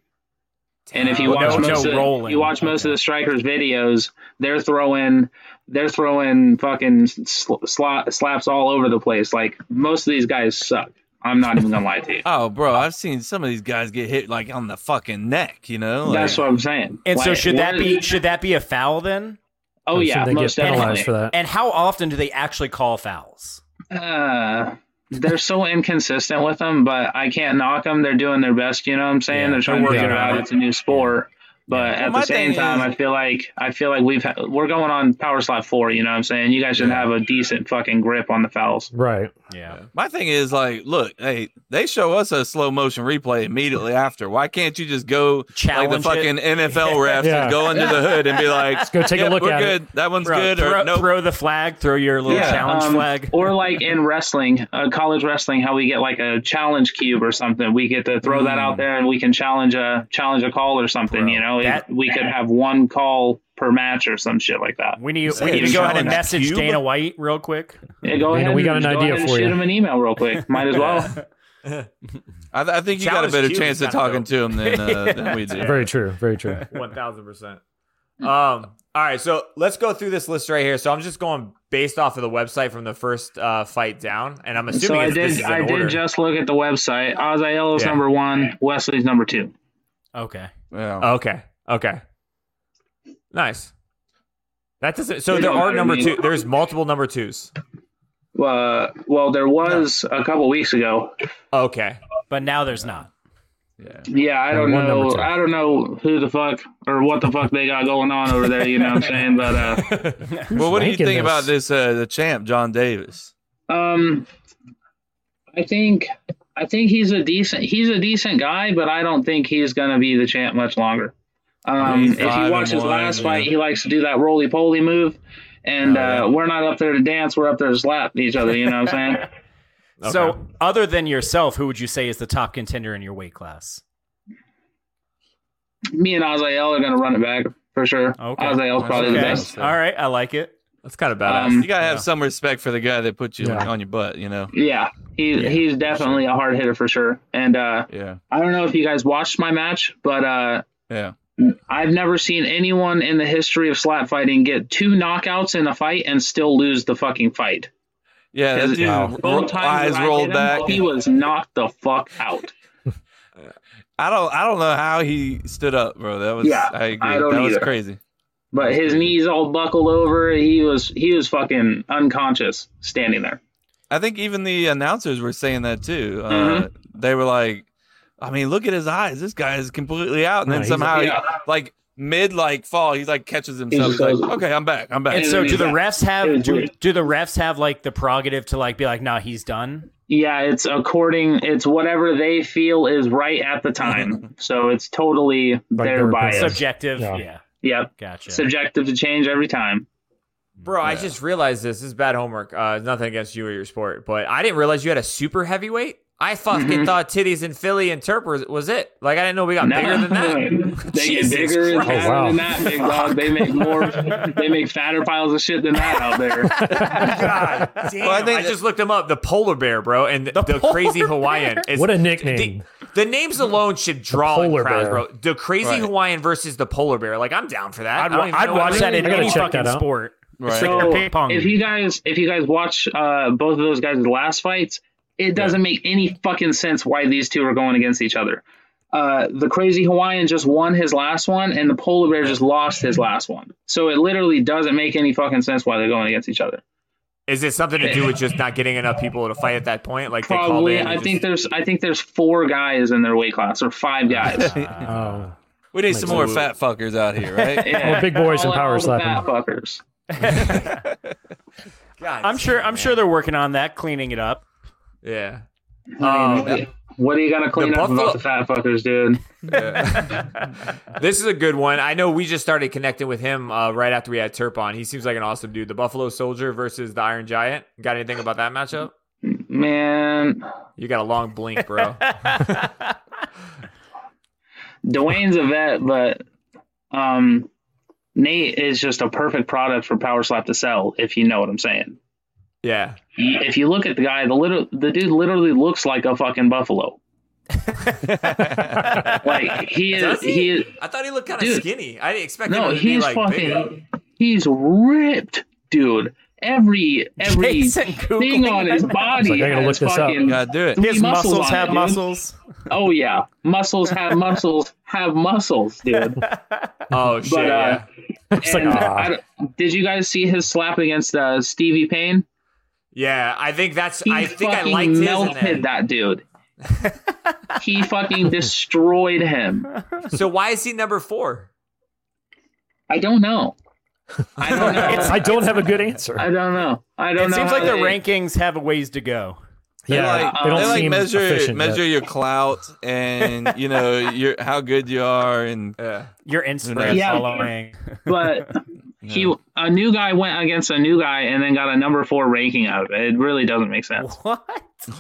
Speaker 1: And if you
Speaker 8: Oh,
Speaker 1: watch
Speaker 8: no,
Speaker 1: most
Speaker 8: no
Speaker 1: of,
Speaker 8: rolling.
Speaker 1: you watch most of the strikers' videos, they're throwing they're throwing fucking sl- sla- slaps all over the place. Like most of these guys suck. I'm not even gonna lie to you.
Speaker 3: Oh, bro, I've seen some of these guys get hit like on the fucking neck. You know, like,
Speaker 1: That's what I'm saying.
Speaker 8: And so
Speaker 1: Like,
Speaker 8: should that
Speaker 1: what-
Speaker 8: be should that be a foul then?
Speaker 1: Oh
Speaker 7: Or should
Speaker 1: yeah,
Speaker 7: they
Speaker 1: most
Speaker 7: get penalized
Speaker 1: definitely.
Speaker 7: for that.
Speaker 8: And how often do they actually call fouls?
Speaker 1: Uh, they're so inconsistent with them, but I can't knock them. They're doing their best. You know what I'm saying? they're trying to
Speaker 6: working
Speaker 1: figure it
Speaker 6: on
Speaker 1: out.
Speaker 6: it.
Speaker 1: It's a new sport. But
Speaker 3: Well,
Speaker 1: at
Speaker 3: my
Speaker 1: the same
Speaker 3: thing
Speaker 1: time,
Speaker 3: is-
Speaker 1: I feel like I feel like we've ha- we're going on power slot four. You know what I'm saying? You guys should have a decent fucking grip on the fouls.
Speaker 7: Right.
Speaker 8: Yeah.
Speaker 3: my thing is like, look, hey, they show us a slow motion replay immediately after. Why can't you just go
Speaker 8: Challenge
Speaker 3: like the fucking
Speaker 8: it.
Speaker 3: NFL refs
Speaker 7: Yeah.
Speaker 3: and go under the hood and be like,
Speaker 7: Let's go take a
Speaker 3: "Yep,
Speaker 7: look
Speaker 3: we're
Speaker 7: at it."
Speaker 3: good. That one's
Speaker 8: Throw,
Speaker 3: good
Speaker 8: throw,
Speaker 3: or nope.
Speaker 8: throw the flag, throw your little
Speaker 3: Yeah,
Speaker 8: challenge
Speaker 1: Um,
Speaker 8: flag.
Speaker 1: (laughs) or like in wrestling, uh, college wrestling, how we get like a challenge cube or something. We get to throw that out there, and we can challenge a challenge a call or something. you know, If
Speaker 8: that-
Speaker 1: we could have one call per match or some shit like that.
Speaker 8: We need, we
Speaker 3: it,
Speaker 8: need to go ahead and
Speaker 3: challenge
Speaker 8: message
Speaker 3: cube?
Speaker 8: Dana White real quick.
Speaker 1: Yeah, go
Speaker 7: Dana,
Speaker 1: ahead.
Speaker 7: we got
Speaker 1: and-
Speaker 7: an
Speaker 1: go
Speaker 7: idea
Speaker 1: ahead and
Speaker 7: for
Speaker 1: shoot
Speaker 7: you.
Speaker 1: him an email real
Speaker 7: (laughs)
Speaker 1: quick. Might as well.
Speaker 3: I, th- I think you got a
Speaker 6: Challenge
Speaker 3: better
Speaker 6: Cube
Speaker 3: chance
Speaker 6: is
Speaker 3: of
Speaker 6: kinda
Speaker 3: talking to him than,
Speaker 7: (laughs)
Speaker 3: uh, than we do.
Speaker 7: Very true. Very true.
Speaker 6: (laughs) One thousand percent. Um. All right, so let's go through this list right here. So I'm just going based off of the website from the first uh, fight down, and I'm assuming
Speaker 1: So I
Speaker 6: it's- this is
Speaker 1: did.
Speaker 6: in
Speaker 1: I
Speaker 6: order.
Speaker 1: did just look at the website. Ozael's
Speaker 6: Yeah.
Speaker 1: number one. Wesley's number two.
Speaker 8: Okay.
Speaker 3: Yeah.
Speaker 7: Uh,
Speaker 6: Okay. Okay. Nice. That doesn't. So
Speaker 1: It
Speaker 6: there
Speaker 1: don't
Speaker 6: are
Speaker 1: matter
Speaker 6: number
Speaker 1: to
Speaker 6: two.
Speaker 1: me.
Speaker 6: There's multiple number twos.
Speaker 1: Uh, well, there was a couple weeks ago.
Speaker 6: Okay.
Speaker 8: But now there's not.
Speaker 1: Yeah, I don't
Speaker 7: Number one,
Speaker 1: know.
Speaker 7: number two.
Speaker 1: I don't know who the fuck or what the fuck they got going on over there. You know what I'm saying? But uh,
Speaker 3: Well, what do you
Speaker 7: ranking
Speaker 3: think
Speaker 7: this?
Speaker 3: about this? Uh, the champ, John Davis.
Speaker 1: Um, I think I think he's a decent he's a decent guy, but I don't think he's gonna be the champ much longer. Um,
Speaker 3: He's
Speaker 1: if you
Speaker 3: five and
Speaker 1: watch his
Speaker 3: one,
Speaker 1: last
Speaker 3: yeah.
Speaker 1: fight, he likes to do that roly poly move, and
Speaker 3: Oh, yeah.
Speaker 1: uh, we're not up there to dance. We're up there to slap each other. You know what I'm
Speaker 3: (laughs)
Speaker 1: saying?
Speaker 8: So, other than yourself, who would you say is the top contender in your weight class?
Speaker 1: Me and Azael are gonna run it back for sure.
Speaker 8: Okay.
Speaker 1: Azael's probably the
Speaker 8: Okay.
Speaker 1: best.
Speaker 8: All right. I like it.
Speaker 6: That's kind of badass.
Speaker 1: Um,
Speaker 3: You gotta have some respect for the guy that put you
Speaker 7: Yeah.
Speaker 3: on your butt. You know.
Speaker 1: yeah, he
Speaker 3: Yeah,
Speaker 1: he's definitely a hard hitter for sure. And uh,
Speaker 3: Yeah.
Speaker 1: I don't know if you guys watched my match, but uh,
Speaker 3: Yeah.
Speaker 1: I've never seen anyone in the history of slap fighting get two knockouts in a fight and still lose the fucking fight.
Speaker 3: Yeah. That
Speaker 1: His-
Speaker 3: dude,
Speaker 1: Wow.
Speaker 3: ro-
Speaker 1: Both times
Speaker 3: eyes
Speaker 1: that I
Speaker 3: rolled
Speaker 1: hit him,
Speaker 3: back.
Speaker 1: He was knocked the fuck out.
Speaker 3: I don't. I don't know how he stood up, bro. That was.
Speaker 1: Yeah,
Speaker 3: I agree.
Speaker 1: I don't
Speaker 3: that was
Speaker 1: either.
Speaker 3: crazy.
Speaker 1: But his knees all buckled over. He was he was fucking unconscious standing there.
Speaker 3: I think even the announcers were saying that too. Uh, They were like, I mean, look at his eyes. This guy is completely out, and
Speaker 7: Yeah,
Speaker 3: then
Speaker 7: he's-
Speaker 3: somehow,
Speaker 1: yeah.
Speaker 3: he, like mid like fall, he like catches himself. He's
Speaker 1: just
Speaker 3: like,
Speaker 1: goes-
Speaker 3: okay, I'm back. I'm
Speaker 8: And
Speaker 3: back.
Speaker 1: It's-
Speaker 8: so, do the
Speaker 1: Yeah.
Speaker 8: refs
Speaker 1: It
Speaker 8: have
Speaker 1: was
Speaker 8: do,
Speaker 1: weird.
Speaker 8: do the refs have like the prerogative to like be like, nah, he's done?
Speaker 1: Yeah, it's according it's whatever they feel is right at the
Speaker 3: (laughs)
Speaker 1: time. so it's totally
Speaker 7: their
Speaker 1: their bias.
Speaker 7: opinion. Yes.
Speaker 8: Subjective. Yeah.
Speaker 7: Yeah.
Speaker 1: yep.
Speaker 8: gotcha.
Speaker 1: Subjective to change every time.
Speaker 6: Bro, I just realized this. This is bad homework. Uh, nothing against you or your sport, but I didn't realize you had a super heavyweight. I fucking
Speaker 1: Mm-hmm.
Speaker 6: thought titties in Philly and Terp was, was it. Like I didn't know we got bigger than that.
Speaker 1: (laughs) they get
Speaker 6: (laughs) Jesus
Speaker 1: bigger and
Speaker 6: Christ.
Speaker 1: fatter
Speaker 7: Oh, wow.
Speaker 1: than that, big dog. They make more. they make fatter piles of shit than that out
Speaker 7: (laughs)
Speaker 1: there.
Speaker 8: Oh
Speaker 6: (laughs) God damn!
Speaker 3: Well, I
Speaker 6: I,
Speaker 3: think-
Speaker 6: just looked him up. The polar bear, bro, and the, the crazy Hawaiian. It's-
Speaker 7: What a nickname.
Speaker 6: The, the names alone should draw in
Speaker 7: polar
Speaker 6: crowds,
Speaker 7: bear.
Speaker 6: bro. The crazy
Speaker 3: Right.
Speaker 6: Hawaiian versus the polar bear. Like I'm down for that.
Speaker 8: I'd,
Speaker 6: I don't
Speaker 8: wa-
Speaker 6: even
Speaker 8: I'd
Speaker 6: know
Speaker 8: watch
Speaker 6: what
Speaker 8: that
Speaker 6: it
Speaker 8: in
Speaker 7: I gotta
Speaker 8: any
Speaker 7: check
Speaker 8: fucking
Speaker 7: that out.
Speaker 8: sport.
Speaker 3: Right.
Speaker 8: Like
Speaker 1: So
Speaker 8: ping pong.
Speaker 1: if you guys, if you guys watch uh, both of those guys' last fights, It doesn't make any fucking sense why these two are going against each other. Uh, the crazy Hawaiian just won his last one, and the polar bear just lost his last one. So it literally doesn't make any fucking sense why they're going against each other.
Speaker 6: Is it something to do with just not getting enough people to fight at that point? Like they called
Speaker 1: Probably,
Speaker 6: in.
Speaker 1: I think there's, I think there's four guys in their weight class or five guys.
Speaker 7: (laughs) Oh.
Speaker 3: We need some more fat fuckers out
Speaker 1: (laughs)
Speaker 3: here, right?
Speaker 7: Well, big boys
Speaker 1: All-
Speaker 7: and
Speaker 1: all
Speaker 7: power
Speaker 1: the
Speaker 7: slapping.
Speaker 1: fat fuckers.
Speaker 6: God,
Speaker 8: I'm sure. I'm sure they're working on that, cleaning it up.
Speaker 6: Yeah.
Speaker 1: I mean,
Speaker 6: Um,
Speaker 1: what are you gonna clean up
Speaker 6: Buffalo-
Speaker 1: about the fat fuckers, dude?
Speaker 6: this is a good one. I know we just started connecting with him uh, right after we had Turp on. He seems like an awesome dude. The Buffalo Soldier versus the Iron Giant. Got anything about that matchup?
Speaker 1: Man,
Speaker 6: You got a long blink,
Speaker 1: (laughs)
Speaker 6: bro.
Speaker 1: Dwayne's a vet, but um, Nate is just a perfect product for Power Slap to sell, if you know what I'm saying.
Speaker 6: yeah.
Speaker 1: If you look at the guy, the little the dude literally looks like a fucking
Speaker 6: (laughs)
Speaker 1: buffalo. like he is,
Speaker 6: Does he?
Speaker 1: he? is
Speaker 6: I thought he looked kind of
Speaker 1: Dude.
Speaker 6: skinny. I didn't expect
Speaker 1: no,
Speaker 6: him to be
Speaker 1: he's
Speaker 6: like big.
Speaker 1: fucking, he's ripped, dude. Every every
Speaker 8: Jason
Speaker 1: thing
Speaker 8: Googling
Speaker 1: on
Speaker 6: (laughs)
Speaker 1: his
Speaker 8: that.
Speaker 1: body
Speaker 7: It's like, I gotta
Speaker 1: has
Speaker 7: look this up.
Speaker 1: fucking
Speaker 3: Gotta do it.
Speaker 8: His
Speaker 1: muscles
Speaker 8: muscles
Speaker 1: on it,
Speaker 8: have
Speaker 1: dude.
Speaker 8: muscles.
Speaker 1: oh yeah, muscles have muscles have muscles, dude.
Speaker 6: Oh shit!
Speaker 1: But
Speaker 6: yeah.
Speaker 1: uh, and I don't- did you guys see his slap against uh, Stevie Payne?
Speaker 6: yeah, I think that's.
Speaker 1: He
Speaker 6: I think I
Speaker 1: fucking
Speaker 6: liked his. in there.
Speaker 1: melted that
Speaker 6: (laughs)
Speaker 1: dude. he fucking destroyed him.
Speaker 6: So why is he number four?
Speaker 1: I don't know. I don't know.
Speaker 7: I don't have a good answer.
Speaker 1: I don't know. I don't
Speaker 8: It
Speaker 1: know.
Speaker 8: seems like
Speaker 1: how
Speaker 8: the
Speaker 1: they-
Speaker 8: rankings have a ways to go.
Speaker 3: They
Speaker 7: Yeah,
Speaker 3: like,
Speaker 7: they don't
Speaker 3: they like
Speaker 7: seem
Speaker 3: measure
Speaker 7: efficient
Speaker 3: measure
Speaker 7: yet.
Speaker 3: your clout and you know your how good you are and
Speaker 6: Yeah.
Speaker 8: Your Instagram
Speaker 1: Yeah.
Speaker 8: following. (laughs)
Speaker 1: But
Speaker 6: (laughs)
Speaker 1: he, a new guy went against a new guy and then got a number four ranking out of it. It really doesn't make sense.
Speaker 8: What?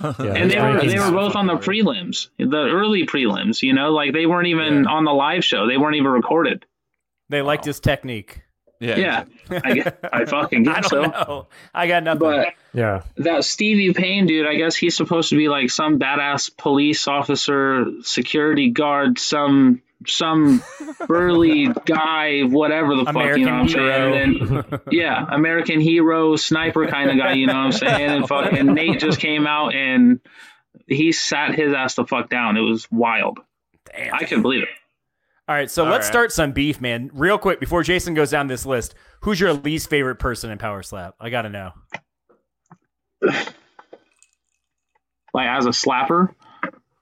Speaker 7: Yeah,
Speaker 1: and they
Speaker 7: it's
Speaker 1: were,
Speaker 7: crazy.
Speaker 1: they were both on the prelims, the early prelims. You know, like they weren't even on the live show. They weren't even recorded.
Speaker 8: They liked his technique.
Speaker 3: yeah,
Speaker 1: Yeah, I, guess, I
Speaker 8: (laughs)
Speaker 1: fucking
Speaker 8: I
Speaker 1: guess
Speaker 8: don't
Speaker 1: so.
Speaker 8: know. I got nothing.
Speaker 1: But
Speaker 7: Yeah.
Speaker 1: that Stevie Payne dude, I guess he's supposed to be like some badass police officer, security guard, some some burly guy, whatever the fuck, you know what
Speaker 8: American
Speaker 1: I'm saying?
Speaker 8: hero. (laughs)
Speaker 1: And yeah, American hero, sniper kind of guy, you know what I'm saying? And fucking Nate just came out and he sat his ass the fuck down. It was wild.
Speaker 8: Damn.
Speaker 1: I couldn't believe it.
Speaker 8: All right, so
Speaker 6: All
Speaker 8: let's
Speaker 6: right.
Speaker 8: start some beef, man. Real quick before Jason goes down this list, who's your least favorite person in Power Slap? I gotta know.
Speaker 1: Like as a slapper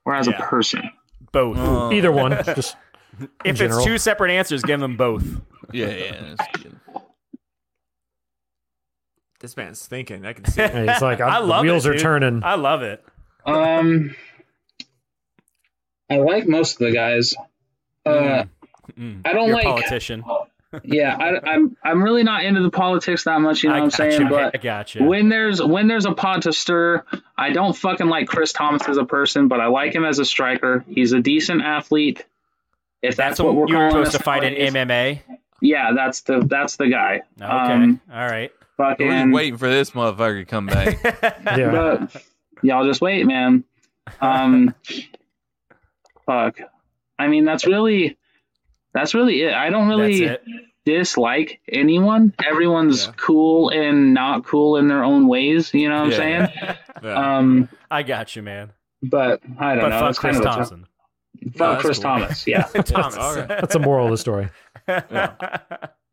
Speaker 1: or as
Speaker 8: Yeah.
Speaker 1: a person.
Speaker 8: Both.
Speaker 7: Either one. Just Oh, in
Speaker 8: if
Speaker 7: general.
Speaker 8: it's two separate answers, give them both.
Speaker 3: yeah, yeah.
Speaker 6: This man's thinking. I can see. It.
Speaker 7: Hey, it's (laughs) like I'm,
Speaker 8: I love
Speaker 7: the wheels
Speaker 8: it,
Speaker 7: are
Speaker 8: dude. (laughs)
Speaker 7: turning.
Speaker 8: I love it.
Speaker 1: Um, I like most of the guys. Uh,
Speaker 8: Mm.
Speaker 1: I don't
Speaker 8: You're a
Speaker 1: like.
Speaker 8: politician.
Speaker 1: Yeah, I, am I'm really not into the politics that much. You know
Speaker 8: I
Speaker 1: what I'm
Speaker 8: gotcha.
Speaker 1: saying?
Speaker 8: I
Speaker 1: But
Speaker 8: gotcha.
Speaker 1: when there's when there's a pot to stir, I don't fucking like Chris Thomas as a person, but I like him as a striker. He's a decent athlete. If that's,
Speaker 8: That's
Speaker 1: what we're
Speaker 8: you were
Speaker 1: calling
Speaker 8: supposed
Speaker 1: this
Speaker 8: to fight
Speaker 1: nowadays.
Speaker 8: in MMA.
Speaker 1: yeah, that's the that's the guy. (laughs)
Speaker 8: Okay.
Speaker 1: Um,
Speaker 8: All right.
Speaker 3: We're
Speaker 1: fucking
Speaker 3: just waiting for this motherfucker to come back.
Speaker 7: Yeah.
Speaker 1: but y'all just wait, man. Um, (laughs) fuck. I mean, that's really, that's really it. I don't
Speaker 8: That's
Speaker 1: really
Speaker 8: it.
Speaker 1: dislike anyone. Everyone's cool and not cool in their own ways. You know what I'm
Speaker 3: Yeah.
Speaker 1: saying?
Speaker 6: Yeah.
Speaker 1: Um,
Speaker 8: I got you, man.
Speaker 1: but I don't know.
Speaker 8: But fuck
Speaker 1: That's kind
Speaker 8: Chris
Speaker 1: of a tough-
Speaker 8: Thompson.
Speaker 1: fuck
Speaker 6: that's
Speaker 1: Chris
Speaker 6: cool.
Speaker 1: Thomas. Yeah.
Speaker 8: Thomas.
Speaker 6: all right.
Speaker 7: That's the moral of the story.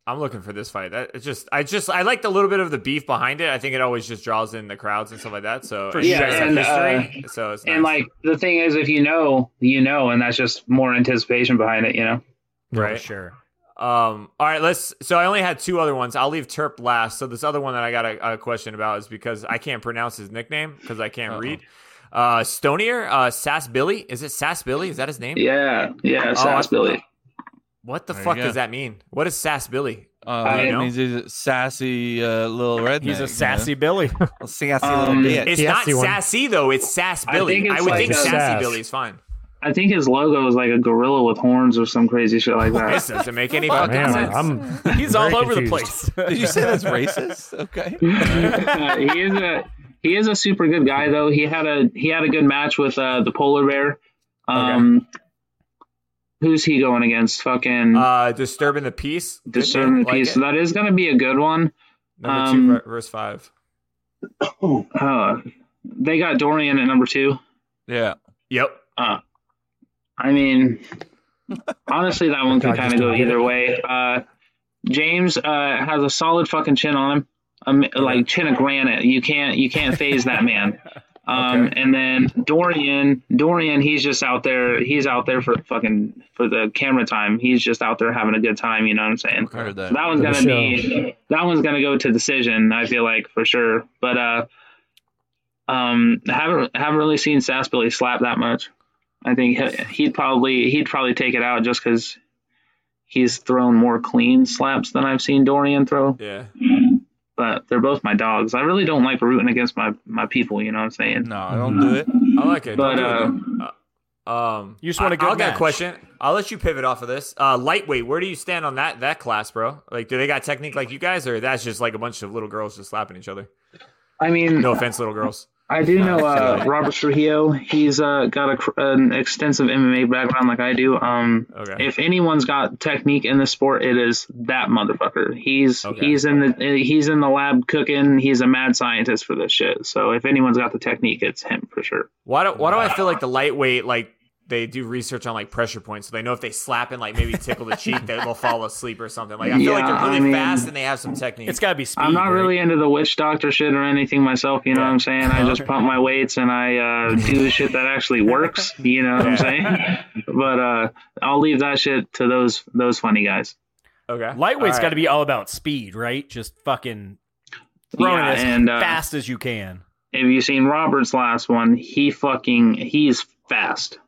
Speaker 6: I'm looking for this fight. That it's just I just I liked a little bit of the beef behind it. I think it always just draws in the crowds and stuff like that. So
Speaker 8: For
Speaker 6: and you
Speaker 1: sure.
Speaker 6: guys have
Speaker 1: And, uh,
Speaker 6: history, so it's
Speaker 1: and
Speaker 6: nice.
Speaker 1: like the thing is, if you know, you know, and that's just more anticipation behind it. You know.
Speaker 8: For
Speaker 6: (laughs) right.
Speaker 8: sure.
Speaker 6: Um, all right, let's. So I only had two other ones. I'll leave Terp last. So this other one that I got a, a question about is because I can't pronounce his nickname because I can't
Speaker 3: Uh-oh.
Speaker 6: read. Uh, Stonier, uh, Sass Billy. Is it Sass Billy? Is that his name?
Speaker 1: Yeah. Yeah. Sass Billy.
Speaker 6: What the
Speaker 3: There you
Speaker 6: fuck
Speaker 3: go.
Speaker 6: does that mean? What is Sass Billy?
Speaker 3: Uh,
Speaker 1: I
Speaker 3: that
Speaker 6: know.
Speaker 3: means he's a sassy uh, little redneck.
Speaker 8: He's
Speaker 3: you
Speaker 8: a sassy
Speaker 7: (laughs)
Speaker 8: Billy.
Speaker 3: know? sassy
Speaker 1: Um,
Speaker 3: little bitch.
Speaker 6: It's
Speaker 7: the
Speaker 6: not
Speaker 7: sassy one.
Speaker 6: Sassy though. It's Sass
Speaker 1: I
Speaker 6: Billy.
Speaker 1: think
Speaker 6: I,
Speaker 1: it's
Speaker 6: would
Speaker 1: like
Speaker 6: think
Speaker 1: a-
Speaker 6: Sassy
Speaker 7: Sass.
Speaker 6: Billy is fine.
Speaker 1: I think his logo is like a gorilla with horns or some crazy shit like
Speaker 6: (laughs)
Speaker 1: that.
Speaker 6: This doesn't make any fucking
Speaker 7: Man,
Speaker 6: sense.
Speaker 7: I'm
Speaker 8: He's
Speaker 7: very
Speaker 8: all over
Speaker 7: confused.
Speaker 8: the place. (laughs)
Speaker 3: Did you say that's racist? Okay.
Speaker 1: Uh, he is a he is a super good guy though. He had a he had a good match with uh, the polar bear. Um, who's he going against? Fucking
Speaker 6: uh, disturbing the peace. Good
Speaker 1: discernment
Speaker 6: name, like
Speaker 1: piece.
Speaker 6: it.
Speaker 1: So that is going to be a good one.
Speaker 6: Number
Speaker 1: um,
Speaker 6: two, ver- verse five.
Speaker 1: Uh, they got Dorian at number two.
Speaker 3: Yeah.
Speaker 6: Yep.
Speaker 1: Uh, I mean, honestly, that one could kind of go either way. Uh, James uh, has a solid fucking chin on him, um, like chin of granite. You can't you can't phase that
Speaker 7: (laughs)
Speaker 1: man. Um, And then Dorian, Dorian, he's just out there. He's out there for fucking for the camera time. He's just out there having a good time. You know what I'm saying?
Speaker 3: I heard that.
Speaker 1: So that one's
Speaker 7: For the
Speaker 1: gonna be that one's gonna go to decision. I feel like for sure. But uh, um, haven't haven't really seen Saspily slap that much. I think he- he'd probably he'd probably take it out just because he's thrown more clean slaps than I've seen Dorian throw.
Speaker 6: Yeah.
Speaker 1: But they're both my dogs. I really don't like rooting against my my people. You know what I'm saying?
Speaker 3: No, I don't do it.
Speaker 6: I like it.
Speaker 1: But,
Speaker 6: Don't do it. Uh, um,
Speaker 8: You just want a
Speaker 6: I-
Speaker 8: good
Speaker 6: I'll get
Speaker 8: match.
Speaker 6: question. I'll let you pivot off of this. Uh, lightweight. Where do you stand on that that class, bro? Like, do they got technique like you guys, or that's just like a bunch of little girls just slapping each other?
Speaker 1: I mean, (laughs)
Speaker 6: No offense, little girls.
Speaker 1: I do know uh, Robert Trujillo. He's uh, got a, cr- an extensive MMA background like I do. Um,
Speaker 6: Okay.
Speaker 1: If anyone's got technique in the sport, it is that motherfucker. He's
Speaker 6: Okay.
Speaker 1: he's in the he's in the lab cooking. He's a mad scientist for this shit. So if anyone's got the technique, it's him for sure.
Speaker 6: Why do Why do I feel like the lightweight like they do research on like pressure points, so they know if they slap and like maybe tickle the cheek, that they'll fall asleep or something. Like I feel like
Speaker 1: Yeah,
Speaker 6: they're
Speaker 1: I
Speaker 6: really
Speaker 1: mean-
Speaker 6: fast and they have some technique.
Speaker 8: It's got to be speed.
Speaker 1: I'm not
Speaker 8: right?
Speaker 1: really into the witch doctor shit or anything myself. You know what I'm saying? I just
Speaker 8: Okay.
Speaker 1: pump my weights and I uh, do the shit that actually works.
Speaker 8: (laughs)
Speaker 1: You know what I'm saying? But uh, I'll leave that shit to those those funny guys.
Speaker 6: okay.
Speaker 8: Lightweight's
Speaker 6: All right.
Speaker 8: got to be all about speed, right? Just fucking throwing
Speaker 1: Yeah,
Speaker 8: it as
Speaker 1: and, uh,
Speaker 8: fast as you can.
Speaker 1: Have you seen Robert's last one? He fucking he's fast.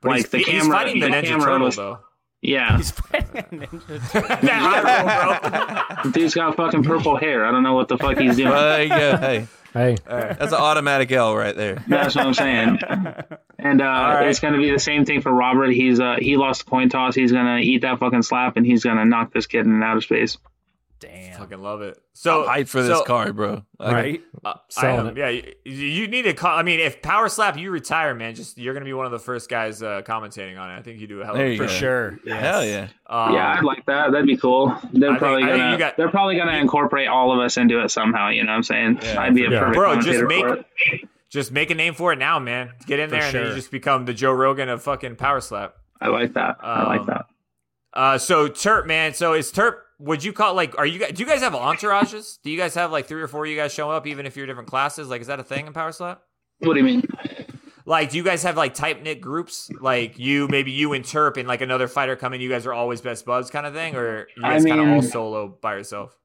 Speaker 6: But
Speaker 1: like
Speaker 6: he's,
Speaker 1: the
Speaker 6: he's
Speaker 1: camera,
Speaker 6: fighting the, Ninja
Speaker 1: camera
Speaker 6: Turtle
Speaker 1: was-
Speaker 6: though.
Speaker 1: Yeah,
Speaker 8: He's
Speaker 6: (laughs) that eye roll, bro.
Speaker 1: the dude's got fucking purple hair. I don't know what the fuck he's
Speaker 6: (laughs)
Speaker 1: doing. (laughs)
Speaker 3: There you go. Hey,
Speaker 7: Hey,
Speaker 3: that's an automatic L right there.
Speaker 1: That's what I'm saying. And uh,
Speaker 6: right.
Speaker 1: it's gonna be the same thing for Robert. He's uh, he lost the coin toss. He's gonna eat that fucking slap, and he's gonna knock this kid in outer space.
Speaker 8: damn.
Speaker 6: Fucking love it. So
Speaker 3: Hype for this
Speaker 6: so,
Speaker 3: card, bro. Like,
Speaker 8: Right?
Speaker 6: Uh, I
Speaker 7: Selling it.
Speaker 6: am. Yeah, you, you need to call. I mean, if Power Slap, you retire, man. Just you're gonna be one of the first guys uh, commentating on it. I think you do a hell of
Speaker 3: There
Speaker 6: a
Speaker 3: you
Speaker 8: For
Speaker 3: go.
Speaker 8: sure. Yes.
Speaker 3: Hell yeah.
Speaker 6: Um,
Speaker 1: yeah, I'd like that. That'd be cool. They're
Speaker 6: I think-
Speaker 1: probably
Speaker 6: I think
Speaker 1: gonna
Speaker 6: you got-
Speaker 1: they're probably gonna incorporate all of us into it somehow. You know what I'm saying?
Speaker 3: Yeah,
Speaker 1: I'd be a
Speaker 7: yeah.
Speaker 1: perfect
Speaker 6: Bro, just
Speaker 1: commentator
Speaker 6: make
Speaker 1: for it.
Speaker 6: just make a name for it now, man. Get in
Speaker 8: For
Speaker 6: there, and then you
Speaker 8: sure.
Speaker 6: just become the Joe Rogan of fucking Power Slap.
Speaker 1: I like that. I
Speaker 6: Um,
Speaker 1: like that.
Speaker 6: Uh, so Terp, man. So is Terp? Would you call like? Are you? guys? Do you guys have entourages? Do you guys have like three or four of you guys show up, even if you're different classes? Like, is that a thing in Power Slap?
Speaker 1: What do you mean?
Speaker 6: Like, do you guys have like tight knit groups? Like you, maybe you and Terp and like another fighter coming. You guys are always best buds, kind of thing, or you
Speaker 1: I
Speaker 6: guys kind of
Speaker 1: mean-
Speaker 6: all solo by yourself.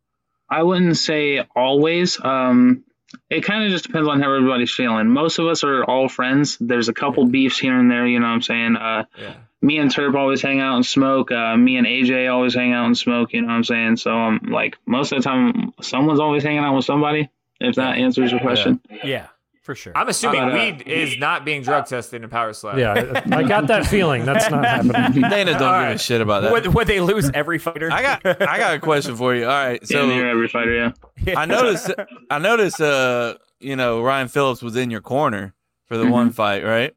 Speaker 1: I wouldn't say always. Um, it kind of just depends on how everybody's feeling. Most of us are all friends. There's a couple beefs here and there. You know what I'm saying? Uh,
Speaker 6: Yeah.
Speaker 1: me and Turb always hang out and smoke. Uh, me and AJ always hang out and smoke. You know what I'm saying? So um, like most of the time, someone's always hanging out with somebody. If that answers your question.
Speaker 8: Yeah, for sure.
Speaker 6: I'm assuming
Speaker 1: How about, uh,
Speaker 6: weed is not being drug tested in Power Slap.
Speaker 7: yeah, I, I got that feeling. That's not happening.
Speaker 3: (laughs) Dana don't
Speaker 6: All
Speaker 3: give a
Speaker 6: right.
Speaker 3: shit about
Speaker 8: (laughs)
Speaker 3: that.
Speaker 8: would, would they lose every fighter?
Speaker 3: I got I got a question for you. All right.
Speaker 1: So
Speaker 3: So
Speaker 1: near every fighter, yeah.
Speaker 3: I noticed I noticed uh you know Ryan Phillips was in your corner for the one fight, right?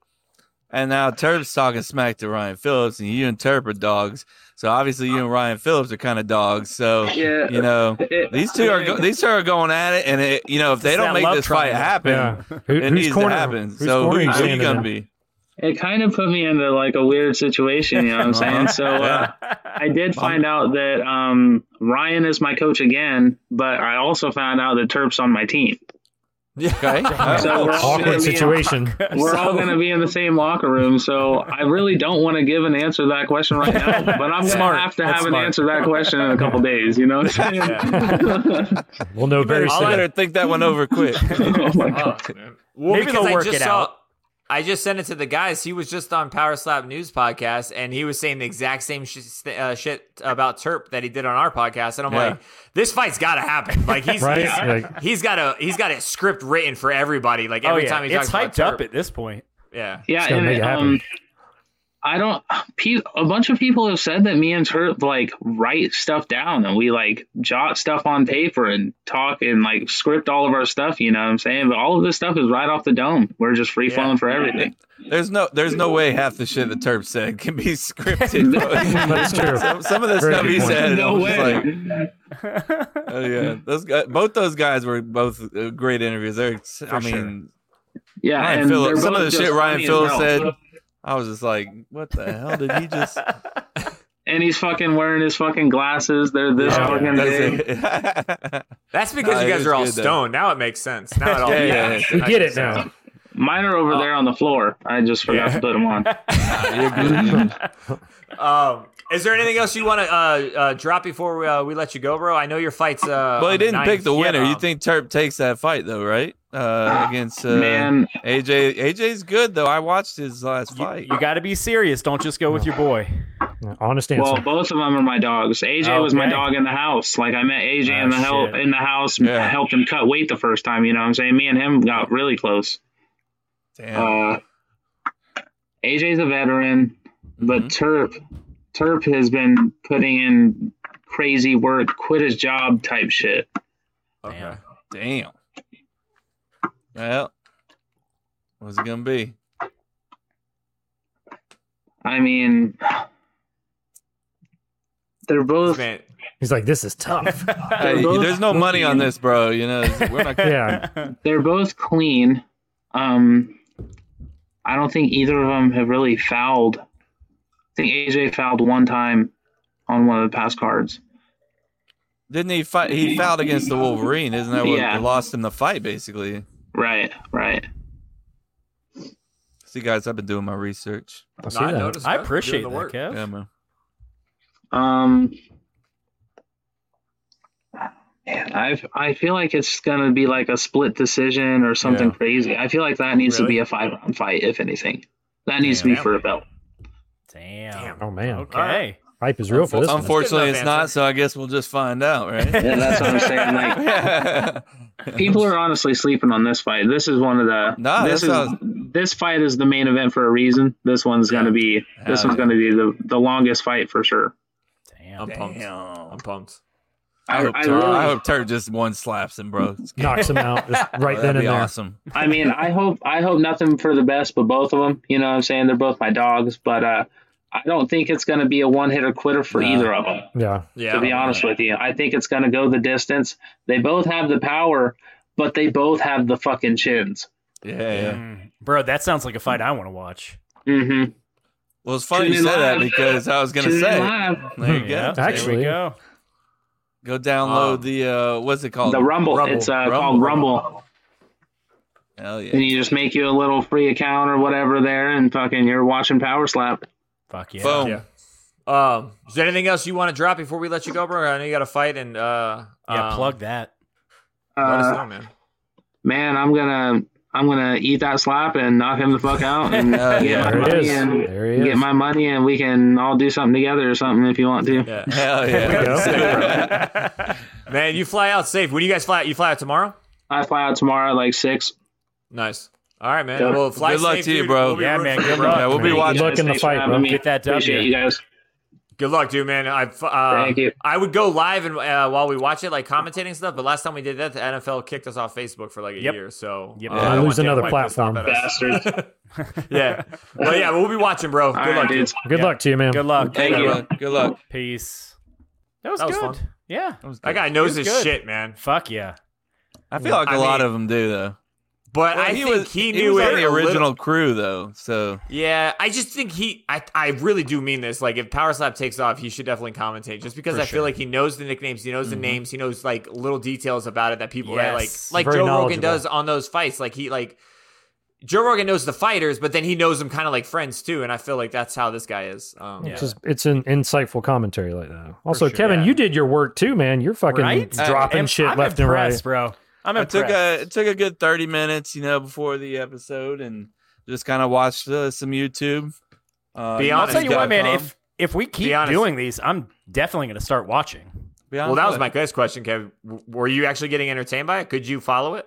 Speaker 3: And now Terp's talking smack to Ryan Phillips and you and Terp are dogs. So obviously you and Ryan Phillips are kind of dogs. So
Speaker 1: Yeah.
Speaker 3: you know
Speaker 1: It-
Speaker 3: these two are go- these two are going at it and it, you know if they
Speaker 8: It's
Speaker 3: don't
Speaker 8: that
Speaker 3: make
Speaker 8: love
Speaker 3: this fight
Speaker 8: triangle.
Speaker 3: happen
Speaker 7: Yeah. Who,
Speaker 3: it
Speaker 7: who's
Speaker 3: needs
Speaker 7: corner?
Speaker 3: to happen.
Speaker 7: Who's
Speaker 3: So who,
Speaker 7: corner you
Speaker 3: who you
Speaker 7: standing
Speaker 3: going to
Speaker 7: in?
Speaker 3: be?
Speaker 1: it kind of put me into like a weird situation, you know what I'm saying? So uh, I did find out that um, Ryan is my coach again, but I also found out that Terp's on my team.
Speaker 3: (laughs) Okay.
Speaker 1: So we're all gonna
Speaker 7: Awkward
Speaker 1: be in-
Speaker 7: situation. (laughs)
Speaker 1: We're all going to be in the same locker room, so I really don't want to give an answer to that question right
Speaker 7: (laughs)
Speaker 1: now. But I'm going
Speaker 8: Smart.
Speaker 1: to have to
Speaker 8: That's
Speaker 1: have an
Speaker 8: smart.
Speaker 1: answer to that question in a couple days. (laughs) You know what I'm saying?
Speaker 7: We'll know very
Speaker 3: I'll
Speaker 7: soon.
Speaker 3: let her think that one over quick.
Speaker 1: (laughs) oh my God.
Speaker 6: Oh, well,
Speaker 8: Maybe
Speaker 6: because
Speaker 8: they'll
Speaker 6: I
Speaker 8: work
Speaker 6: just
Speaker 8: it
Speaker 6: saw-
Speaker 8: out.
Speaker 6: I just sent it to the guys. He was just on Power Slap News podcast, and he was saying the exact same sh- st- uh, shit about Terp that he did on our podcast. And I'm
Speaker 3: Yeah.
Speaker 6: like, this fight's got to happen. Like
Speaker 8: (laughs)
Speaker 6: he's
Speaker 7: Right?
Speaker 6: he's-
Speaker 7: Like-
Speaker 6: he's got a he's got a script written for everybody. Like
Speaker 8: oh
Speaker 6: every
Speaker 8: yeah,
Speaker 6: time he
Speaker 8: it's
Speaker 6: talks about
Speaker 8: hyped up
Speaker 6: Terp.
Speaker 8: at this point.
Speaker 6: yeah.
Speaker 1: Yeah,
Speaker 7: gotta
Speaker 1: and
Speaker 7: make it happen.
Speaker 1: um, I don't. Pe- a bunch of people have said that me and Turp like write stuff down and we like jot stuff on paper and talk and like script all of our stuff. You know what I'm saying? But all of this stuff is right off the dome. We're just free flowing for everything.
Speaker 3: There's no there's no way half the shit that Terp said can be (laughs) scripted.
Speaker 7: That's true.
Speaker 3: some, some of the
Speaker 7: Very
Speaker 3: stuff
Speaker 7: good
Speaker 3: he
Speaker 1: (laughs)
Speaker 7: point.
Speaker 3: said,
Speaker 1: No
Speaker 3: no way.
Speaker 1: way.
Speaker 3: Like, oh yeah, those guys, both those guys were both uh, great interviews. They're, I mean,
Speaker 1: Yeah,
Speaker 3: Ryan
Speaker 1: and
Speaker 3: Phillips-
Speaker 1: they're
Speaker 3: some
Speaker 1: both
Speaker 3: of the
Speaker 1: just
Speaker 3: shit Ryan
Speaker 1: funny as
Speaker 3: Phillips
Speaker 1: hell.
Speaker 3: said, I was just like, what the hell did
Speaker 1: (laughs)
Speaker 3: he just?
Speaker 1: and he's fucking wearing his fucking glasses. They're this
Speaker 3: Yeah,
Speaker 1: fucking big.
Speaker 3: that's it. (laughs)
Speaker 6: That's because
Speaker 3: Nah,
Speaker 6: you
Speaker 3: it
Speaker 6: guys
Speaker 3: was
Speaker 6: are all
Speaker 3: good, though.
Speaker 6: stoned. Now it makes sense. Now it all
Speaker 3: Yeah,
Speaker 6: makes
Speaker 3: yeah,
Speaker 6: sense.
Speaker 7: We
Speaker 6: I
Speaker 7: get
Speaker 6: just-
Speaker 7: it now.
Speaker 1: Mine are
Speaker 3: Oh.
Speaker 1: over there on the floor. I just forgot to put them
Speaker 3: (laughs)
Speaker 1: on.
Speaker 6: Um, is there anything else you want to uh, uh, drop before we, uh, we let you go, bro? I know your fight's. Uh,
Speaker 1: Oh,
Speaker 3: well, he
Speaker 6: on the
Speaker 3: didn't pick
Speaker 6: 9th.
Speaker 3: the
Speaker 6: Yeah,
Speaker 3: winner. You
Speaker 6: um,
Speaker 3: think Terp takes that fight though, right? Uh, against uh,
Speaker 1: Ah, Man,
Speaker 3: AJ. AJ's good though. I watched his last fight.
Speaker 8: You got to be serious. Don't just go with your
Speaker 6: (laughs)
Speaker 8: boy.
Speaker 7: Yeah, Honest answer.
Speaker 1: well, both of them are my dogs. AJ was my
Speaker 8: Okay.
Speaker 1: dog in the house. Like I met AJ in the
Speaker 8: Oh,
Speaker 1: hel-
Speaker 8: shit.
Speaker 1: in the house.
Speaker 3: Yeah.
Speaker 1: I helped him cut weight the first time. You know what I'm saying? Me and him got really close.
Speaker 3: Damn.
Speaker 1: Uh, AJ's a veteran, but
Speaker 3: Mm-hmm.
Speaker 1: Terp Terp has been putting in crazy work, quit his job type shit.
Speaker 3: Okay. Damn. Well, what's it gonna be?
Speaker 1: I mean, they're both
Speaker 6: man,
Speaker 7: He's like, this is tough.
Speaker 3: Hey,
Speaker 1: both
Speaker 3: there's no money on this, bro. You know, it's- we're not.
Speaker 7: yeah.
Speaker 1: they're both clean. Um, I don't think either of them have really fouled. I think AJ fouled one time on one of the past cards.
Speaker 3: Didn't he fight? He fouled against the Wolverine. Isn't that what
Speaker 1: Yeah.
Speaker 3: lost him the fight? Basically.
Speaker 1: Right, right.
Speaker 3: See, guys, I've been doing my research.
Speaker 7: I see
Speaker 6: I
Speaker 7: that.
Speaker 6: noticed.
Speaker 8: I
Speaker 6: that.
Speaker 8: appreciate
Speaker 6: Doing
Speaker 8: that,
Speaker 6: the work.
Speaker 8: Kev.
Speaker 3: Yeah, man.
Speaker 1: Um, man, I I feel like it's gonna be like a split decision or something
Speaker 3: Yeah.
Speaker 1: crazy. I feel like that needs to
Speaker 6: Really?
Speaker 1: be a five round fight, if anything. That needs to be
Speaker 6: Damn.
Speaker 1: for a belt.
Speaker 8: Damn.
Speaker 7: Oh man,
Speaker 8: Okay.
Speaker 7: hype is real for this. one.
Speaker 3: Unfortunately,
Speaker 6: enough
Speaker 3: it's not.
Speaker 6: answer.
Speaker 3: So I guess we'll just find out, right?
Speaker 1: (laughs)
Speaker 3: (laughs)
Speaker 1: Yeah, that's what I'm saying. Like, people are honestly sleeping on this fight. This is one of the
Speaker 3: Nah,
Speaker 1: this
Speaker 3: that
Speaker 1: is
Speaker 3: sounds-
Speaker 1: this fight is the main event for a reason. This one's gonna be this
Speaker 3: Hell
Speaker 1: one's
Speaker 3: yeah.
Speaker 1: gonna be the, the longest fight for sure.
Speaker 6: I'm
Speaker 8: Damn.
Speaker 6: pumped. I'm pumped.
Speaker 3: I hope
Speaker 1: I
Speaker 3: Turd,
Speaker 1: really-
Speaker 3: I hope Turd just one slaps him, bro.
Speaker 7: knocks him
Speaker 3: (laughs)
Speaker 7: out just right
Speaker 3: That'd
Speaker 7: then
Speaker 3: be
Speaker 7: and there.
Speaker 3: awesome.
Speaker 1: I mean, I hope I hope nothing for the best, but both of them. You know what I'm saying? They're both my dogs, but uh, I don't think it's gonna be a one hitter quitter for
Speaker 3: Nah.
Speaker 1: either of them.
Speaker 7: Yeah,
Speaker 6: Yeah.
Speaker 1: To be honest with you, I think it's gonna go the distance. They both have the power, but they both have the fucking chins.
Speaker 3: Yeah, yeah.
Speaker 8: Mm. Bro, that sounds like a fight I want to watch.
Speaker 1: Mm-hmm.
Speaker 3: Well, it's funny
Speaker 1: Tune
Speaker 3: you
Speaker 1: in
Speaker 3: said that
Speaker 1: live.
Speaker 3: because I was gonna say. There you go.
Speaker 8: Hmm, Yeah.
Speaker 7: Actually-
Speaker 8: There we go.
Speaker 3: Go download
Speaker 6: Um,
Speaker 3: the uh, what's it called?
Speaker 1: The Rumble.
Speaker 3: Rumble.
Speaker 1: It's uh,
Speaker 3: Rumble.
Speaker 1: called Rumble.
Speaker 3: Hell yeah.
Speaker 1: and you just make you a little free account or whatever there, and fucking you're watching Power Slap.
Speaker 8: Fuck yeah.
Speaker 3: Boom.
Speaker 6: Yeah. Um, is there anything else you want to drop before we let you go, bro? I know you got to fight and uh,
Speaker 8: Yeah,
Speaker 6: um,
Speaker 8: plug that.
Speaker 6: Let us
Speaker 1: Uh,
Speaker 6: know, man.
Speaker 1: man, I'm gonna I'm gonna eat that slap and knock him the fuck out
Speaker 7: (laughs)
Speaker 1: and
Speaker 3: Hell
Speaker 1: get
Speaker 3: yeah.
Speaker 1: my
Speaker 7: there it
Speaker 1: money
Speaker 7: is.
Speaker 1: and
Speaker 7: There he
Speaker 1: get
Speaker 7: is.
Speaker 1: my money and we can all do something together or something if you want to.
Speaker 6: Yeah.
Speaker 3: Hell (laughs) yeah.
Speaker 8: There we go.
Speaker 6: man, you fly out safe. When do you guys fly out? You fly out tomorrow?
Speaker 1: I fly out tomorrow at like six.
Speaker 6: Nice. All right, man.
Speaker 1: Yeah.
Speaker 6: Well, fly
Speaker 3: Good luck
Speaker 6: safe,
Speaker 3: to you,
Speaker 6: dude.
Speaker 3: bro.
Speaker 6: We'll be
Speaker 8: Yeah,
Speaker 6: rooting
Speaker 8: man,
Speaker 6: for you,
Speaker 8: good
Speaker 6: bro.
Speaker 8: luck.
Speaker 3: yeah, we'll be
Speaker 1: Thank you guys.
Speaker 3: watching.
Speaker 7: Good luck in the
Speaker 1: Thanks for
Speaker 7: fight,
Speaker 1: having
Speaker 7: bro.
Speaker 1: me.
Speaker 8: Get that W.
Speaker 1: Appreciate you guys.
Speaker 6: Good luck, dude, man. I uh,
Speaker 1: Thank you.
Speaker 6: I would go live and uh, while we watch it, like commentating stuff. But last time we did that, the NFL kicked us off Facebook for like a
Speaker 8: Yep.
Speaker 6: year. So uh,
Speaker 8: Yep.
Speaker 6: I
Speaker 8: Yeah,
Speaker 6: don't
Speaker 7: lose
Speaker 6: want them
Speaker 7: another
Speaker 6: to wipe this off
Speaker 7: platform.
Speaker 6: at us.
Speaker 1: Bastards. Good
Speaker 6: (laughs) yeah. Well, yeah, we'll be watching, bro. Good luck,
Speaker 1: luck,
Speaker 6: dude.
Speaker 1: dudes.
Speaker 7: Good luck to you, man.
Speaker 8: Good luck.
Speaker 1: Thank
Speaker 3: Good
Speaker 1: you.
Speaker 3: luck. Good luck.
Speaker 8: Peace. That was,
Speaker 6: That was
Speaker 8: good.
Speaker 6: fun.
Speaker 8: Yeah.
Speaker 6: That guy knows
Speaker 8: It was
Speaker 6: his
Speaker 8: good.
Speaker 6: shit, man.
Speaker 8: Fuck yeah.
Speaker 3: I feel like a
Speaker 6: I
Speaker 3: lot
Speaker 6: mean-
Speaker 3: of them do though.
Speaker 6: But
Speaker 3: Well,
Speaker 6: I
Speaker 3: he
Speaker 6: think
Speaker 3: was,
Speaker 6: he knew
Speaker 3: was on
Speaker 6: it
Speaker 3: the
Speaker 6: a little-
Speaker 3: original crew though, so
Speaker 6: Yeah, I just think he. I I really do mean this. Like, if Power Slap takes off, he should definitely commentate. Just because
Speaker 8: For
Speaker 6: I
Speaker 8: sure.
Speaker 6: feel like he knows the nicknames, he knows the names, he knows like little details about it that people
Speaker 8: Yes.
Speaker 6: like like
Speaker 7: Very
Speaker 6: Joe Rogan
Speaker 7: knowledgeable.
Speaker 6: does on those fights. Like he like Joe Rogan knows the fighters, but then he knows them kind of like friends too. And I feel like that's how this guy is. Um,
Speaker 7: It's, just, it's an insightful commentary like that. Also,
Speaker 8: sure,
Speaker 7: Kevin,
Speaker 8: yeah.
Speaker 7: you did your work too, man. You're fucking
Speaker 8: Right?
Speaker 7: dropping
Speaker 8: I'm-
Speaker 7: shit
Speaker 8: I'm
Speaker 7: left and
Speaker 8: impressed,
Speaker 7: right.
Speaker 8: bro. I'm
Speaker 3: I took
Speaker 8: impressed.
Speaker 3: a it took a good thirty minutes, you know, before the episode, and just kind of watched uh, some YouTube. Uh,
Speaker 6: Be
Speaker 8: I'll
Speaker 6: honest,
Speaker 8: tell you what, man.
Speaker 3: YouTube.com.
Speaker 8: If if we keep
Speaker 6: honest.
Speaker 8: doing these, I'm definitely going to start watching.
Speaker 3: Be
Speaker 6: Well,
Speaker 3: honest
Speaker 6: that
Speaker 3: with
Speaker 6: was
Speaker 3: you.
Speaker 6: my next question, Kev. W- Were you actually getting entertained by it? Could you follow it?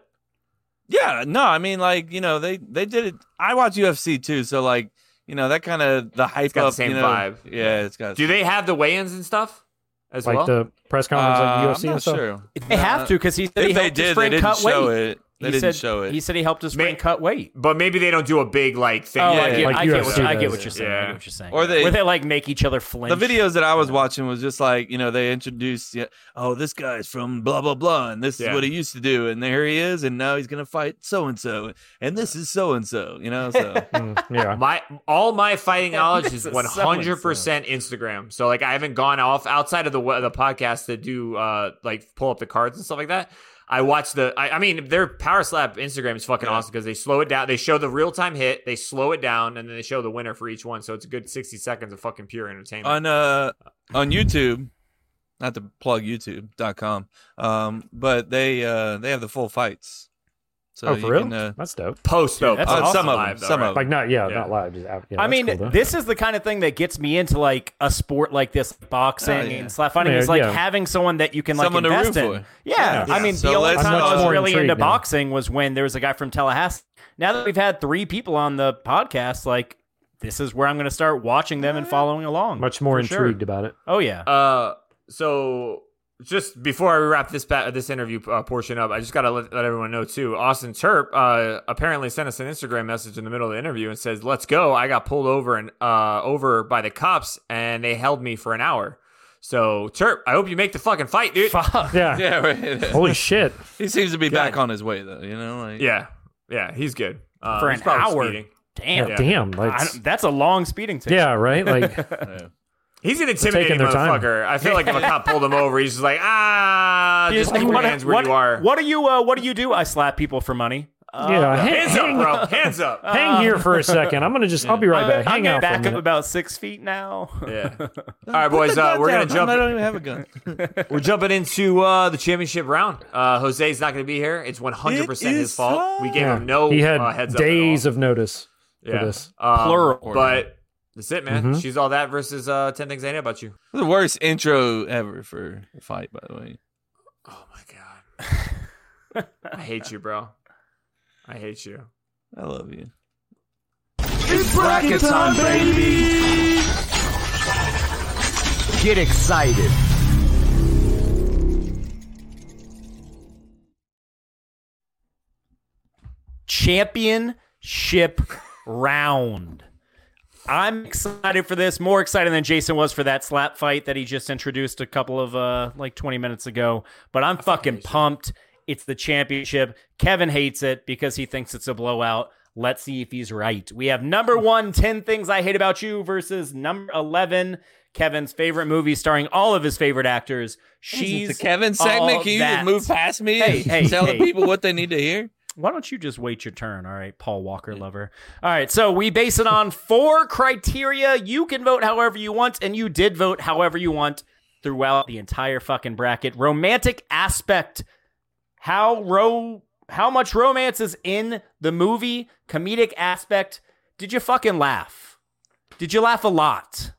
Speaker 3: Yeah, no, I mean, like you know, they they did it. I watch UFC too, so like you know, that kind of the hype
Speaker 6: got the
Speaker 3: up,
Speaker 6: same
Speaker 3: you know,
Speaker 6: vibe.
Speaker 3: Yeah, it's got.
Speaker 6: Do they have the weigh-ins and stuff as
Speaker 7: Like
Speaker 6: well?
Speaker 7: the press
Speaker 3: Uh,
Speaker 7: conference, like
Speaker 3: I'm
Speaker 7: UFC and
Speaker 3: not
Speaker 7: stuff.
Speaker 3: sure.
Speaker 8: They have to because he said
Speaker 3: If
Speaker 8: he
Speaker 3: they
Speaker 8: helped his
Speaker 3: did, they
Speaker 8: friend
Speaker 3: didn't
Speaker 8: cut
Speaker 3: show
Speaker 8: weight.
Speaker 3: it.
Speaker 6: They
Speaker 8: he
Speaker 6: didn't
Speaker 8: said,
Speaker 6: show it.
Speaker 8: He said he helped his friend cut weight.
Speaker 6: But maybe they don't do a big like thing.
Speaker 8: Oh,
Speaker 6: Yeah,
Speaker 8: I,
Speaker 6: yeah,
Speaker 8: get,
Speaker 6: like
Speaker 8: I, get
Speaker 6: UFC
Speaker 8: what, I get
Speaker 6: does.
Speaker 8: what you're saying. I
Speaker 6: Yeah.
Speaker 8: get what you're saying.
Speaker 3: Or they-
Speaker 8: Where they like make each other flinch.
Speaker 3: The videos that I was watching was just like, you know, they introduced, yeah, oh, this guy's from blah, blah, blah, and this
Speaker 6: Yeah.
Speaker 3: is what he used to do, and there he is, and now he's going to fight so and so, and this is so and so, you know? So,
Speaker 6: (laughs)
Speaker 7: yeah.
Speaker 6: My all my fighting knowledge is
Speaker 8: This is
Speaker 6: one hundred percent Instagram. So like I haven't gone off outside of the we- the podcast to do uh like pull up the cards and stuff like that. I watch the I, I mean their power slap Instagram is fucking awesome because they slow it down. They show the real time hit, they slow it down, and then they show the winner for each one. So it's a good sixty seconds of fucking pure entertainment.
Speaker 3: on uh on YouTube, not to plug YouTube.com, um, but they uh they have the full fights. So
Speaker 7: oh,
Speaker 3: you
Speaker 7: for real?
Speaker 3: can, uh,
Speaker 7: that's dope.
Speaker 6: Post though,
Speaker 8: Dude, that's
Speaker 6: post
Speaker 3: awesome. Some of
Speaker 6: live,
Speaker 3: them,
Speaker 6: though,
Speaker 3: some
Speaker 6: right?
Speaker 3: of them.
Speaker 7: Like not yeah,
Speaker 6: Yeah.
Speaker 7: not live. Just out, yeah,
Speaker 8: I
Speaker 7: that's
Speaker 8: mean,
Speaker 7: cool, though.
Speaker 8: this is the kind of thing that gets me into like a sport like this, boxing
Speaker 3: Oh, yeah.
Speaker 8: and slap fighting.
Speaker 7: Yeah,
Speaker 8: is like
Speaker 7: yeah.
Speaker 8: having someone that you can like
Speaker 3: Someone to
Speaker 8: invest
Speaker 3: root
Speaker 8: in.
Speaker 3: for.
Speaker 8: Yeah.
Speaker 3: Yeah.
Speaker 8: I mean,
Speaker 3: So
Speaker 8: the only
Speaker 3: let's
Speaker 8: time I
Speaker 3: not-
Speaker 8: was really
Speaker 7: Intrigued
Speaker 8: into
Speaker 7: now.
Speaker 8: boxing was when there was a guy from Tallahassee. Now that we've had three people on the podcast, like this is where I'm going to start watching them and following along.
Speaker 7: much more
Speaker 8: for sure.
Speaker 7: intrigued about it.
Speaker 8: Oh yeah.
Speaker 6: Uh, so just before I wrap this ba- this interview uh, portion up, I just gotta let, let everyone know too. Austin Terp uh, apparently sent us an Instagram message in the middle of the interview and says, "Let's go." I got pulled over and uh, over by the cops, and they held me for an hour. So Terp, I hope you make the fucking fight, dude.
Speaker 8: Fuck.
Speaker 7: Yeah.
Speaker 3: Yeah,
Speaker 7: (laughs)
Speaker 3: right.
Speaker 8: (laughs)
Speaker 7: Holy shit.
Speaker 3: he seems to be back on his way, though, you know? Like,
Speaker 6: Yeah, yeah, he's good uh,
Speaker 8: For
Speaker 6: he's
Speaker 8: an
Speaker 6: probably
Speaker 8: hour.
Speaker 6: speeding.
Speaker 8: Damn.
Speaker 7: Yeah, damn. Like,
Speaker 8: I don't- that's a long speeding ticket.
Speaker 7: yeah,
Speaker 8: (laughs)
Speaker 7: right? Like (laughs)
Speaker 6: He's an
Speaker 7: taking
Speaker 6: intimidating
Speaker 7: their time.
Speaker 6: motherfucker. I feel like if a cop pulled him over, he's just like, ah,
Speaker 8: He's
Speaker 6: just put
Speaker 8: like,
Speaker 6: your
Speaker 8: what,
Speaker 6: hands where
Speaker 8: what-
Speaker 6: you are.
Speaker 8: What do you? Uh, what do you do? I slap people for money. Uh,
Speaker 7: yeah, hang,
Speaker 6: Hands up,
Speaker 7: hang,
Speaker 6: bro. Hands up.
Speaker 7: hang here for a second. I'm gonna just I'll be
Speaker 8: (laughs)
Speaker 7: right
Speaker 8: I'm,
Speaker 7: back.
Speaker 8: I'm
Speaker 7: Hang out for a
Speaker 8: Uh, back up
Speaker 7: minute.
Speaker 8: about six feet now.
Speaker 6: Yeah. All right, boys. Uh, we're gonna jump.
Speaker 3: I don't even have a gun.
Speaker 6: We're jumping into uh, the championship round. Uh, Jose's not going to be here. It's 100%
Speaker 3: It
Speaker 6: his
Speaker 3: is
Speaker 6: fault.
Speaker 3: fine.
Speaker 6: We gave
Speaker 7: Yeah.
Speaker 6: him no
Speaker 7: he had
Speaker 6: uh, heads
Speaker 7: days
Speaker 6: up
Speaker 7: of notice
Speaker 6: at all.
Speaker 7: for this.
Speaker 6: Um,
Speaker 3: Plural.
Speaker 6: But that's it, man.
Speaker 7: Mhm.
Speaker 6: She's all that versus uh, 10 things I know about you.
Speaker 3: The worst intro ever for a fight, by the way.
Speaker 6: Oh, my God. I hate you, bro. I hate you.
Speaker 3: I love you.
Speaker 4: It's bracket time, baby! Get excited.
Speaker 8: championship round. I'm excited for this, more excited than Jason was for that slap fight that he just introduced a couple of uh like 20 minutes ago. But I'm fucking pumped. It's the championship. Kevin hates it because he thinks it's a blowout. Let's see if he's right. We have number one, 10 Things I Hate About You versus number 11, Kevin's favorite movie starring all of his favorite actors. She's
Speaker 3: the Kevin
Speaker 8: All
Speaker 3: segment. Can you
Speaker 8: That.
Speaker 3: just move past me
Speaker 8: Hey,
Speaker 3: and
Speaker 8: hey,
Speaker 3: tell
Speaker 8: hey.
Speaker 3: the people what they need to hear?
Speaker 8: why don't you just wait your turn? All right, Paul Walker lover. All right, so we base it on four criteria. You can vote however you want, and you did vote however you want throughout the entire fucking bracket. Romantic aspect. How ro how much romance is in the movie? Comedic aspect. Did you fucking laugh? Did you laugh a lot?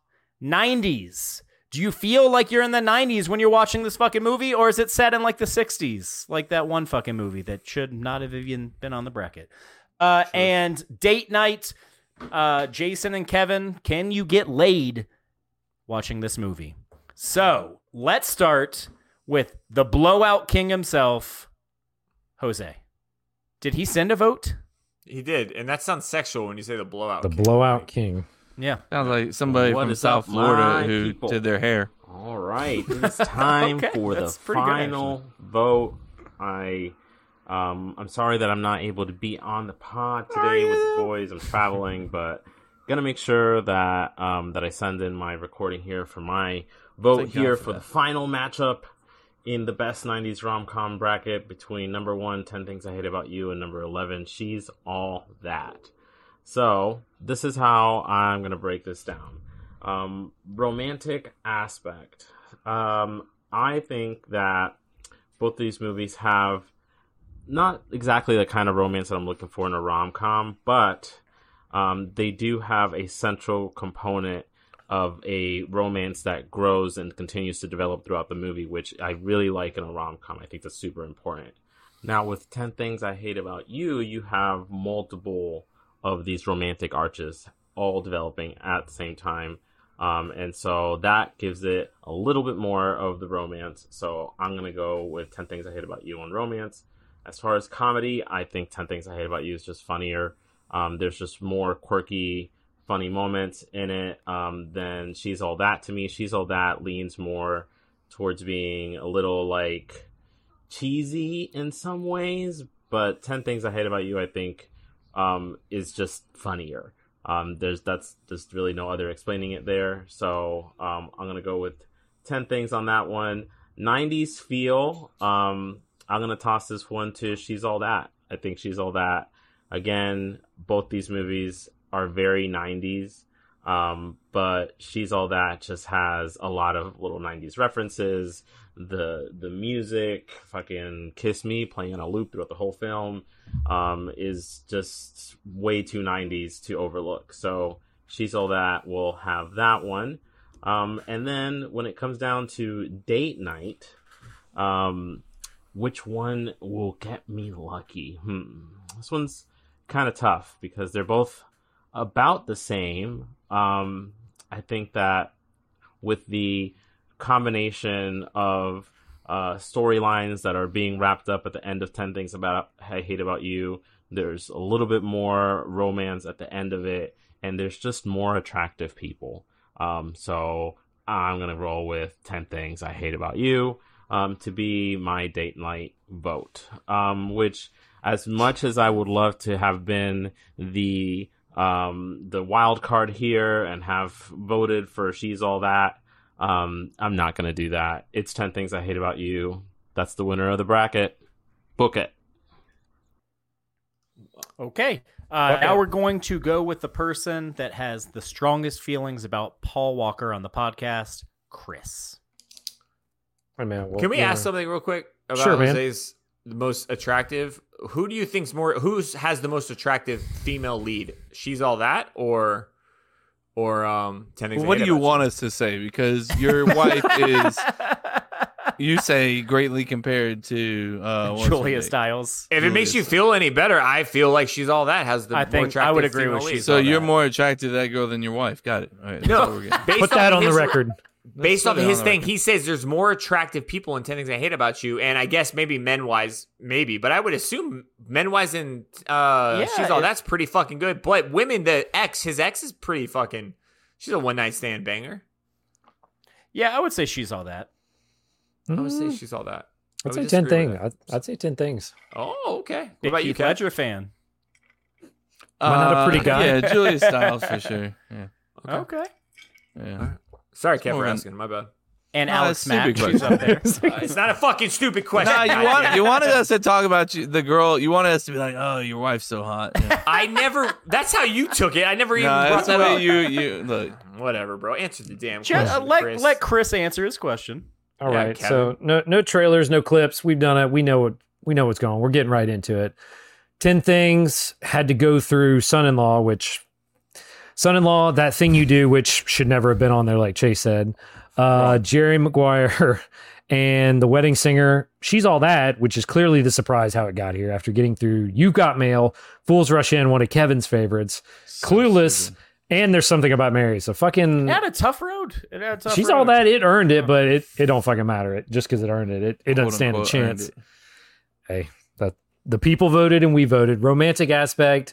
Speaker 8: 90s. Do you feel like you're in the 90s when you're watching this fucking movie, or is it set in like the 60s, like that one fucking movie that should not have even been on the bracket? Uh, And date night, uh, Jason and Kevin, can you get laid watching this movie? So let's start with the blowout king himself, Jose. Did he send a vote?
Speaker 6: He did. And that sounds sexual when you say the blowout.
Speaker 7: The
Speaker 6: kid.
Speaker 7: blowout king.
Speaker 8: Yeah.
Speaker 3: Sounds like somebody
Speaker 11: What
Speaker 3: from
Speaker 11: is
Speaker 3: South
Speaker 11: up,
Speaker 3: Florida
Speaker 11: my
Speaker 3: who
Speaker 11: people?
Speaker 3: did their hair.
Speaker 11: All right, it's
Speaker 8: (laughs)
Speaker 11: time
Speaker 8: Okay,
Speaker 11: for the
Speaker 8: that's pretty good,
Speaker 11: final vote. I, um, I'm sorry that I'm not able to be on the pod today with the boys. I'm traveling, but gonna make sure that um, that I send in my recording here for my vote
Speaker 3: Thank God
Speaker 11: here
Speaker 3: for
Speaker 11: for,
Speaker 3: that.
Speaker 11: the final matchup in the best '90s rom-com bracket between number one, 10 Things I Hate About You, and number eleven, She's All That. So this is how I'm gonna break this down. Um, romantic aspect. Um, I think that both these movies have not exactly the kind of romance that I'm looking for in a rom com, but um, they do have a central component of a romance that grows and continues to develop throughout the movie, which I really like in a rom com. I think that's super important. Now, with 10 Things I Hate About You, you have multiple of these romantic arches all developing at the same time. Um, and so that gives it a little bit more of the romance. So I'm going to go with 10 Things I Hate About You on romance. As far as comedy, I think 10 Things I Hate About You is just funnier. Um, there's just more quirky, funny moments in it um, than She's All That to me. She's All That leans more towards being a little like cheesy in some ways, but 10 Things I Hate About You, I think, um, is just funnier. Um, there's that's there's really no other explaining it there. So um, I'm gonna go with 10 things on that one. 90s feel. Um, I'm gonna toss this one to She's All That. I think She's All That. Again, both these movies are very 90s, um, but She's All That just has a lot of little 90s references. The the music, fucking Kiss Me, playing on a loop throughout the whole film, um, is just way too 90s to overlook. So She's All That will have that one. Um, and then when it comes down to date night, um, which one will get me lucky? Hmm. This one's kind of tough because they're both about the same. Um, I think that with the combination of uh, storylines that are being wrapped up at the end of 10 Things About I Hate About You, there's a little bit more romance at the end of it, and there's just more attractive people. Um, so I'm gonna roll with ten things I hate about you um, to be my date night vote. Um, which, as much as I would love to have been the um, the wild card here and have voted for she's all that, um, I'm not gonna do that. It's ten things I hate about you. That's the winner of the bracket. Book it.
Speaker 8: Okay. Uh,
Speaker 11: Okay.
Speaker 8: Now we're going to go with the person that has the strongest feelings about Paul Walker on the podcast, Chris.
Speaker 7: Wait a minute. well,
Speaker 6: Can we
Speaker 7: yeah.
Speaker 6: ask something real quick about
Speaker 7: Sure, man.
Speaker 6: Jose's the most attractive? Who do you think's more? Who's has the most attractive female lead? She's all that, or or um? 10 Things I
Speaker 3: what
Speaker 6: Hate
Speaker 3: do you
Speaker 6: About
Speaker 3: want us to say? Because your wife is, you say, greatly compared to
Speaker 6: Oh,
Speaker 3: uh, what's her name?
Speaker 8: Styles.
Speaker 6: If it makes you feel any better, I feel like she's all that has the
Speaker 3: I
Speaker 6: more
Speaker 3: think
Speaker 6: attractive
Speaker 3: I would
Speaker 8: agree
Speaker 6: female
Speaker 8: with
Speaker 6: lead.
Speaker 3: So you're more attracted to that girl than your wife. Got it. All right,
Speaker 6: No,
Speaker 3: that's what we're getting.
Speaker 6: based Put that on on the his- record. Based
Speaker 3: Let's
Speaker 6: off
Speaker 3: put it
Speaker 6: of his
Speaker 3: on the
Speaker 6: thing, he says there's more attractive people in 10 Things I Hate About You, and I guess maybe men wise, maybe, but I would assume men wise and uh,
Speaker 8: Yeah,
Speaker 6: she's all
Speaker 8: it-
Speaker 6: that's pretty fucking good. But women, the ex, his ex is pretty fucking, she's a one night stand banger.
Speaker 8: Yeah, I would say she's all that.
Speaker 6: I would say
Speaker 7: Mm.
Speaker 6: she's all that. I
Speaker 7: I'd
Speaker 6: would
Speaker 7: say ten
Speaker 6: disagree
Speaker 7: things.
Speaker 6: with
Speaker 7: I'd, I'd say ten things.
Speaker 6: Oh, okay. What
Speaker 8: Big
Speaker 6: about you,
Speaker 8: Heath
Speaker 6: Kat?
Speaker 8: Ledger fan.
Speaker 3: Am I not a pretty Uh, guy? yeah, Julia Stiles for sure. Yeah.
Speaker 6: Okay.
Speaker 8: Okay.
Speaker 3: Yeah.
Speaker 6: Sorry, Kat,
Speaker 3: more
Speaker 6: for
Speaker 3: than-
Speaker 6: asking. My bad.
Speaker 8: And
Speaker 3: No,
Speaker 8: Alex
Speaker 3: that's stupid
Speaker 8: Mack, she's up
Speaker 7: (laughs)
Speaker 8: there.
Speaker 6: Uh, it's not a fucking stupid question.
Speaker 3: No, you,
Speaker 6: goddamn.
Speaker 3: want, you wanted us to talk about you, the girl. You wanted us to be like, oh, your wife's so
Speaker 6: (laughs)
Speaker 3: hot. Yeah.
Speaker 6: I never. That's how you took it. I never even
Speaker 3: Nah,
Speaker 6: brought
Speaker 3: that's the
Speaker 6: that up.
Speaker 3: way you, you
Speaker 6: (laughs)
Speaker 3: look.
Speaker 6: Whatever, bro. Answer the damn
Speaker 8: Ju- uh,
Speaker 6: question.
Speaker 8: let,
Speaker 6: Chris.
Speaker 8: let Chris answer his question.
Speaker 7: All
Speaker 6: Yeah,
Speaker 7: right, So no no trailers, no clips. We've done it. We know what we know what's going. on. We're getting right into it. Ten things had to go through son-in-law, which son-in-law that thing you do, which should never have been on there, like Chase said. Uh, Jerry Maguire (laughs) and the wedding singer. She's all that, which is clearly the surprise how it got here after getting through. You've got mail. Fools rush in. One of Kevin's favorites. Clueless. And there's something about Mary. So fucking
Speaker 8: It had a tough road. It had a tough
Speaker 7: She's
Speaker 8: road.
Speaker 7: all that. It earned it, but it, it don't fucking matter. It just because it earned it, it, it doesn't
Speaker 3: Quote,
Speaker 7: stand a
Speaker 3: unquote, earned
Speaker 7: chance.
Speaker 3: it.
Speaker 7: Hey, that the people voted and we voted. Romantic aspect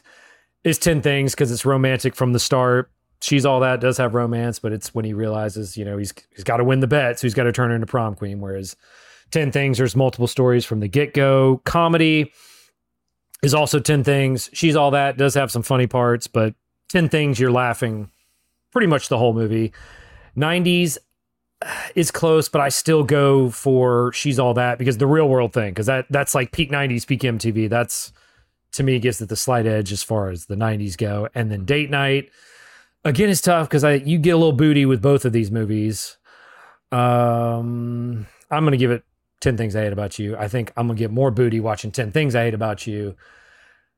Speaker 7: is ten things because it's romantic from the start. She's all that does have romance, but it's when he realizes you know he's he's got to win the bet, so he's got to turn her into prom queen. Whereas ten things, there's multiple stories from the get go. Comedy is also ten things. She's all that does have some funny parts, but ten things you're laughing pretty much the whole movie. 90s is close, but I still go for she's all that because the real world thing, because that that's like peak 90s, peak MTV. That's to me gives it the slight edge as far as the 90s go. And then date night again is tough because I you get a little booty with both of these movies. Um, I'm gonna give it 10 things I hate about you. I think I'm gonna get more booty watching 10 things I hate about you.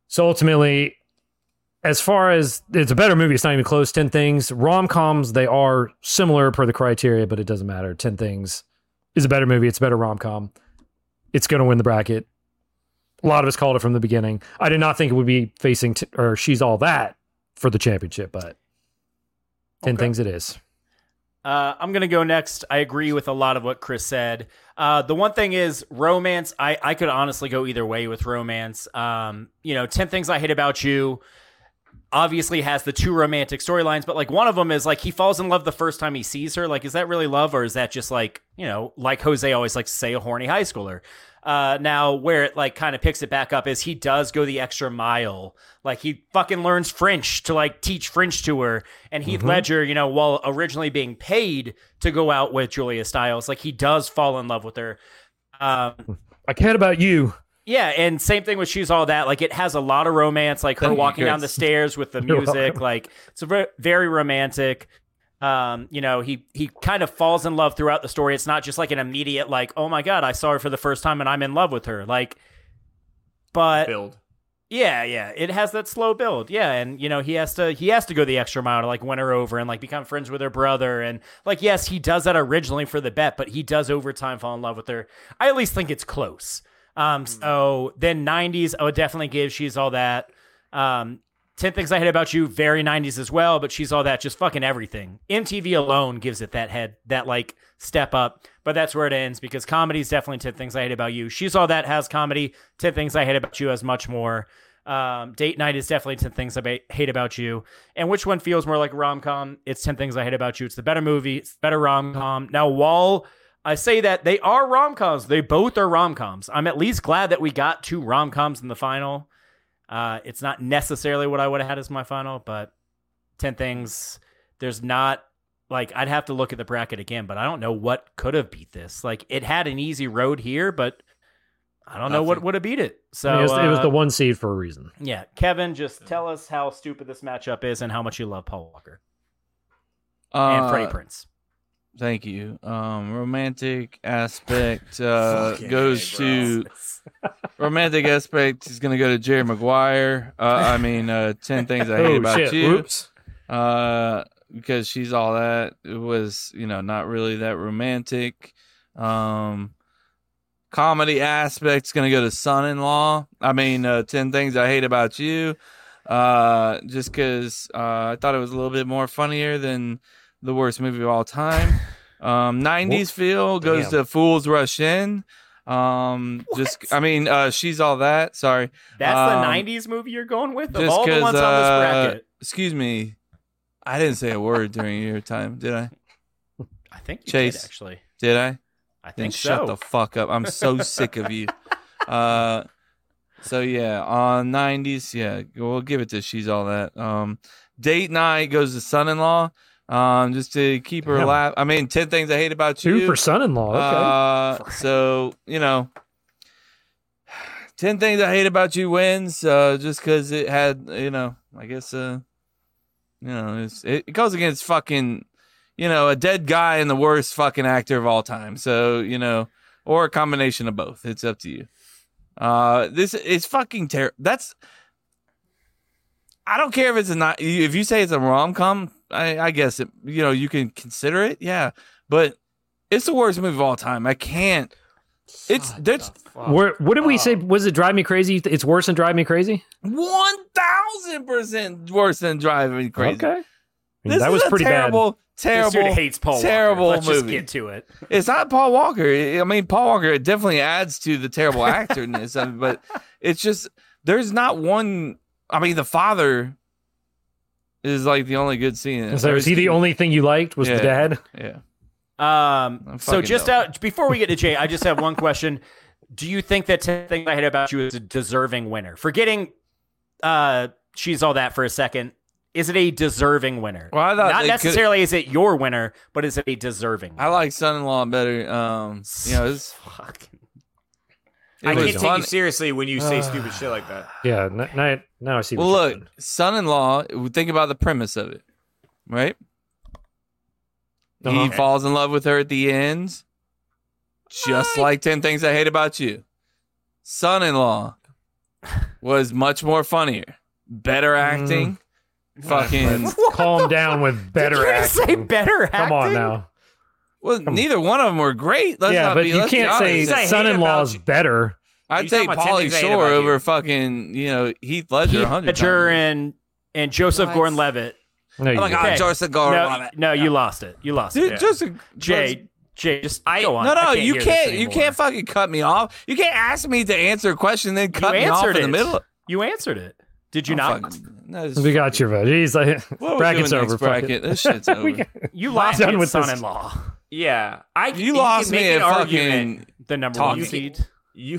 Speaker 7: So ultimately, as far as it's a better movie, it's not even close. Ten Things rom coms they are similar per the criteria, but it doesn't matter. Ten Things is a better movie. It's a better rom com. It's going to win the bracket. A lot of us called it from the beginning. I did not think it would be facing t- or she's all that for the championship, but ten things it is.
Speaker 8: Uh, I'm gonna go next. I agree with a lot of what Chris said. Uh, the one thing is romance. I I could honestly go either way with romance. Um, you know, ten things I hate about you. Obviously has the two romantic storylines, but like one of them is like he falls in love the first time he sees her. Like, is that really love, or is that just like you know, like Jose always likes to say, a horny high schooler? Uh, now where it like kind of picks it back up is he does go the extra mile. Like he fucking learns French to like teach French to her. And Heath
Speaker 7: Mm-hmm.
Speaker 12: Mhm.
Speaker 8: Ledger, you know, while originally being paid to go out with Julia Stiles, like he does fall in love with her. Um,
Speaker 7: I cared about you.
Speaker 8: yeah, and same thing with She's All That. Like it has a lot of romance, like her
Speaker 7: Thank you,
Speaker 8: walking down the
Speaker 7: Chris. (laughs)
Speaker 8: stairs with the
Speaker 7: You're
Speaker 8: music.
Speaker 7: welcome.
Speaker 8: Like it's a very, very romantic. Um, you know, he he kind of falls in love throughout the story. It's not just like an immediate like, oh my god, I saw her for the first time and I'm in love with her. Like, but
Speaker 6: build.
Speaker 8: Yeah, yeah, it has that slow build. Yeah, and you know he has to he has to go the extra mile to like win her over and like become friends with her brother and like yes he does that originally for the bet, but he does over time fall in love with her. I at least think it's close. Um, so then '90s, I would definitely give she's all that. Um, Ten Things I Hate About You, very '90s as well, but she's all that, just fucking everything. MTV alone gives it that head, that like step up. But that's where it ends because comedy is definitely Ten Things I Hate About You. She's all that has comedy. Ten Things I Hate About You has much more. Um, date night is definitely Ten Things I Ba- Hate About You. And which one feels more like rom com? It's Ten Things I Hate About You. It's the better movie. It's the better rom com. Now, while I say that they are rom coms, they both are rom coms. I'm at least glad that we got two rom coms in the final. Uh, it's not necessarily what I would have had as my final, but 10 things. There's not like I'd have to look at the bracket again, but I don't know what could have beat this. Like it had an easy road here, but I don't know what would have beat it. So
Speaker 7: I mean, it, was, it was
Speaker 8: uh,
Speaker 7: the one seed for a reason.
Speaker 8: Yeah, Kevin, just tell us how stupid this matchup is and how much you love Paul Walker and
Speaker 3: Uh,
Speaker 8: Freddie Prince.
Speaker 3: Thank you. Um, romantic aspect uh,
Speaker 8: Fucking
Speaker 3: goes to romantic aspect is going to go to Jerry Maguire. Uh, I mean, uh, ten things I hate
Speaker 12: Oh,
Speaker 3: about
Speaker 12: shit.
Speaker 3: you.
Speaker 12: Whoops.
Speaker 3: Uh, because she's all that. It was you know not really that romantic. Um, comedy aspect's going to go to son-in-law. I mean, uh, ten things I hate about you. Uh, just because uh, I thought it was a little bit more funnier than the worst movie of all time. Um, 90s feel
Speaker 12: Damn.
Speaker 3: goes to Fools Rush In. Um, just I mean, uh, she's all that. Sorry,
Speaker 8: That's
Speaker 3: Um,
Speaker 8: the 90s movie you're going with? Of
Speaker 3: just
Speaker 8: all the
Speaker 3: 'cause,
Speaker 8: ones on this
Speaker 3: uh,
Speaker 8: bracket.
Speaker 3: Excuse me, I didn't say a word during your time, did I?
Speaker 8: I think you did,
Speaker 3: Chase
Speaker 8: actually.
Speaker 3: Did I?
Speaker 8: I
Speaker 3: Then
Speaker 8: think
Speaker 3: Shut
Speaker 8: so.
Speaker 3: the fuck up! I'm so sick
Speaker 8: (laughs)
Speaker 3: of you. Uh, so yeah, on '90s, yeah, we'll give it to she's all that. Um, date night goes to son-in-law. Um, just to keep her
Speaker 7: Damn.
Speaker 3: alive. I mean, ten things I hate about
Speaker 7: Two
Speaker 3: you
Speaker 7: for son-in-law, okay.
Speaker 3: Uh, so you know, ten things I hate about you wins. Uh, just because it had, you know, I guess, uh, you know, it's, it, it goes against fucking, you know, a dead guy and the worst fucking actor of all time. So you know, or a combination of both. It's up to you. Uh, this is fucking terrible. That's I don't care if it's a not. If you say it's a rom com, I, I guess it. You know, you can consider it. Yeah, but it's the worst movie of all time. I can't. It's that's
Speaker 7: Where, what did we say? Was it Drive Me Crazy? You th- It's worse than Drive Me Crazy?
Speaker 3: one thousand percent worse than driving crazy.
Speaker 7: Okay. I mean,
Speaker 3: This
Speaker 7: that
Speaker 3: is
Speaker 7: was
Speaker 3: a
Speaker 7: pretty
Speaker 3: terrible,
Speaker 7: bad.
Speaker 3: terrible, terrible movie.
Speaker 8: to it.
Speaker 3: It's not Paul Walker. I mean, Paul Walker it definitely adds to the
Speaker 7: (laughs)
Speaker 3: terrible actorness of it, but it's just there's not one. I mean, the father is like the only good scene. in it.
Speaker 7: So is he the only thing you liked? Was
Speaker 3: Yeah.
Speaker 7: the dad?
Speaker 3: Yeah.
Speaker 8: Um, so
Speaker 3: fucking
Speaker 8: just
Speaker 3: dumb.
Speaker 8: out before we get to Jay, I just have one question. Do you think that 10 things I hate about you is a deserving winner? Forgetting uh she's all that for a second. Is it a deserving winner?
Speaker 3: Well, I thought
Speaker 8: Not
Speaker 3: they could-
Speaker 8: necessarily is it your winner, but is it a deserving?
Speaker 3: I like son-in-law better. Um, you know, it's It
Speaker 6: I
Speaker 3: was
Speaker 6: can't take
Speaker 3: fun-
Speaker 6: you seriously when you say
Speaker 3: Uh,
Speaker 6: stupid shit
Speaker 3: (sighs)
Speaker 6: like that.
Speaker 7: Yeah. n- Now, now I see.
Speaker 3: Well,
Speaker 7: what you're
Speaker 3: look, son-in-law. Think about the premise of it, right? He
Speaker 7: Uh-huh.
Speaker 3: falls in love with her at the end, just like Ten Things I Hate About You.
Speaker 7: (laughs)
Speaker 3: Son-in-law was much more funnier, better
Speaker 7: Mm.
Speaker 3: acting, fucking.
Speaker 7: Let's calm down with better
Speaker 3: you just say
Speaker 7: acting.
Speaker 8: better
Speaker 7: Come on now.
Speaker 3: Well, neither one of them were great. Let's
Speaker 7: yeah,
Speaker 3: not
Speaker 7: but
Speaker 3: be,
Speaker 7: you
Speaker 3: let's be
Speaker 7: can't say
Speaker 3: honest.
Speaker 7: that son-in-law is better.
Speaker 3: I'd
Speaker 7: You
Speaker 3: say
Speaker 7: talking about 10
Speaker 3: Pauly
Speaker 7: Things I Hate
Speaker 3: Shore
Speaker 7: About You.
Speaker 3: over fucking you know Heath Ledger.
Speaker 8: Heath
Speaker 3: 100
Speaker 8: Ledger
Speaker 3: times.
Speaker 8: and and Joseph
Speaker 3: Nice.
Speaker 8: Gordon-Levitt.
Speaker 7: No, you
Speaker 3: I'm like, oh,
Speaker 7: didn't.
Speaker 3: Joyce and Gore,
Speaker 8: No,
Speaker 3: love it.
Speaker 8: no, you lost it. You lost
Speaker 3: Dude,
Speaker 8: it.
Speaker 3: just-
Speaker 8: Jay, Jay, just go on.
Speaker 3: No, no,
Speaker 8: I
Speaker 3: you
Speaker 8: hear this
Speaker 3: can't. You
Speaker 8: anymore.
Speaker 3: can't fucking cut me off. You can't ask me to answer a question and then cut me off in
Speaker 8: answered
Speaker 3: the
Speaker 8: it.
Speaker 3: middle.
Speaker 8: You answered it. Did you not?
Speaker 3: I'm fucking- no, it's-
Speaker 7: We got your vote. He's like,
Speaker 3: What are we
Speaker 7: bracket's
Speaker 3: doing
Speaker 7: over.
Speaker 3: next
Speaker 7: fuck it.
Speaker 3: bracket? This
Speaker 7: (laughs)
Speaker 3: shit's over.
Speaker 8: You lost
Speaker 7: Lost
Speaker 8: it,
Speaker 7: done with this.
Speaker 8: son-in-law.
Speaker 6: Yeah, I.
Speaker 3: You lost
Speaker 6: can make
Speaker 3: me
Speaker 6: an
Speaker 3: at
Speaker 6: argument.
Speaker 3: fucking.
Speaker 8: The number
Speaker 3: Talk.
Speaker 8: one
Speaker 3: You
Speaker 8: seed.
Speaker 6: You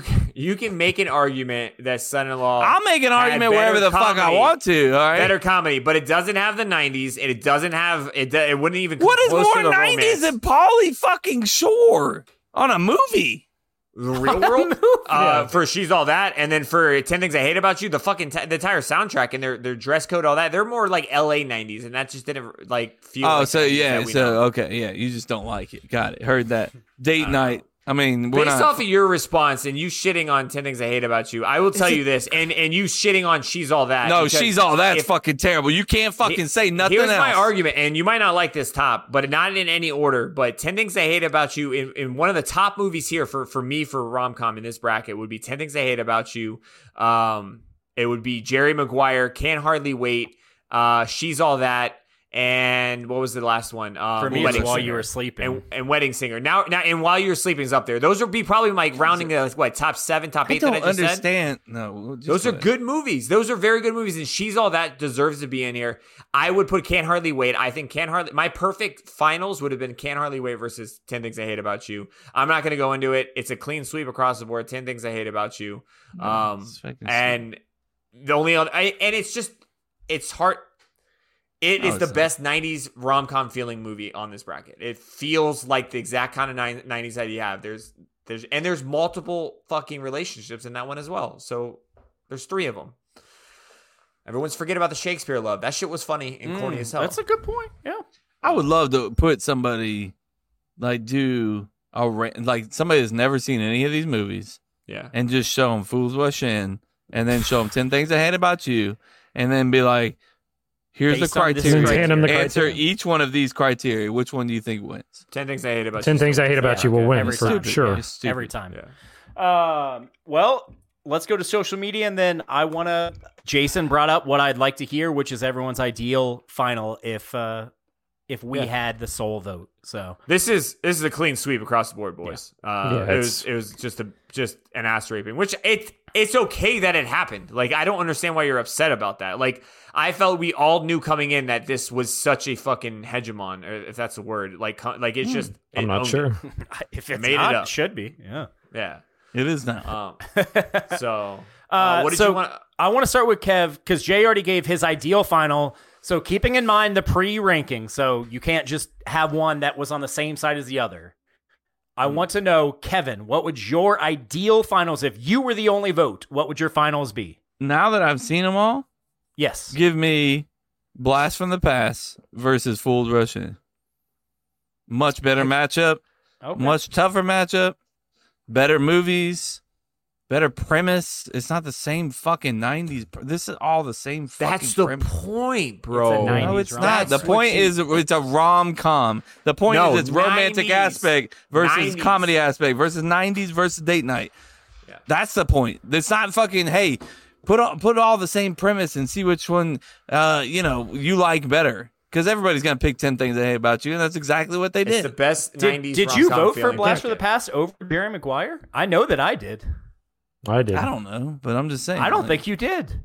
Speaker 8: (laughs)
Speaker 6: can- you can make an argument that son-in-law.
Speaker 3: I'll make an
Speaker 6: had
Speaker 3: argument
Speaker 6: Uh, better
Speaker 3: wherever the fuck I
Speaker 6: comedy-
Speaker 3: want to. All right.
Speaker 6: Better comedy, but it doesn't have the '90s, and it doesn't have it. do- It wouldn't even. come
Speaker 3: what is
Speaker 6: close to
Speaker 3: more
Speaker 6: the
Speaker 3: nineties
Speaker 6: romance.
Speaker 3: than Polly fucking Shore on a movie?
Speaker 6: The
Speaker 3: (laughs)
Speaker 6: real world uh, for she's all that, and then for ten things I hate about you, the fucking t- the entire soundtrack and their their dress code, all that. They're more like L.A. '90s, and that just didn't like feel.
Speaker 3: Oh,
Speaker 6: like
Speaker 3: so
Speaker 6: the 90s
Speaker 3: yeah,
Speaker 6: that we
Speaker 3: so uh,
Speaker 6: know.
Speaker 3: okay, yeah, you just don't like it. Got it. Heard that. Date night. I mean, we're
Speaker 6: Based
Speaker 3: not.
Speaker 6: off of your response and you shitting on ten things I hate about you, I will tell you this, and and you shitting on she's all that.
Speaker 3: no,
Speaker 6: because
Speaker 3: she's all that's
Speaker 6: if-
Speaker 3: fucking terrible. You can't fucking say nothing
Speaker 6: Here's
Speaker 3: else.
Speaker 6: my argument, and you might not like this top, but not in any order. But ten things I hate about you in, in one of the top movies here for for me for rom com in this bracket would be ten things I hate about you. Um, it would be Jerry Maguire, Can Hardly Wait, uh, She's All That, and what was the last one? Um,
Speaker 8: For me, it's
Speaker 6: Wedding
Speaker 8: while
Speaker 6: Singer.
Speaker 8: you were sleeping.
Speaker 6: And, and wedding singer now, now and while you're sleeping is up there. Those would be probably like rounding the like, what top seven, top
Speaker 3: I
Speaker 6: eight.
Speaker 3: don't
Speaker 6: that I just Said.
Speaker 3: understand. No, we'll just
Speaker 6: Those are
Speaker 3: let it-
Speaker 6: good movies. Those are very good movies, and she's all that deserves to be in here. I would put Can't Hardly Wait. I think Can't Hardly. My perfect finals would have been Can't Hardly Wait versus Ten Things I Hate About You. I'm not going to go into it. It's a clean sweep across the board. Ten Things I Hate About You. Um,
Speaker 3: It's fucking
Speaker 6: and the only other, I, and it's just, it's hard. It is
Speaker 3: No,
Speaker 6: the
Speaker 3: it's not.
Speaker 6: best '90s rom com feeling movie on this bracket. It feels like the exact kind of nine- '90s that you have. There's, there's, and there's multiple fucking relationships in that one as well. So there's three of them. Everyone's forget about the Shakespeare love. That shit was funny and
Speaker 7: Mm,
Speaker 6: corny as hell.
Speaker 8: Mm, That's a good point. Yeah.
Speaker 3: I would love to put somebody like do a ra- like somebody that's never seen any of these movies
Speaker 6: yeah.
Speaker 3: and just show them Fools Rush In and then show them ten things I hate about you and then be like, here's
Speaker 8: Based
Speaker 3: the
Speaker 8: on this
Speaker 3: criteria.
Speaker 7: criteria. Hand 'em the
Speaker 3: Answer
Speaker 7: criteria.
Speaker 3: each one of these criteria. Which one do you think wins?
Speaker 6: Ten things I hate about.
Speaker 7: Ten
Speaker 6: you.
Speaker 7: things I hate about
Speaker 8: Yeah,
Speaker 7: you will
Speaker 8: okay.
Speaker 7: win
Speaker 8: Every
Speaker 7: for
Speaker 8: time.
Speaker 7: sure.
Speaker 3: It's stupid.
Speaker 8: Every time.
Speaker 6: Yeah.
Speaker 8: Um, well, let's go to social media, and then I want to. Jason brought up what I'd like to hear, which is everyone's ideal final if uh, if we had the sole vote. So
Speaker 6: This is this is a clean sweep across the board, boys.
Speaker 7: Yeah,
Speaker 6: Uh, it
Speaker 7: it's-
Speaker 6: was it was just a just an ass raping, which it it's okay that it happened. Like I don't understand why you're upset about that. Like I felt we all knew coming in that this was such a fucking hegemon, or if that's a word. Like co- like it's just
Speaker 7: I'm
Speaker 6: it
Speaker 7: not
Speaker 6: owned
Speaker 7: sure.
Speaker 6: it.
Speaker 8: if it's
Speaker 6: Made it
Speaker 8: not,
Speaker 6: up.
Speaker 8: should be. Yeah.
Speaker 6: (laughs) Yeah.
Speaker 3: It is not.
Speaker 6: Um, (laughs) so uh,
Speaker 8: Uh,
Speaker 6: what did
Speaker 8: so
Speaker 6: you want?
Speaker 8: I want to start with Kev because Jay already gave his ideal final. So keeping in mind the pre-ranking, so you can't just have one that was on the same side as the other. I
Speaker 6: Hmm.
Speaker 8: want to know, Kevin, what would your ideal finals if you were the only vote? What would your finals be?
Speaker 3: now that I've seen them all,
Speaker 8: Yes.
Speaker 3: give me Blast from the Past versus Fools Rush In. Much better matchup.
Speaker 8: Okay.
Speaker 3: Much tougher matchup, better movies, better premise. It's not the same fucking nineties. Pr- this is all the same fucking
Speaker 6: That's the
Speaker 3: premise.
Speaker 6: point, bro.
Speaker 8: It's a
Speaker 3: No,
Speaker 8: 90s
Speaker 3: it's
Speaker 8: rom-
Speaker 3: not. The
Speaker 6: That's what
Speaker 3: point
Speaker 6: you-
Speaker 3: is it's a rom com. The point
Speaker 6: No,
Speaker 3: is it's romantic
Speaker 6: 90s.
Speaker 3: aspect versus
Speaker 6: 90s.
Speaker 3: comedy aspect versus nineties versus date night.
Speaker 6: Yeah.
Speaker 3: That's the point. It's not fucking hey, put all, put all the same premise and see which one uh you know you like better. Because everybody's gonna pick ten things I hate about you, and that's exactly what they
Speaker 6: It's
Speaker 3: did.
Speaker 6: the best
Speaker 8: Did,
Speaker 6: 90s.
Speaker 8: did you
Speaker 6: rom-com
Speaker 8: vote for
Speaker 6: feeling.
Speaker 8: Blast for the Past over Jerry Maguire? I know that I did.
Speaker 7: I did.
Speaker 3: I don't know, but I'm just saying.
Speaker 8: I don't
Speaker 3: like-
Speaker 8: think you did.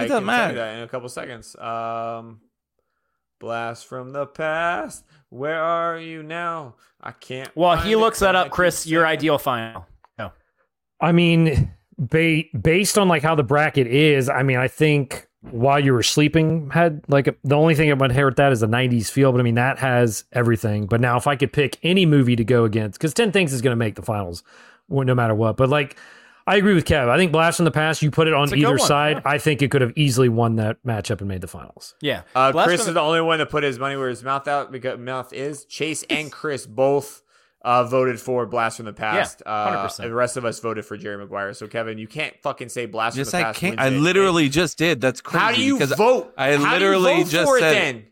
Speaker 3: It doesn't
Speaker 6: can tell
Speaker 3: matter.
Speaker 6: you that in a couple seconds. Um, blast from the past. Where are you now? I can't.
Speaker 8: Well, he
Speaker 6: find
Speaker 8: looks
Speaker 6: it,
Speaker 8: that
Speaker 6: I
Speaker 8: up,
Speaker 6: keep
Speaker 8: Chris. Your
Speaker 6: saying-
Speaker 8: ideal final.
Speaker 7: I mean, ba- based on like how the bracket is, I mean, I think while you were sleeping had like a, the only thing that would inherit that is the 90s feel, but I mean, that has everything. But now if I could pick any movie to go against, because 10 Things is going to make the finals w- no matter what. But like, I agree with Kev. I think Blast from the Past, you put it
Speaker 8: It's
Speaker 7: on
Speaker 8: a good
Speaker 7: either
Speaker 8: one,
Speaker 7: side.
Speaker 8: yeah.
Speaker 7: I think it could have easily won that matchup and made the finals.
Speaker 8: Yeah.
Speaker 6: Uh,
Speaker 8: Blast
Speaker 6: Chris
Speaker 8: from
Speaker 6: is the only one to put his money where his mouth out because mouth is. Chase and Chris both uh, voted for Blast from the Past. uh,
Speaker 8: 100%.
Speaker 6: and the rest of us voted for Jerry Maguire. So Kevin, you can't fucking say Blast
Speaker 3: Yes,
Speaker 6: from the
Speaker 3: I
Speaker 6: Past.
Speaker 3: can't.
Speaker 6: wins
Speaker 3: I
Speaker 6: it.
Speaker 3: literally just did. That's crazy.
Speaker 6: How do you
Speaker 3: because
Speaker 6: vote?
Speaker 3: I
Speaker 6: How do you
Speaker 3: literally
Speaker 6: vote
Speaker 3: just
Speaker 6: for it
Speaker 3: said it.
Speaker 6: then,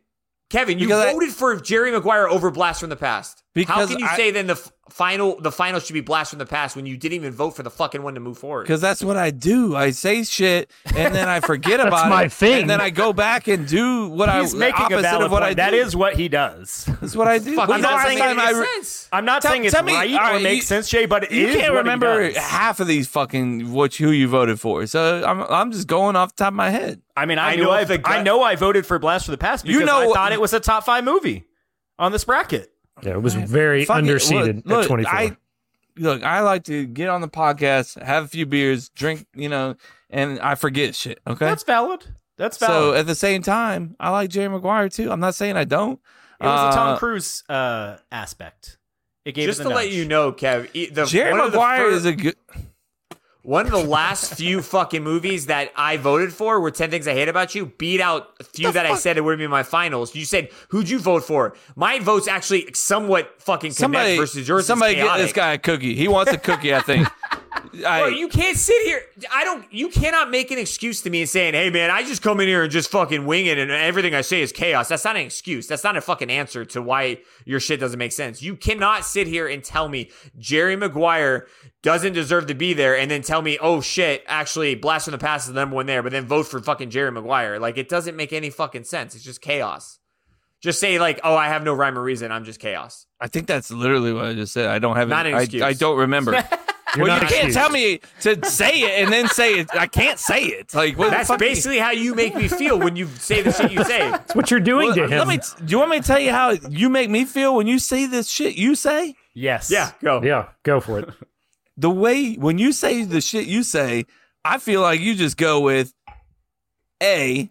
Speaker 6: Kevin. You
Speaker 3: Because I-
Speaker 6: voted for Jerry Maguire over Blast from the Past. How
Speaker 3: Because
Speaker 6: can you
Speaker 3: I-
Speaker 6: say then the f- final the final should be blast from the past when you didn't even vote for the fucking one to move forward?
Speaker 3: Because that's what I do. I say shit and then I forget
Speaker 6: That's
Speaker 3: about it.
Speaker 6: my thing.
Speaker 3: And then I go back and do what
Speaker 8: He's
Speaker 3: I the
Speaker 8: making a
Speaker 3: opposite
Speaker 8: valid
Speaker 3: of what I do.
Speaker 8: point. That is what he does.
Speaker 3: That's what I do.
Speaker 8: Fuck, I'm
Speaker 3: The
Speaker 8: not
Speaker 3: last
Speaker 8: saying it
Speaker 3: time
Speaker 8: makes
Speaker 3: I re-
Speaker 8: sense. I'm not saying it's right or
Speaker 3: all
Speaker 8: makes sense, Jay, but it
Speaker 3: you
Speaker 8: is
Speaker 3: can't
Speaker 8: what he
Speaker 3: remember
Speaker 8: does.
Speaker 3: half of these fucking what who you voted for. So I'm I'm just going off the top of my head.
Speaker 8: I mean, I, know I, I know I voted for Blast for the Past
Speaker 3: You
Speaker 8: because
Speaker 3: know-
Speaker 8: I thought it was a top five movie on this bracket.
Speaker 7: Yeah, it was very
Speaker 3: Fuck it.
Speaker 7: underseated
Speaker 3: Look-
Speaker 7: at 24.
Speaker 3: I, look, I like to get on the podcast, have a few beers, drink, you know, and I forget shit. Okay,
Speaker 8: That's valid. That's
Speaker 3: So
Speaker 8: valid.
Speaker 3: at the same time, I like Jerry Maguire too. I'm not saying I don't.
Speaker 8: it was a Tom
Speaker 3: Uh,
Speaker 8: Cruise uh, aspect. It gave
Speaker 6: Just
Speaker 8: it
Speaker 6: to
Speaker 8: the
Speaker 6: let
Speaker 8: nudge.
Speaker 6: you know, Kev, e- the,
Speaker 3: Jerry
Speaker 6: one of the
Speaker 3: Maguire
Speaker 6: fir-
Speaker 3: is a good.
Speaker 6: One
Speaker 3: (laughs)
Speaker 6: of the last few fucking movies that I voted for were 10 Things I Hate About You, beat out a few that I said it would be my finals. You said, who'd you vote for? My vote's actually somewhat fucking connect
Speaker 3: Somebody
Speaker 6: versus yours. is
Speaker 3: Somebody get
Speaker 6: chaotic.
Speaker 3: this guy a cookie. He wants a cookie. I
Speaker 6: (laughs)
Speaker 3: think. I,
Speaker 6: Bro, you can't sit here. I don't. You cannot make an excuse to me and saying, "Hey, man, I just come in here and just fucking wing it, and everything I say is chaos." That's not an excuse. That's not a fucking answer to why your shit doesn't make sense. You cannot sit here and tell me Jerry Maguire doesn't deserve to be there, and then tell me, "Oh shit, actually, Blast from the Past is the number one there," but then vote for fucking Jerry Maguire. Like it doesn't make any fucking sense. It's just chaos. Just say like, "Oh, I have no rhyme or reason. I'm just chaos."
Speaker 3: I think that's literally what I just said. I don't have
Speaker 6: Not an
Speaker 3: I,
Speaker 6: excuse.
Speaker 3: I don't
Speaker 6: (laughs)
Speaker 3: remember.
Speaker 6: You're
Speaker 3: well,
Speaker 6: not
Speaker 3: you can't
Speaker 6: excused.
Speaker 3: tell me to say it and then say it. I can't say it. Like what the
Speaker 6: That's
Speaker 3: fuck-
Speaker 6: basically how you make me feel when you say the shit
Speaker 3: (laughs)
Speaker 6: you say.
Speaker 7: That's what you're doing
Speaker 3: Well,
Speaker 7: to him.
Speaker 3: Let me. Do you want me to tell you how you make me feel when you say this shit you say?
Speaker 8: Yes.
Speaker 6: Yeah, go.
Speaker 7: Yeah,
Speaker 3: (laughs)
Speaker 7: go for it.
Speaker 3: The way when you say the shit you say, I feel like you just go with a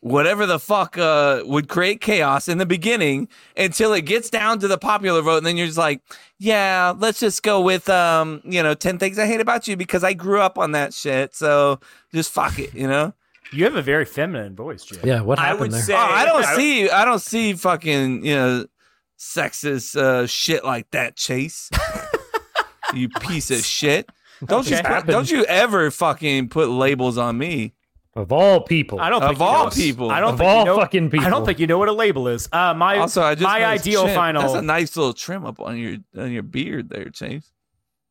Speaker 3: whatever the fuck uh, would create chaos in the beginning until it gets down to the popular vote, and then you're just like, yeah, let's just go with um, you know, ten things I hate about you because I grew up on that shit, so just fuck it, you know.
Speaker 8: You have a very feminine voice, Jay.
Speaker 7: Yeah, what
Speaker 6: I happened would there? say-
Speaker 3: Oh, I don't
Speaker 6: I- (laughs)
Speaker 3: see. I don't see fucking you know, sexist uh, shit like that, Chase.
Speaker 6: (laughs)
Speaker 3: you piece of shit. Don't you
Speaker 7: Okay.
Speaker 3: put- don't you ever fucking put labels on me?
Speaker 7: Of all people,
Speaker 8: I don't
Speaker 3: Of
Speaker 8: think you
Speaker 3: all
Speaker 8: know-
Speaker 3: people.
Speaker 8: I don't
Speaker 7: Of
Speaker 8: think you
Speaker 7: all
Speaker 8: know-
Speaker 7: fucking
Speaker 8: I
Speaker 7: people.
Speaker 8: don't think you know what a label is. Uh, my
Speaker 3: Also, I just
Speaker 8: my
Speaker 3: noticed,
Speaker 8: ideal
Speaker 3: shit,
Speaker 8: final.
Speaker 3: That's a nice little trim up on your on your beard there, Chase.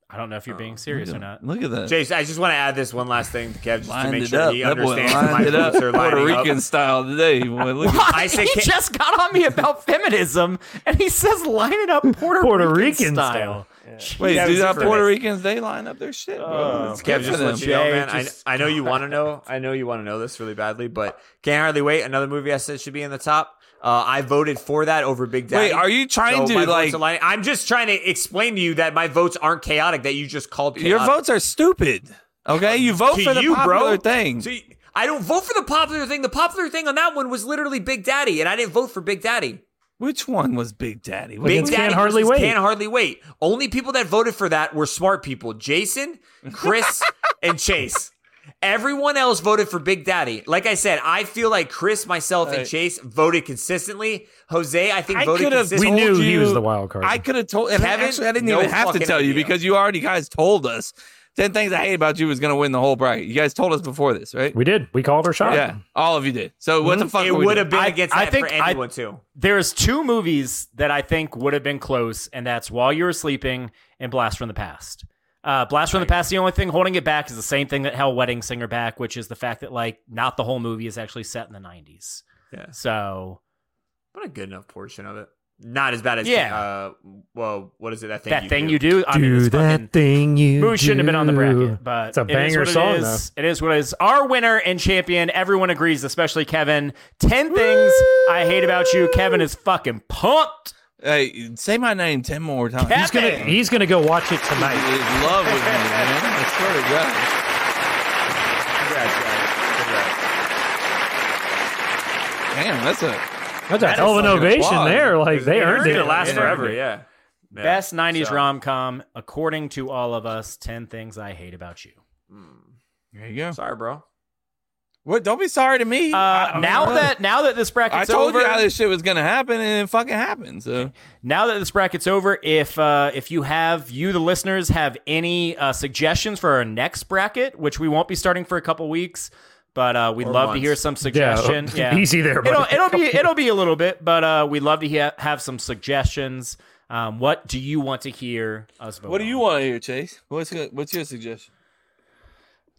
Speaker 8: I don't know if you're
Speaker 7: Oh,
Speaker 8: being serious
Speaker 3: look
Speaker 8: or
Speaker 3: at-
Speaker 8: not.
Speaker 3: Look at that.
Speaker 6: Jace, I just want to add this one last thing to Kev just to
Speaker 3: lined
Speaker 6: make
Speaker 3: it
Speaker 6: sure
Speaker 3: up.
Speaker 6: he
Speaker 3: That boy
Speaker 6: understands my
Speaker 3: lined it up.
Speaker 6: boots are
Speaker 3: Puerto
Speaker 6: lining
Speaker 3: Rican
Speaker 6: up.
Speaker 3: style today, boy. Look
Speaker 6: (laughs)
Speaker 3: at
Speaker 6: I said
Speaker 8: he
Speaker 6: Ke-
Speaker 8: just got on me about feminism, and he says line it up Puerto,
Speaker 7: Puerto
Speaker 8: Rican,
Speaker 7: Rican
Speaker 8: style.
Speaker 3: Wait,
Speaker 6: That
Speaker 3: do
Speaker 6: was
Speaker 3: that
Speaker 6: different.
Speaker 3: Puerto Ricans they line up their shit, bro? That's
Speaker 6: Oh, Kev,
Speaker 3: good
Speaker 6: just
Speaker 3: for
Speaker 6: to
Speaker 3: them.
Speaker 6: let you know,
Speaker 8: Jay,
Speaker 6: man. I,
Speaker 8: just-
Speaker 6: I know you want to know. I know you want to know this really badly, but can't hardly wait. Another movie I said should be in the top. Uh, I voted for that over Big Daddy.
Speaker 3: Wait, are you trying to
Speaker 6: So my votes
Speaker 3: like?
Speaker 6: are lining- I'm just trying to explain to you that my votes aren't chaotic. That you just called chaotic.
Speaker 3: Your votes are stupid. Okay, you vote
Speaker 6: to
Speaker 3: for the
Speaker 6: you,
Speaker 3: popular
Speaker 6: bro.
Speaker 3: thing.
Speaker 6: So you- I don't vote for the popular thing. The popular thing on that one was literally Big Daddy, and I didn't vote for Big Daddy.
Speaker 3: Which one was Big Daddy? What-
Speaker 6: Big
Speaker 7: Against
Speaker 6: Daddy
Speaker 7: Can't Hardly
Speaker 6: versus
Speaker 7: Wait.
Speaker 6: Can't hardly wait. Only people that voted for that were smart people: Jason, Chris, and Chase. Everyone else voted for Big Daddy. Like I said, I feel like Chris, myself, and
Speaker 3: Right.
Speaker 6: Chase voted consistently. Jose, I think,
Speaker 3: I
Speaker 6: voted
Speaker 3: could have.
Speaker 6: consistently.
Speaker 7: We knew he was the wild card.
Speaker 3: I could have told. And
Speaker 6: Kevin,
Speaker 3: I actually, I didn't
Speaker 6: no
Speaker 3: even have to
Speaker 6: fucking
Speaker 3: tell you
Speaker 6: idea.
Speaker 3: because you already guys told us ten things I hate about you was going to win the whole bracket. You guys told us before this, right?
Speaker 7: we did. We called our shot.
Speaker 3: Yeah, all of you did. So what the fuck?
Speaker 6: Mm-hmm. It
Speaker 3: are we
Speaker 6: would have
Speaker 3: doing?
Speaker 6: been
Speaker 8: I-
Speaker 6: against
Speaker 8: I
Speaker 6: that
Speaker 8: think
Speaker 6: for
Speaker 8: I-
Speaker 6: anyone too.
Speaker 8: There's two movies that I think would have been close, and that's While You Were Sleeping and Blast from the Past. Uh, Blast from the Past, the only thing holding it back is the same thing that held Wedding Singer back, which is the fact that like not the whole movie is actually set in the 90s.
Speaker 6: Yeah.
Speaker 8: So
Speaker 6: But a good enough portion of it. Not as bad as
Speaker 8: Yeah.
Speaker 6: Uh, well, what is it? That thing.
Speaker 8: that
Speaker 6: you
Speaker 8: thing
Speaker 6: do.
Speaker 8: you do, I mean, it's fucking,
Speaker 7: thing you
Speaker 8: movie shouldn't have been on the
Speaker 7: do.
Speaker 8: bracket, but
Speaker 7: it's a
Speaker 8: it is
Speaker 7: banger
Speaker 8: what it
Speaker 7: song.
Speaker 8: is. It is what it is. Our winner and champion, everyone agrees, especially Kevin. Ten things I hate about you. Kevin is fucking pumped.
Speaker 3: Hey, say my name ten more times.
Speaker 7: though. He's gonna he's gonna go watch it tonight.
Speaker 3: He's in love with me, man. I swear to God.
Speaker 6: Congrats, guys. Congrats.
Speaker 3: Damn, that's a
Speaker 7: That's a hell of an
Speaker 3: fucking
Speaker 7: ovation
Speaker 3: applause.
Speaker 7: there. Like they earned
Speaker 6: It's
Speaker 7: it.
Speaker 6: gonna last
Speaker 8: Yeah.
Speaker 6: forever. Yeah. Yeah.
Speaker 8: Best '90s
Speaker 6: So,
Speaker 8: rom com, according to all of us. Ten things I hate about you.
Speaker 3: there you go.
Speaker 6: Sorry, bro.
Speaker 3: What? Don't be sorry to me.
Speaker 8: Uh,
Speaker 3: I- I-
Speaker 8: now that now that this
Speaker 3: I
Speaker 8: bracket's
Speaker 3: told
Speaker 8: over,
Speaker 3: you how this shit was gonna happen, and it fucking happened. So
Speaker 8: now that this bracket's over, if uh, if you have you the listeners have any uh, suggestions for our next bracket, which we won't be starting for a couple weeks, but uh, we'd
Speaker 6: Or
Speaker 8: love to
Speaker 6: months.
Speaker 8: hear some suggestion. Yeah,
Speaker 7: (laughs) easy there.
Speaker 8: It'll, (laughs)
Speaker 7: buddy.
Speaker 8: it'll be it'll be a little bit, but uh, we'd love to he- have some suggestions. Um, what do you want to hear us vote
Speaker 3: What do
Speaker 8: on?
Speaker 3: you want to hear, Chase? What's your- what's your suggestion?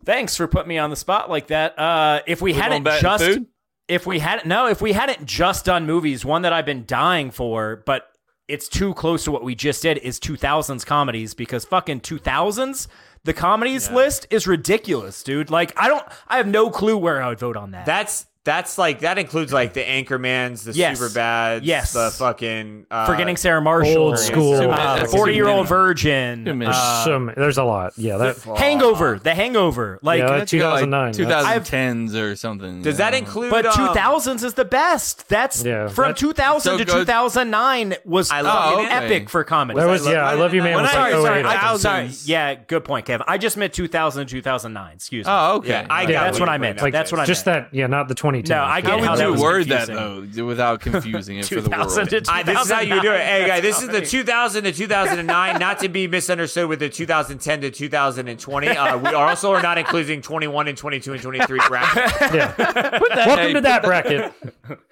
Speaker 8: Thanks for putting me on the spot like that. Uh, if we
Speaker 3: We going
Speaker 8: hadn't
Speaker 3: back to
Speaker 8: just
Speaker 3: food?
Speaker 8: if we hadn't no, if we hadn't just done movies, one that I've been dying for, but it's too close to what we just did is 2000s comedies because fucking 2000s the comedies list is ridiculous, dude. Like I don't I have no clue where I would vote on that.
Speaker 6: That's that's like that includes like the Anchormans, the
Speaker 8: Yes.
Speaker 6: super bads,
Speaker 8: Yes.
Speaker 6: the fucking uh,
Speaker 8: Forgetting Sarah Marshall,
Speaker 6: Old school.
Speaker 8: uh,
Speaker 6: That's a
Speaker 8: forty year old
Speaker 6: minimum.
Speaker 8: virgin,
Speaker 7: There's
Speaker 8: uh,
Speaker 7: so ma- there's a lot. Yeah, that
Speaker 8: Hangover, The Hangover, like
Speaker 7: Yeah, that's 2009,
Speaker 3: Two
Speaker 7: that's-
Speaker 3: thousand tens or something.
Speaker 8: Does
Speaker 3: yeah.
Speaker 8: that include, But um, 2000s is the best. That's
Speaker 3: Yeah.
Speaker 8: from
Speaker 3: That-
Speaker 8: 2000
Speaker 3: So
Speaker 8: to
Speaker 3: go-
Speaker 8: 2009 was I
Speaker 3: love it.
Speaker 8: epic for comedy.
Speaker 7: That was- yeah, I Love You Man
Speaker 8: When
Speaker 7: was
Speaker 8: I-
Speaker 7: like oh,
Speaker 8: sorry, sorry,
Speaker 7: 08, I
Speaker 8: I-
Speaker 7: think.
Speaker 8: sorry. Yeah, good point, Kev. I just meant 2000 to 2009. Excuse me.
Speaker 3: Oh, okay.
Speaker 8: Yeah, I
Speaker 3: Yeah,
Speaker 8: got that's
Speaker 3: we-
Speaker 8: what I meant.
Speaker 7: Like,
Speaker 8: that's what I meant.
Speaker 7: just that. Yeah, not the 2010.
Speaker 8: No, I
Speaker 3: How
Speaker 8: get how
Speaker 3: would
Speaker 8: that
Speaker 3: you
Speaker 8: was
Speaker 3: word
Speaker 8: confusing.
Speaker 3: that though without confusing it for
Speaker 8: (laughs)
Speaker 3: the world?
Speaker 8: 2000 to
Speaker 6: I, this is how you do it. Hey,
Speaker 8: 2009.
Speaker 6: guys, this is the
Speaker 8: That's
Speaker 6: 2000 to 2009, not to be misunderstood with the 2010 to 2020. Uh, we are also are not including 21 and 22 and 23 brackets.
Speaker 8: (laughs)
Speaker 7: Welcome to that bracket.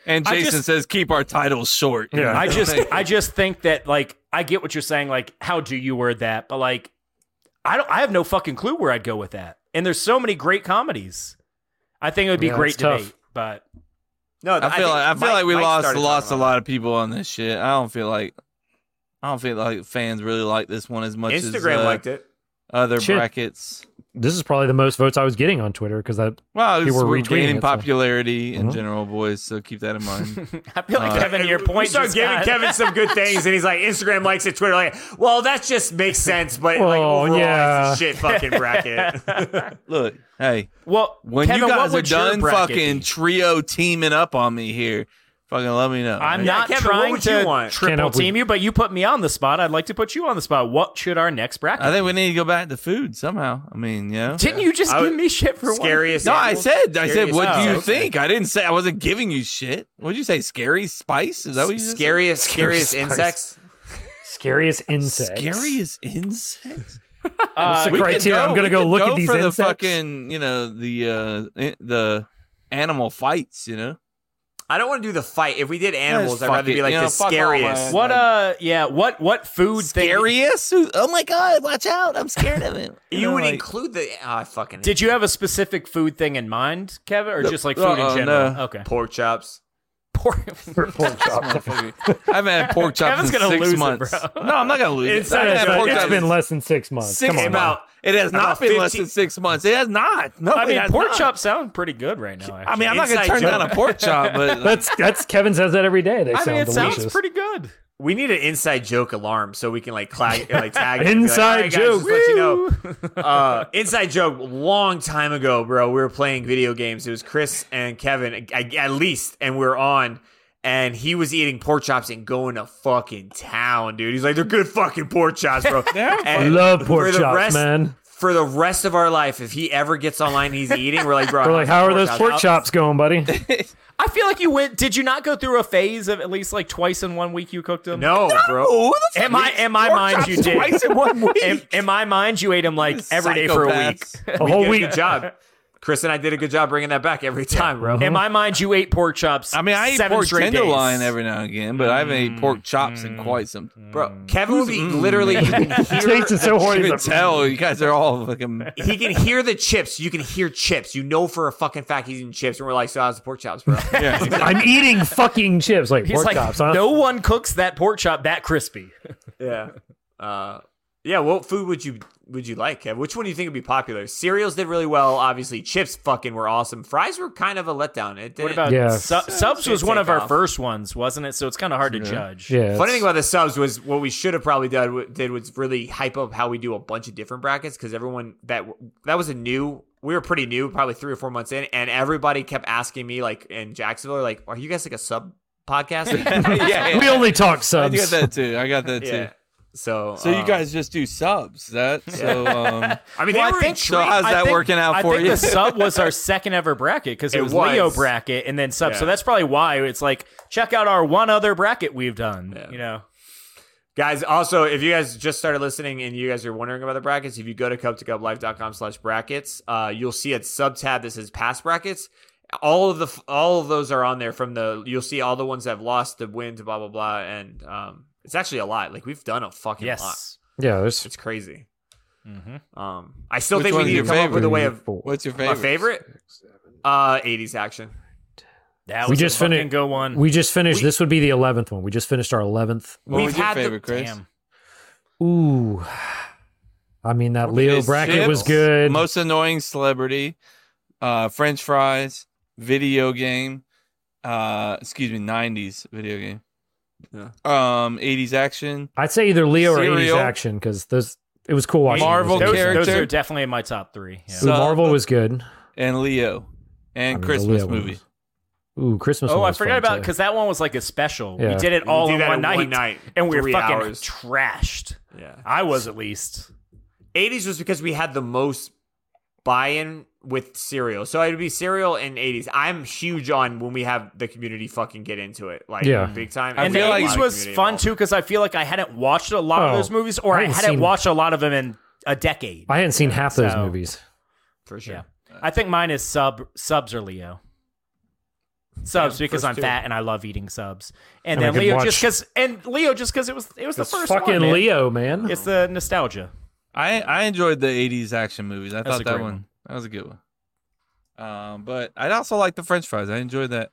Speaker 3: And
Speaker 8: I
Speaker 3: Jason
Speaker 8: just-
Speaker 3: says, "Keep our titles short."
Speaker 7: Yeah.
Speaker 8: I
Speaker 3: (laughs)
Speaker 8: just I just think that like I get what you're saying like how do you word that but like I don't I have no fucking clue where I'd go with that and there's so many great comedies I think it would be
Speaker 3: Yeah,
Speaker 8: great
Speaker 3: it's tough.
Speaker 8: debate but
Speaker 6: no
Speaker 3: I feel like I feel like we lost lost a
Speaker 6: lot.
Speaker 3: lot of people on this shit. I don't feel like I don't feel like fans really like this one as much as
Speaker 6: Instagram
Speaker 3: uh,
Speaker 6: liked it.
Speaker 3: Other
Speaker 7: Shit.
Speaker 3: brackets.
Speaker 7: This is probably the most votes I was getting on Twitter because that
Speaker 3: Wow,
Speaker 7: people
Speaker 3: we're,
Speaker 7: were retweeting
Speaker 3: gaining
Speaker 7: it, so-
Speaker 3: popularity in
Speaker 7: Mhm.
Speaker 3: general, boys. So keep that in mind.
Speaker 8: (laughs) I feel like
Speaker 3: Uh,
Speaker 8: Kevin your
Speaker 6: (laughs) We
Speaker 8: point
Speaker 6: start
Speaker 8: just
Speaker 6: giving
Speaker 8: got-
Speaker 6: Kevin some
Speaker 8: (laughs)
Speaker 6: good things, and he's like, Instagram likes it, Twitter like, it. well, that just makes sense, but like
Speaker 7: Well,
Speaker 6: overall,
Speaker 7: yeah.
Speaker 6: it's a shit
Speaker 8: (laughs)
Speaker 6: fucking bracket.
Speaker 3: Look, hey,
Speaker 8: well
Speaker 3: when
Speaker 8: Kevin,
Speaker 3: you
Speaker 8: what
Speaker 3: guys are
Speaker 8: would your
Speaker 3: done
Speaker 8: bracket
Speaker 3: fucking
Speaker 8: be?
Speaker 3: trio teaming up on me here, fucking let me know.
Speaker 8: I'm
Speaker 3: right?
Speaker 8: not
Speaker 6: Kevin, what
Speaker 8: trying
Speaker 6: would you
Speaker 8: to
Speaker 6: want?
Speaker 7: Can't
Speaker 8: triple
Speaker 7: help
Speaker 8: team you, but you put me on the spot. I'd like to put you on the spot. What should our next bracket?
Speaker 3: I think we need to go back to food somehow. I mean, you know.
Speaker 8: be? Didn't you just
Speaker 6: I
Speaker 8: give
Speaker 6: would-
Speaker 8: me shit for
Speaker 6: Scariest.
Speaker 3: No, I
Speaker 6: animal?
Speaker 3: said, I said,
Speaker 6: Scariest
Speaker 3: what do you
Speaker 6: animal.
Speaker 3: think? I didn't say I wasn't giving you shit. What did you say? Scary spice? Is that what you just
Speaker 6: Scariest,
Speaker 7: Scariest
Speaker 6: scariest
Speaker 7: spice.
Speaker 6: insects.
Speaker 7: Scariest
Speaker 3: said?
Speaker 7: insect.
Speaker 3: Scariest insects.
Speaker 8: one? Uh,
Speaker 7: the
Speaker 3: We could
Speaker 7: criteria? I'm gonna
Speaker 3: we
Speaker 7: go
Speaker 3: could
Speaker 7: look at these
Speaker 3: for
Speaker 7: insects?
Speaker 3: the fucking, you know, the uh, i- the animal fights. You know,
Speaker 6: I don't want to do the fight. If we did animals, I'd
Speaker 3: fuck
Speaker 6: rather
Speaker 3: it.
Speaker 6: be like
Speaker 3: You know,
Speaker 6: the
Speaker 3: fuck all my-
Speaker 6: scariest.
Speaker 8: what? Uh, yeah. What? What food? thing-
Speaker 3: scariest. Who- Oh my god! Watch out! I'm scared of it.
Speaker 6: You
Speaker 3: know,
Speaker 6: would
Speaker 3: like-
Speaker 6: include the. Oh, I fucking
Speaker 8: Did you have a specific food thing in mind, Kevin, or
Speaker 3: No,
Speaker 8: just like food
Speaker 3: uh-uh,
Speaker 8: in general?
Speaker 3: no.
Speaker 8: Okay.
Speaker 6: pork chops.
Speaker 8: Pork.
Speaker 7: Pork chop.
Speaker 3: I haven't had pork chops
Speaker 8: Kevin's
Speaker 3: in
Speaker 8: gonna
Speaker 3: six
Speaker 8: lose it,
Speaker 3: months.
Speaker 8: bro.
Speaker 3: No, I'm not gonna lose
Speaker 6: It's
Speaker 3: it. I haven't
Speaker 6: not-
Speaker 3: had
Speaker 6: it's-
Speaker 3: pork
Speaker 6: it's
Speaker 3: chops
Speaker 7: It's
Speaker 3: in
Speaker 7: been less than six months.
Speaker 3: six
Speaker 7: Come on.
Speaker 3: about. It has not
Speaker 6: about
Speaker 3: been less
Speaker 6: 15
Speaker 3: than six months. It has not. No,
Speaker 8: I
Speaker 3: it
Speaker 8: mean,
Speaker 3: has
Speaker 8: pork
Speaker 3: not.
Speaker 8: chops sound pretty good right now.
Speaker 3: I mean, I'm not gonna
Speaker 6: Inside
Speaker 3: turn
Speaker 6: joke.
Speaker 3: down a pork chop, (laughs) but
Speaker 7: That's that's Kevin says that every day. They
Speaker 8: actually.
Speaker 7: sound
Speaker 8: I mean, it
Speaker 7: delicious.
Speaker 8: sounds pretty good.
Speaker 6: We need an inside joke alarm so we can like clag, like tag it and be
Speaker 7: Inside
Speaker 6: like, "All
Speaker 7: joke.
Speaker 6: Guys, just let you know. (laughs) Uh, inside joke. Long time ago, bro. We were playing video games. It was Chris and Kevin, at at least, and we were on. And he was eating pork chops and going to fucking town, dude. He's like, they're good fucking pork chops,
Speaker 7: (laughs)
Speaker 6: bro.
Speaker 7: I
Speaker 6: And
Speaker 7: love
Speaker 6: for
Speaker 7: pork
Speaker 6: the
Speaker 7: chops,
Speaker 6: rest-
Speaker 7: man.
Speaker 6: For the rest of our life, if he ever gets online, and he's eating. We're like, bro,
Speaker 7: We're like, how are
Speaker 6: pork
Speaker 7: those
Speaker 6: chops?
Speaker 7: pork chops going, buddy?
Speaker 8: I feel like you went. Did you not go through a phase of at least like twice in one week you cooked them?
Speaker 6: (laughs) No, bro.
Speaker 3: Oh, who the
Speaker 8: In my in my mind, you did.
Speaker 3: Twice in one week.
Speaker 8: (laughs) In, in my mind, you ate them like
Speaker 3: (laughs)
Speaker 8: every day for a week.
Speaker 3: Psychopaths.
Speaker 7: A whole
Speaker 6: Did a
Speaker 7: week.
Speaker 6: Good job. Chris and I did a good job bringing that back every time, bro.
Speaker 8: In my mind, you ate pork chops.
Speaker 3: Uh-huh. I mean, I eat
Speaker 8: seven
Speaker 3: pork
Speaker 8: straight
Speaker 3: tenderloin
Speaker 8: days.
Speaker 3: every now and again, but I haven't ate pork chops in quite some. Bro,
Speaker 6: Kevin would be
Speaker 7: mm.
Speaker 3: (laughs)
Speaker 6: literally you can hear,
Speaker 7: Jason's
Speaker 6: (laughs)
Speaker 7: so horny.
Speaker 3: you can
Speaker 7: he's like,
Speaker 3: tell you guys are all (laughs) fucking.
Speaker 6: he can hear the chips. You can hear chips. You know for a fucking fact he's eating chips, and we're like, so how's the pork chops, bro?
Speaker 7: I'm eating fucking chips like
Speaker 8: He's
Speaker 7: pork
Speaker 8: like,
Speaker 7: chops. Huh?
Speaker 8: no one cooks that pork chop that crispy.
Speaker 6: (laughs) yeah. Uh, yeah. What food would you would you like, Kev? Which one do you think would be popular? Cereals did really well, obviously. Chips fucking were awesome. Fries were kind of a letdown. It didn't-
Speaker 8: What about
Speaker 7: Yeah.
Speaker 8: Su- subs? Was
Speaker 6: Take
Speaker 8: one of our
Speaker 6: off.
Speaker 8: first ones, wasn't it? So it's kind of hard to judge.
Speaker 7: Yeah.
Speaker 6: Funny
Speaker 7: it's-
Speaker 6: thing about the subs was what we should have probably done did was really hype up how we do a bunch of different brackets because everyone that that was a new we were pretty new probably three or four months in and everybody kept asking me like in Jacksonville like are you guys like a sub
Speaker 8: (laughs)
Speaker 6: podcast
Speaker 3: yeah, yeah.
Speaker 7: we only talk
Speaker 3: I
Speaker 7: subs.
Speaker 3: got that too. I got that
Speaker 6: yeah
Speaker 3: too.
Speaker 6: so
Speaker 3: So you
Speaker 6: um,
Speaker 3: guys just do subs, that so. um
Speaker 6: I
Speaker 8: Well,
Speaker 6: mean they
Speaker 8: I
Speaker 6: were
Speaker 8: think-
Speaker 3: So how's
Speaker 8: I
Speaker 3: that
Speaker 8: think-
Speaker 3: working out
Speaker 8: I
Speaker 3: for
Speaker 8: think
Speaker 3: you?
Speaker 8: the sub was
Speaker 3: (laughs)
Speaker 8: our second ever bracket because it,
Speaker 6: It
Speaker 8: was, Leo
Speaker 6: was.
Speaker 8: bracket and then sub. So
Speaker 6: Yeah.
Speaker 8: that's probably why it's like check out our one other bracket we've done. You know,
Speaker 6: Guys, also, if you guys just started listening and you guys are wondering about the brackets, if you go to cup2cuplife.com slash brackets, uh, you'll see a sub tab that says past brackets. All of the all of those are on there from the you'll see all the ones that have lost, the win, to blah blah blah, and um, It's actually a lot. Like we've done a fucking
Speaker 8: Yes.
Speaker 6: lot.
Speaker 7: Yeah, there's-
Speaker 6: it's crazy.
Speaker 8: Mm-hmm.
Speaker 6: Um, I still
Speaker 3: Which
Speaker 6: think we
Speaker 3: one's
Speaker 6: need to
Speaker 3: your
Speaker 6: come up with a way of
Speaker 3: favorite? (laughs) What's your
Speaker 6: My favorite, uh, '80s action.
Speaker 8: That
Speaker 7: we just
Speaker 8: fucking
Speaker 7: finished.
Speaker 8: go one.
Speaker 7: We just finished. this would be the eleventh one. We just finished our eleventh.
Speaker 3: What was your
Speaker 6: had the-
Speaker 3: favorite, Chris?
Speaker 8: Damn.
Speaker 7: Ooh, I mean that Leo
Speaker 3: Is
Speaker 7: bracket was
Speaker 3: chips,
Speaker 7: good.
Speaker 3: Most annoying celebrity, uh, French fries, video game, uh, excuse me, nineties video game,
Speaker 6: Yeah.
Speaker 3: um, eighties action,
Speaker 7: I'd say either Leo or eighties
Speaker 3: Cereal.
Speaker 7: action because those it was cool watching.
Speaker 3: Marvel
Speaker 7: those
Speaker 8: those,
Speaker 7: games.
Speaker 8: those
Speaker 3: character.
Speaker 8: are definitely in my top three. Yeah.
Speaker 7: Ooh, Marvel was good.
Speaker 3: and Leo, and
Speaker 7: I mean, the
Speaker 3: Christmas
Speaker 7: Leo one
Speaker 3: movie.
Speaker 7: was- Ooh, Christmas.
Speaker 8: Oh,
Speaker 7: one
Speaker 8: I
Speaker 7: was
Speaker 8: forgot
Speaker 7: fun,
Speaker 8: about
Speaker 7: too.
Speaker 8: because that one was like a special.
Speaker 7: Yeah.
Speaker 8: We did it
Speaker 6: We
Speaker 8: all
Speaker 6: did
Speaker 8: in
Speaker 6: that
Speaker 8: one
Speaker 6: in
Speaker 8: night,
Speaker 6: one night,
Speaker 8: and we were
Speaker 6: three
Speaker 8: fucking
Speaker 6: hours.
Speaker 8: trashed.
Speaker 6: Yeah,
Speaker 8: I was at least.
Speaker 6: '80s was because we had the most buy-in with cereal, so it would be cereal and '80s. I'm huge on when we have the community fucking get into it, like
Speaker 7: Yeah.
Speaker 6: big time.
Speaker 3: I
Speaker 8: And the
Speaker 6: We
Speaker 3: feel
Speaker 6: had
Speaker 3: like-
Speaker 6: a lot
Speaker 8: 80s
Speaker 6: of
Speaker 8: was
Speaker 6: community
Speaker 8: fun
Speaker 6: involved.
Speaker 8: too because I feel like I hadn't watched a lot
Speaker 7: Oh,
Speaker 8: of those movies, or
Speaker 7: I
Speaker 8: I,
Speaker 7: hadn't
Speaker 8: hadn't
Speaker 7: seen-
Speaker 8: watched a lot of them in a decade.
Speaker 7: I hadn't seen half those
Speaker 8: So-
Speaker 7: movies.
Speaker 6: for sure.
Speaker 8: Yeah. I think mine is sub subs or Leo. Subs
Speaker 6: Yeah,
Speaker 8: because
Speaker 6: first
Speaker 8: I'm
Speaker 6: two.
Speaker 8: fat and I love eating subs,
Speaker 7: And
Speaker 8: and,
Speaker 7: I
Speaker 8: then
Speaker 7: could
Speaker 8: Leo
Speaker 7: watch-
Speaker 8: just because and Leo just because it was it was
Speaker 7: It's
Speaker 8: the first
Speaker 7: fucking
Speaker 8: one, man.
Speaker 7: Leo, man.
Speaker 8: It's the nostalgia.
Speaker 3: I I enjoyed the eighties action movies. I
Speaker 8: That's
Speaker 3: thought
Speaker 8: a
Speaker 3: that
Speaker 8: great
Speaker 3: one,
Speaker 8: one.
Speaker 3: that was a good one. Um, but I'd also like the French fries. I enjoyed that.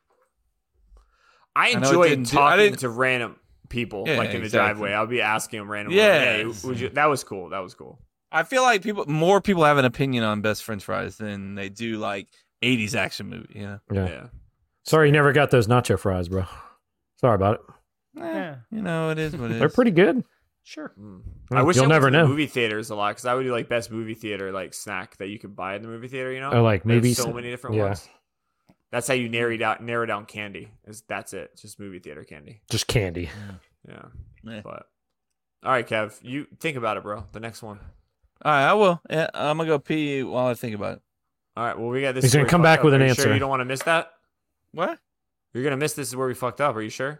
Speaker 6: I
Speaker 3: I know it
Speaker 6: enjoy
Speaker 3: didn't do- I
Speaker 6: talking
Speaker 3: didn't-
Speaker 6: to random people,
Speaker 3: Yeah,
Speaker 6: like in the
Speaker 3: exactly.
Speaker 6: driveway. I'll be asking them randomly.
Speaker 3: Yeah.
Speaker 6: Yeah, hey, would you, that was cool. That was cool.
Speaker 3: I feel like people more people have an opinion on best French fries than they do like eighties action movie. You know,
Speaker 7: Yeah.
Speaker 6: yeah.
Speaker 7: Sorry, you never got those nacho fries, bro. Sorry about it.
Speaker 3: Eh,
Speaker 8: Yeah.
Speaker 3: you know it is what it is.
Speaker 7: They're pretty good.
Speaker 8: Sure.
Speaker 6: Mm.
Speaker 7: Mm,
Speaker 6: I wish
Speaker 7: you'll
Speaker 6: I went
Speaker 7: never
Speaker 6: to the
Speaker 7: know.
Speaker 6: movie theaters a lot because I would do like best movie theater like snack that you could buy in the movie theater. You know,
Speaker 7: Oh, like
Speaker 6: There's
Speaker 7: movie
Speaker 6: so
Speaker 7: sn-
Speaker 6: many different
Speaker 7: yeah.
Speaker 6: ones. That's how you narrow down narrow down candy. Is that's it? Just movie theater candy.
Speaker 7: Just candy.
Speaker 8: (laughs)
Speaker 6: Yeah.
Speaker 3: Eh.
Speaker 6: But all right, Kev, you think about it, bro. The next one.
Speaker 3: All right, I will. Yeah, I'm gonna go pee while I think about it.
Speaker 6: All right. Well, we got this.
Speaker 7: He's
Speaker 6: is where
Speaker 7: gonna
Speaker 6: we
Speaker 7: come
Speaker 6: fucked
Speaker 7: back
Speaker 6: up.
Speaker 7: with an
Speaker 6: Are you sure
Speaker 7: answer.
Speaker 6: you don't want to miss that.
Speaker 3: What?
Speaker 6: You're gonna miss this. Is where we fucked up. Are you sure?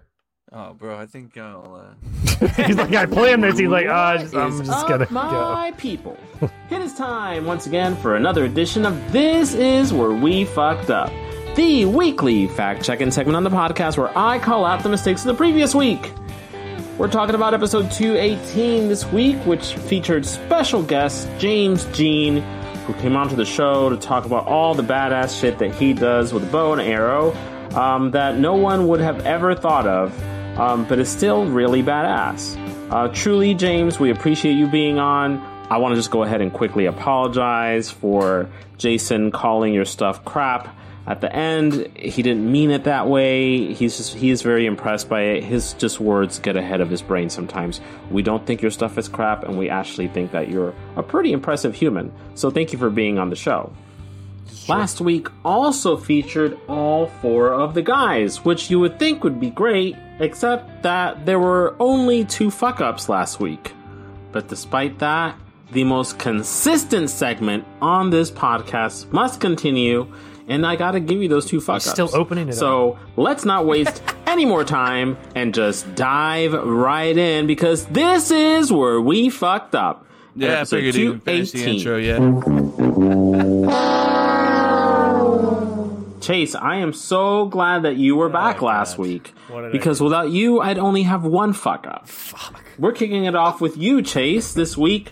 Speaker 3: Oh, bro, I think I'll. Uh...
Speaker 7: He's like, I planned this. He's like, oh, I'm just, I'm
Speaker 11: is
Speaker 7: just
Speaker 11: up,
Speaker 7: gonna go.
Speaker 11: my people. it is time once again for another edition of This Is Where We Fucked Up, the weekly fact checking segment on the podcast where I call out the mistakes of the previous week. We're talking about episode 218 this week, which featured special guest James Jean, who came onto the show to talk about all the badass shit that he does with a bow and arrow um, that no one would have ever thought of, um, but is still really badass. Uh, truly, James, we appreciate you being on. I want to just go ahead and quickly apologize for Jason calling your stuff crap at the end he didn't mean it that way he's just he is very impressed by it his just words get ahead of his brain sometimes we don't think your stuff is crap and we actually think that you're a pretty impressive human so thank you for being on the show last week also featured all four of the guys which you would think would be great except that there were only two fuck ups last week but despite that, the most consistent segment on this podcast must continue, and I gotta give you those two fuck ups.
Speaker 7: still opening it
Speaker 11: So let's not
Speaker 7: (laughs)
Speaker 11: waste any more time and just dive right in because this is where we fucked up.
Speaker 3: Yeah, I
Speaker 11: Episode
Speaker 3: figured you didn't finish the
Speaker 11: 218.
Speaker 3: intro yet.
Speaker 11: Chase, I am so glad that you were back last week. Because without you, I'd only have one fuck up. Fuck. We're kicking it off with you, Chase, this week.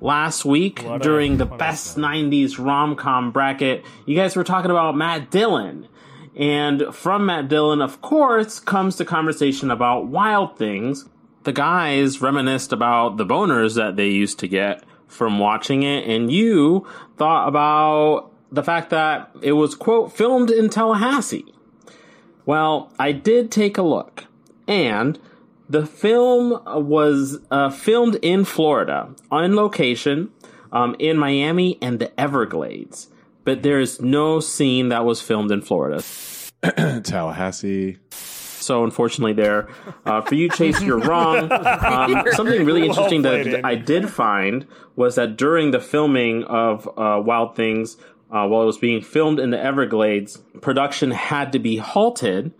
Speaker 11: Last week, during the best 90s rom com bracket, you guys were talking about Matt Dillon. And from Matt Dillon, of course, comes the conversation about Wild Things. The guys reminisced about the boners that they used to get from watching it, and you thought about the fact that it was, quote, filmed in Tallahassee. Well, I did take a look, and the film was uh, filmed in Florida, on location, um, in Miami and the Everglades. But there is no scene that was filmed in Florida.
Speaker 12: Tallahassee.
Speaker 11: So unfortunately, there uh, for you, Chase, you're wrong. Um, something really interesting that I did find was that during the filming of uh, Wild Things, uh, while it was being filmed in the Everglades, production had to be halted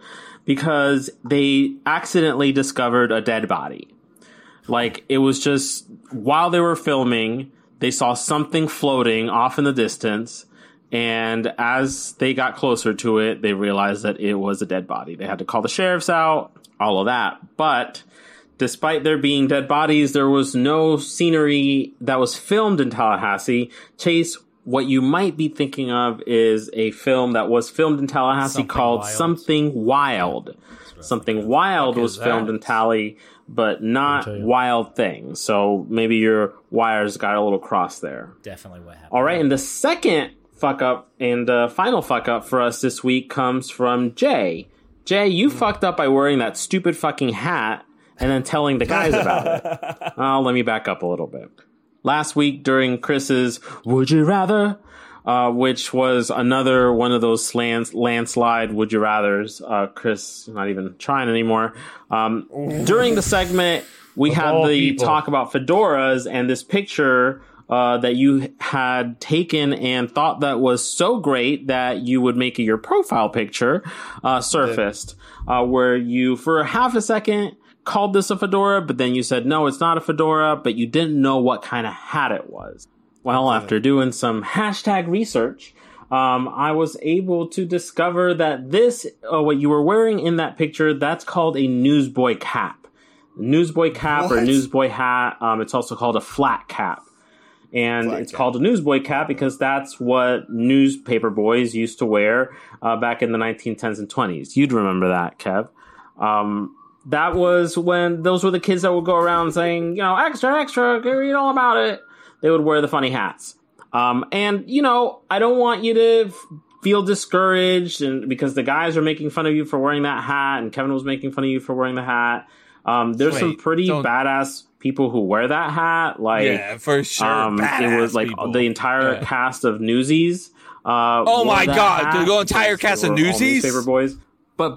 Speaker 11: because they accidentally discovered a dead body. Like it was just while they were filming, they saw something floating off in the distance. And as they got closer to it, they realized that it was a dead body. They had to call the sheriffs out, all of that. But Despite there being dead bodies, there was no scenery that was filmed in Tallahassee. Chase, what you might be thinking of is a film that was filmed in Tallahassee called Something Wild. Something Wild was
Speaker 13: that?
Speaker 11: filmed in Tally, but not Wild Thing. So maybe your wires got a little crossed there.
Speaker 14: Definitely what happened.
Speaker 11: All right, and the second fuck up and uh, final fuck up for us this week comes from Jay. Jay, you fucked up by wearing that stupid fucking hat and then telling the guys about it. Uh, let me back up a little bit. Last week during Chris's "Would You Rather," uh, which was another one of those slants, landslide "Would You Rather's," uh, Chris not even trying anymore. Um, during the segment, we had
Speaker 13: all
Speaker 11: the
Speaker 13: people.
Speaker 11: talk about fedoras and this picture uh, that you had taken and thought that was so great that you would make it your profile picture uh, surfaced, uh, where you for half a second called this a fedora, but then you said no, it's not a fedora, but you didn't know what kind of hat it was. Well, after doing some hashtag research, um, I was able to discover that this, uh, what you were wearing in that picture, that's called a newsboy cap. Newsboy cap or
Speaker 13: What?
Speaker 11: newsboy hat. Um, it's also called a flat cap. And it's called a newsboy cap because that's what newspaper boys used to wear uh, back in the 1910s and 20s. You'd remember that, Kev. Um, that was when those were the kids that would go around saying, you know, extra, extra, read all about it. They would wear the funny hats. Um, and you know, I don't want you to f- feel discouraged, and because the guys are making fun of you for wearing that hat, and Kevin was making fun of you for wearing the hat. Um, there's some
Speaker 3: Wait,
Speaker 11: pretty
Speaker 3: don't-
Speaker 11: badass people who wear that hat. Like,
Speaker 3: Yeah, for sure,
Speaker 11: Um, it was
Speaker 3: badass
Speaker 11: like
Speaker 3: people.
Speaker 11: the entire
Speaker 3: Yeah.
Speaker 11: cast of Newsies. Uh,
Speaker 3: Oh
Speaker 11: wore
Speaker 3: my
Speaker 11: that
Speaker 3: God, the
Speaker 11: hat
Speaker 3: whole entire
Speaker 11: because
Speaker 3: cast
Speaker 11: they
Speaker 3: of
Speaker 11: were all
Speaker 3: Newsies?
Speaker 11: newspaper boys. But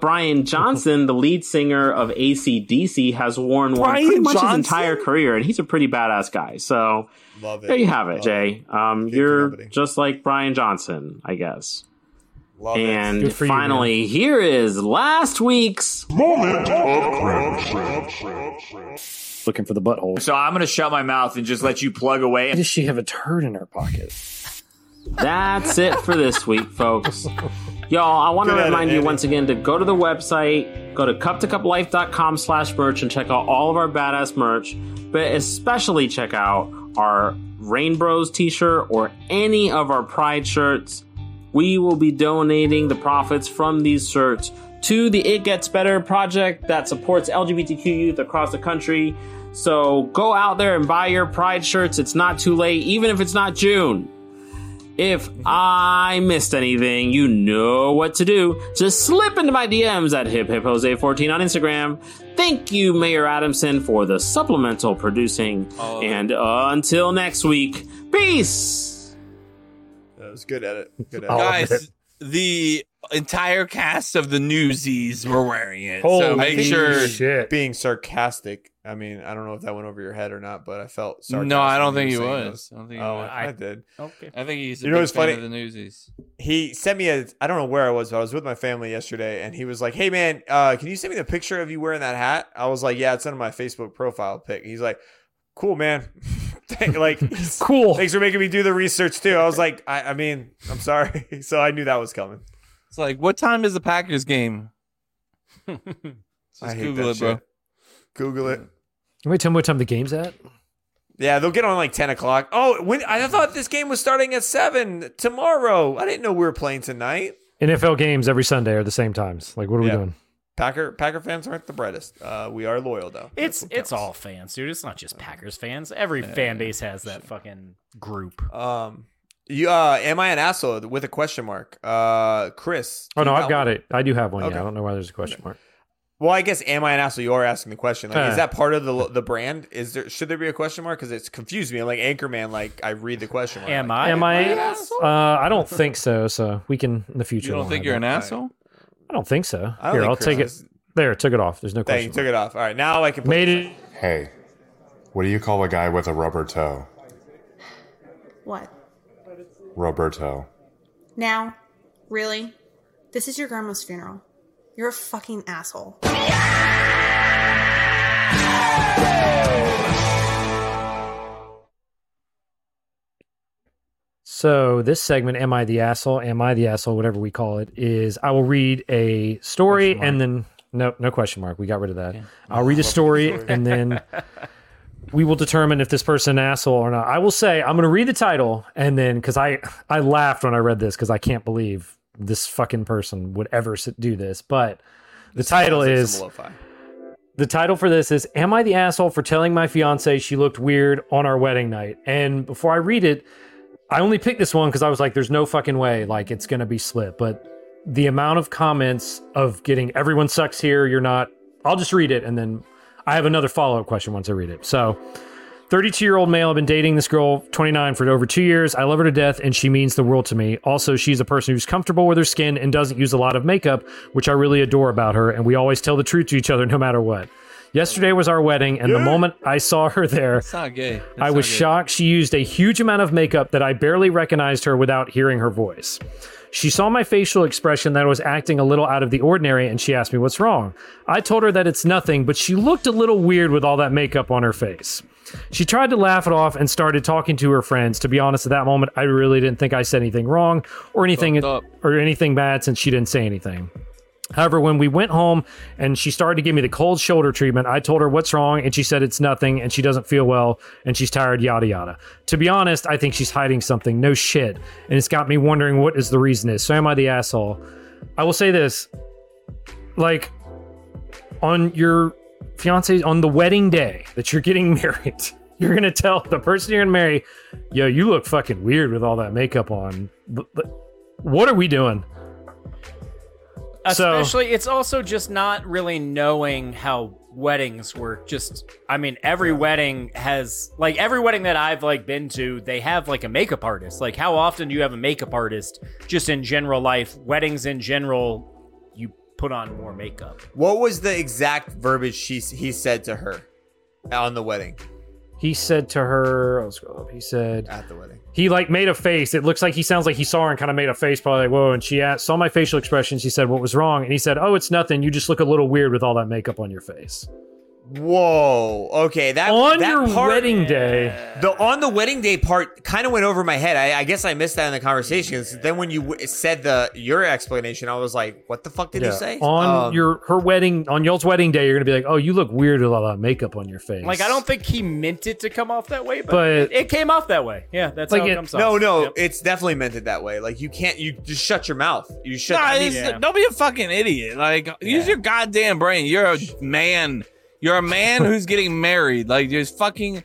Speaker 6: (laughs)
Speaker 11: Brian Johnson, the lead singer of ACDC, has worn one
Speaker 3: Brian
Speaker 11: pretty much his
Speaker 3: Johnson?
Speaker 11: entire career, and he's a pretty badass guy. So
Speaker 6: Love it.
Speaker 11: there you have it, Jay. Um, you're just like Brian Johnson, I guess.
Speaker 6: Love it.
Speaker 11: and
Speaker 6: Good for you, man.
Speaker 11: finally, here is last week's moment
Speaker 15: Looking for the butthole.
Speaker 16: So I'm gonna shut my mouth and just let you plug away.
Speaker 15: Why does she have a turd in her pocket?
Speaker 11: That's it for this week, folks. Y'all, I want to
Speaker 15: Good at it,
Speaker 11: remind you
Speaker 15: Andy.
Speaker 11: once again to go to the website, go to cup2cuplife.com slash merch and check out all of our badass merch, but especially check out our Rain Bros t-shirt or any of our Pride shirts. We will be donating the profits from these shirts to the It Gets Better project that supports LGBTQ youth across the country. So go out there and buy your Pride shirts. It's not too late, even if it's not June. If I missed anything, you know what to do. Just slip into my DMs at hiphiphose14 on Instagram. Thank you, Mayor Adamson, for the supplemental producing. and until next week, peace.
Speaker 6: That was good at it. Good at it.
Speaker 3: Guys, the entire cast of the Newsies were wearing it. so make sure.
Speaker 6: being sarcastic. I mean, I don't know if that went over your head or not, but I felt sarcastic.
Speaker 3: No, I don't
Speaker 6: when
Speaker 3: think
Speaker 6: you
Speaker 3: he
Speaker 6: were saying
Speaker 3: was.
Speaker 6: those.
Speaker 3: I don't think he
Speaker 6: oh,
Speaker 3: was.
Speaker 6: I, did.
Speaker 3: Okay. I think he's a
Speaker 6: You know
Speaker 3: big
Speaker 6: what's
Speaker 3: fan
Speaker 6: funny?
Speaker 3: of the Newsies.
Speaker 6: He sent me a. I don't know where I was. But I was with my family yesterday, and he was like, "Hey, man, uh, can you send me the picture of you wearing that hat?" I was like, "Yeah, it's under my Facebook profile pic." He's like, "Cool, man." (laughs) Thank-
Speaker 3: (laughs)
Speaker 6: like,
Speaker 7: cool.
Speaker 6: Thanks for making me do the research too. I was like, I, I mean, I'm sorry. (laughs) so I knew that was coming.
Speaker 3: It's like, what time is the Packers game?
Speaker 6: (laughs)
Speaker 3: Just
Speaker 6: hate
Speaker 3: Google
Speaker 6: that
Speaker 3: it, bro.
Speaker 6: shit. Google it.
Speaker 7: Can we tell me what time the game's at?
Speaker 6: Yeah, they'll get on like ten o'clock. Oh, when I thought this game was starting at seven tomorrow. I didn't know we were playing tonight.
Speaker 7: NFL games every Sunday are the same times. Like, what are
Speaker 6: Yeah.
Speaker 7: we doing?
Speaker 6: Packer Packer fans aren't the brightest. Uh, we are loyal though.
Speaker 8: It's it's all fans, dude. It's not just Packers fans. Every
Speaker 6: Yeah,
Speaker 8: fan base has that fucking group.
Speaker 6: Um, you uh, am I an asshole with a question mark? Uh, Chris.
Speaker 7: Oh
Speaker 6: do
Speaker 7: no,
Speaker 6: you
Speaker 7: I've got it. I do have one.
Speaker 6: Okay.
Speaker 7: Yeah, I don't know why there's a question mark.
Speaker 6: Well, I guess am I an asshole? You are asking the question. Like,
Speaker 7: Uh.
Speaker 6: is that part of the the brand? Is there should there be a question mark? Because it's confused me. I'm like Anchorman. Like I read the question mark.
Speaker 8: Am
Speaker 6: Like,
Speaker 8: I?
Speaker 7: Am I? Uh, I don't think so. So we can in the future.
Speaker 3: You don't
Speaker 7: we'll
Speaker 3: think
Speaker 7: have
Speaker 3: you're an
Speaker 7: that.
Speaker 3: asshole?
Speaker 7: I don't think so.
Speaker 6: I don't
Speaker 7: Here,
Speaker 6: think
Speaker 7: I'll
Speaker 6: Chris
Speaker 7: take
Speaker 6: is-
Speaker 7: it. There, took it off. There's no
Speaker 6: Dang, you
Speaker 7: question.
Speaker 6: took it off. All right, now I can.
Speaker 7: Made it.
Speaker 17: Hey, what do you call a guy with a rubber toe?
Speaker 5: What?
Speaker 17: Roberto.
Speaker 5: Now? Really? This is your grandma's funeral. You're a fucking asshole.
Speaker 7: So this segment, "Am I the asshole?" "Am I the asshole?" Whatever we call it, is I will read a story and then No, no question mark. We got rid of that. I'll read a story and then (laughs) we will determine if this person an asshole or not. I will say I'm going to read the title and then because I I laughed when I read this because I can't believe this fucking person would ever s- do this. But the title
Speaker 6: Sounds like
Speaker 7: is
Speaker 6: some lo-fi.
Speaker 7: the title for this is Am I the Asshole for Telling My Fiance She Looked Weird on Our Wedding Night? And before I read it, I only picked this one because I was like, there's no fucking way, like, it's going to be slit. But the amount of comments of getting everyone sucks here, you're not, I'll just read it. And then I have another follow up question once I read it. So, 32 year old male. I've been dating this girl, 29, for over two years. I love her to death and she means the world to me. Also, she's a person who's comfortable with her skin and doesn't use a lot of makeup, which I really adore about her. And we always tell the truth to each other no matter what. Yesterday was our wedding, and the moment I saw her there,
Speaker 3: It's not gay. It's
Speaker 7: I
Speaker 3: not
Speaker 7: was
Speaker 3: gay.
Speaker 7: shocked she used a huge amount of makeup that I barely recognized her without hearing her voice. She saw my facial expression that I was acting a little out of the ordinary and she asked me what's wrong. I told her that it's nothing, but she looked a little weird with all that makeup on her face. She tried to laugh it off and started talking to her friends. To be honest, at that moment, I really didn't think I said anything wrong or anything or anything bad since she didn't say anything. However, when we went home and she started to give me the cold shoulder treatment, I told her what's wrong and she said it's nothing and she doesn't feel well and she's tired, yada, yada. To be honest, I think she's hiding something. No shit. And it's got me wondering what is the reason is. So am I the asshole? I will say this like on your fiance's on the wedding day that you're getting (laughs) married, you're gonna tell the person you're gonna marry, yo, you look fucking weird with all that makeup on. But- but What are we doing? So-
Speaker 8: Especially, it's also just not really knowing how weddings work. Just, I mean, every wedding has like every wedding that I've like been to, they have like a makeup artist. Like, how often do you have a makeup artist? Just in general life, weddings in general, you put on more makeup.
Speaker 6: What was the exact verbiage she he said to her on the wedding?
Speaker 7: He said to her, I'll scroll up. He said,
Speaker 6: At the wedding.
Speaker 7: He like made a face. It looks like he sounds like he saw her and kind of made a face, probably like, whoa. And she asked, saw my facial expression. She said, What was wrong? And he said, Oh, it's nothing. You just look a little weird with all that makeup on your face.
Speaker 6: Whoa. Okay, that
Speaker 7: On
Speaker 6: that
Speaker 7: your
Speaker 6: part-
Speaker 7: wedding day.
Speaker 6: The on the wedding day part kind of went over my head. I, I guess I missed that in the conversation. 'cause Then when you w- said the your explanation, I was like, "What the fuck did
Speaker 7: Yeah.
Speaker 6: you say?"
Speaker 7: On
Speaker 6: Um,
Speaker 7: your her wedding, on y'all's wedding day, you're gonna be like, Oh, you look weird with all that makeup on your face.
Speaker 8: Like, I don't think he meant it to come off that way, but,
Speaker 7: But-
Speaker 8: it came off that way. Yeah, that's how it, comes off.
Speaker 6: No, no, it's definitely meant it that way. Like you can't. You just shut your mouth. You shut.
Speaker 3: Nah,
Speaker 6: I mean-
Speaker 3: it's- Don't be a fucking idiot. Like, use your goddamn brain. You're a man. You're a man who's getting married. Like, just fucking.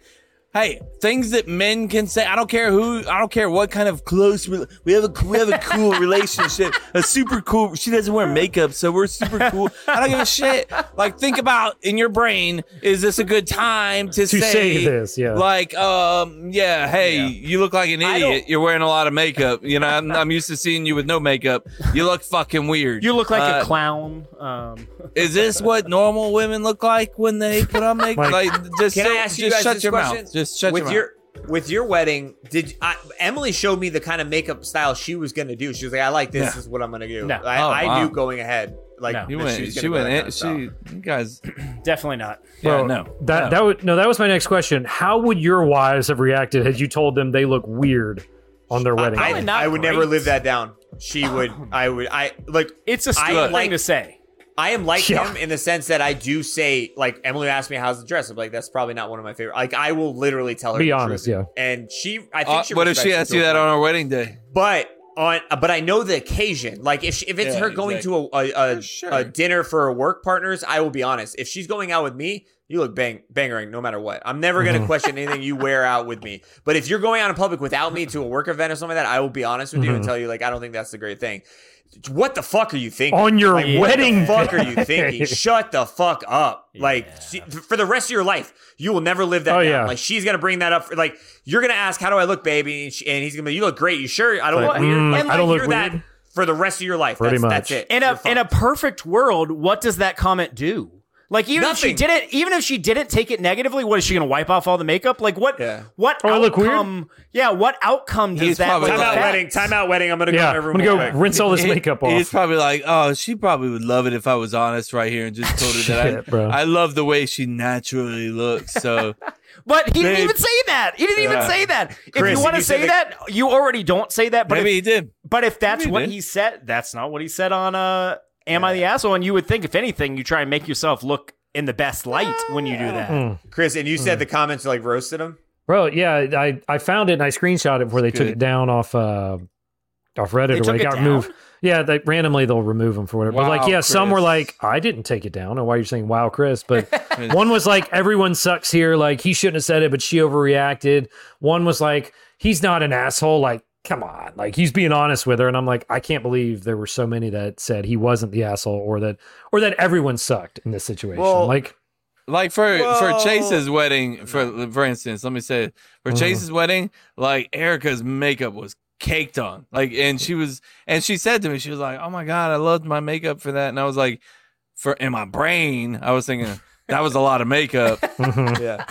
Speaker 3: Hey, things that men can say. I don't care who. I don't care what kind of close. Re- we have a we have a cool relationship. A super cool. She doesn't wear makeup, so we're super cool. I don't give a shit. Like, think about in your brain. Is this a good time to,
Speaker 7: To say this, yeah.
Speaker 3: Like, um, yeah. Hey, you look like an idiot. You're wearing a lot of makeup. You know, I'm, I'm used to seeing you with no makeup. You look fucking weird.
Speaker 8: You look like
Speaker 3: Uh,
Speaker 8: a clown. Um,
Speaker 3: Is this what normal women look like when they put on makeup? like, just,
Speaker 6: Can
Speaker 3: so-
Speaker 6: I ask you
Speaker 3: just
Speaker 6: guys
Speaker 3: shut
Speaker 6: this
Speaker 3: your
Speaker 6: question?
Speaker 3: mouth. Just shut
Speaker 6: with
Speaker 3: your, mouth.
Speaker 6: your with your wedding. Did I, Emily showed me the kind of makeup style she was going to do? She was like, "I like this.
Speaker 3: Yeah.
Speaker 6: this is what I'm going to do."
Speaker 3: No.
Speaker 6: I,
Speaker 3: Oh,
Speaker 6: I
Speaker 3: wow.
Speaker 6: knew going ahead. Like
Speaker 3: No. You
Speaker 6: that
Speaker 3: went-
Speaker 6: was
Speaker 3: she
Speaker 6: gonna go
Speaker 3: went
Speaker 6: that
Speaker 3: in-
Speaker 6: kind of style.
Speaker 3: you guys
Speaker 8: definitely not.
Speaker 3: Yeah, no.
Speaker 7: That
Speaker 3: No.
Speaker 7: that would no, that was my next question. How would your wives have reacted had you told them they look weird on their wedding
Speaker 6: I,
Speaker 7: day?
Speaker 6: I would never live that down.
Speaker 3: (laughs)
Speaker 6: She would. I would. I like.
Speaker 8: It's a
Speaker 6: I
Speaker 8: stupid thing to say.
Speaker 6: I am like
Speaker 8: Yeah.
Speaker 6: him in the sense that I do say, like Emily asked me how's the dress. I'm like, that's probably not one of my favorite. Like I will literally tell her.
Speaker 7: Be
Speaker 6: the
Speaker 7: honest,
Speaker 6: truth.
Speaker 7: yeah.
Speaker 6: And she, I think
Speaker 3: Uh,
Speaker 6: she.
Speaker 3: what if she
Speaker 6: respects it
Speaker 3: asked
Speaker 6: to
Speaker 3: you
Speaker 6: a
Speaker 3: that
Speaker 6: point.
Speaker 3: on her wedding day?
Speaker 6: But on, but I know the occasion. Like if she, if it's
Speaker 3: Yeah,
Speaker 6: her going to a a, a, a dinner for work partners, I will be honest. If she's going out with me, you look bang bangering no matter what. I'm never
Speaker 7: (laughs)
Speaker 6: going to
Speaker 3: Mhm.
Speaker 6: question anything you wear out with me. But if you're going out in public without me to a work event or something like that, I will be honest with you and
Speaker 7: Mhm.
Speaker 6: tell you like I don't think that's the great thing. What the fuck are you thinking
Speaker 7: On your
Speaker 6: Like,
Speaker 7: wedding
Speaker 6: What the fuck are
Speaker 7: day.
Speaker 6: you thinking? Shut the fuck up! Like she- for the rest of your life, you will never live that
Speaker 7: Oh,
Speaker 6: down.
Speaker 7: yeah.
Speaker 6: Like she's gonna bring that up. For, like you're gonna ask, "How do I look, baby?" And, she, and he's gonna be, "You look great. You sure?" I don't
Speaker 7: Like,
Speaker 6: look weird.
Speaker 7: mm,
Speaker 6: And,
Speaker 7: I
Speaker 6: like,
Speaker 7: don't look
Speaker 6: you're that
Speaker 7: weird.
Speaker 6: for the rest of your life.
Speaker 7: Pretty
Speaker 6: that's, that's
Speaker 7: much.
Speaker 6: it.
Speaker 8: in a in a perfect world, what does that comment do? Like even if she
Speaker 6: Nothing.
Speaker 8: didn't even if she didn't take it negatively, what is she going to wipe off all the makeup? Like what what
Speaker 3: Oh,
Speaker 7: Or look weird?
Speaker 8: outcome? Yeah, what outcome does
Speaker 3: He's
Speaker 8: that?
Speaker 3: probably
Speaker 8: affect?
Speaker 3: Time out
Speaker 6: wedding. Time out wedding. I'm gonna
Speaker 7: Yeah, I'm gonna go rinse
Speaker 6: (laughs)
Speaker 7: all this
Speaker 3: He-
Speaker 7: makeup off.
Speaker 3: He's probably like, oh, she probably would love it if I was honest right here and just told her
Speaker 7: Shit,
Speaker 3: that
Speaker 7: bro.
Speaker 3: I, I love the way she naturally looks. So
Speaker 8: But he didn't
Speaker 3: Babe.
Speaker 8: even say that. He didn't even
Speaker 3: Yeah.
Speaker 8: say that. If
Speaker 3: Chris,
Speaker 8: you want to
Speaker 3: you said
Speaker 8: say
Speaker 3: it-
Speaker 8: that, you already don't say that. But
Speaker 3: Maybe
Speaker 8: if,
Speaker 3: he did.
Speaker 8: But if that's
Speaker 3: Maybe he
Speaker 8: what
Speaker 3: did.
Speaker 8: he said, that's not what he said on uh am I the asshole? And you would think, if anything, you try and make yourself look in the best light when you do that.
Speaker 7: Mm.
Speaker 6: Chris, and you said the comments like roasted him.
Speaker 7: Bro, yeah, I, I found it and I screenshot it before they took
Speaker 6: Good.
Speaker 7: it down off uh, off Reddit
Speaker 8: They
Speaker 7: or
Speaker 8: took
Speaker 7: when it
Speaker 8: it
Speaker 7: got
Speaker 8: down?
Speaker 7: removed. Yeah, they randomly they'll remove them for whatever. but like,
Speaker 8: Wow,
Speaker 7: yeah, some were
Speaker 8: Chris.
Speaker 7: like, I didn't take it down. Or why you're saying wow, Chris? But one was like, everyone sucks here. Like he shouldn't have said it, but she overreacted. One was like, he's not an asshole. Like, come on, like he's being honest with her. And I'm like, I can't believe there were so many that said he wasn't the asshole, or that or that everyone sucked in this situation.
Speaker 3: Well,
Speaker 7: like,
Speaker 3: Like for
Speaker 7: Well-
Speaker 3: for Chase's wedding, for for instance, let me say for
Speaker 7: Mhm.
Speaker 3: Chase's wedding, like Erica's makeup was caked on, like, and she was, and she said to me, she was like, "Oh my god, I loved my makeup for that," and I was like, for in my brain, I was thinking that was a lot of makeup,
Speaker 6: yeah,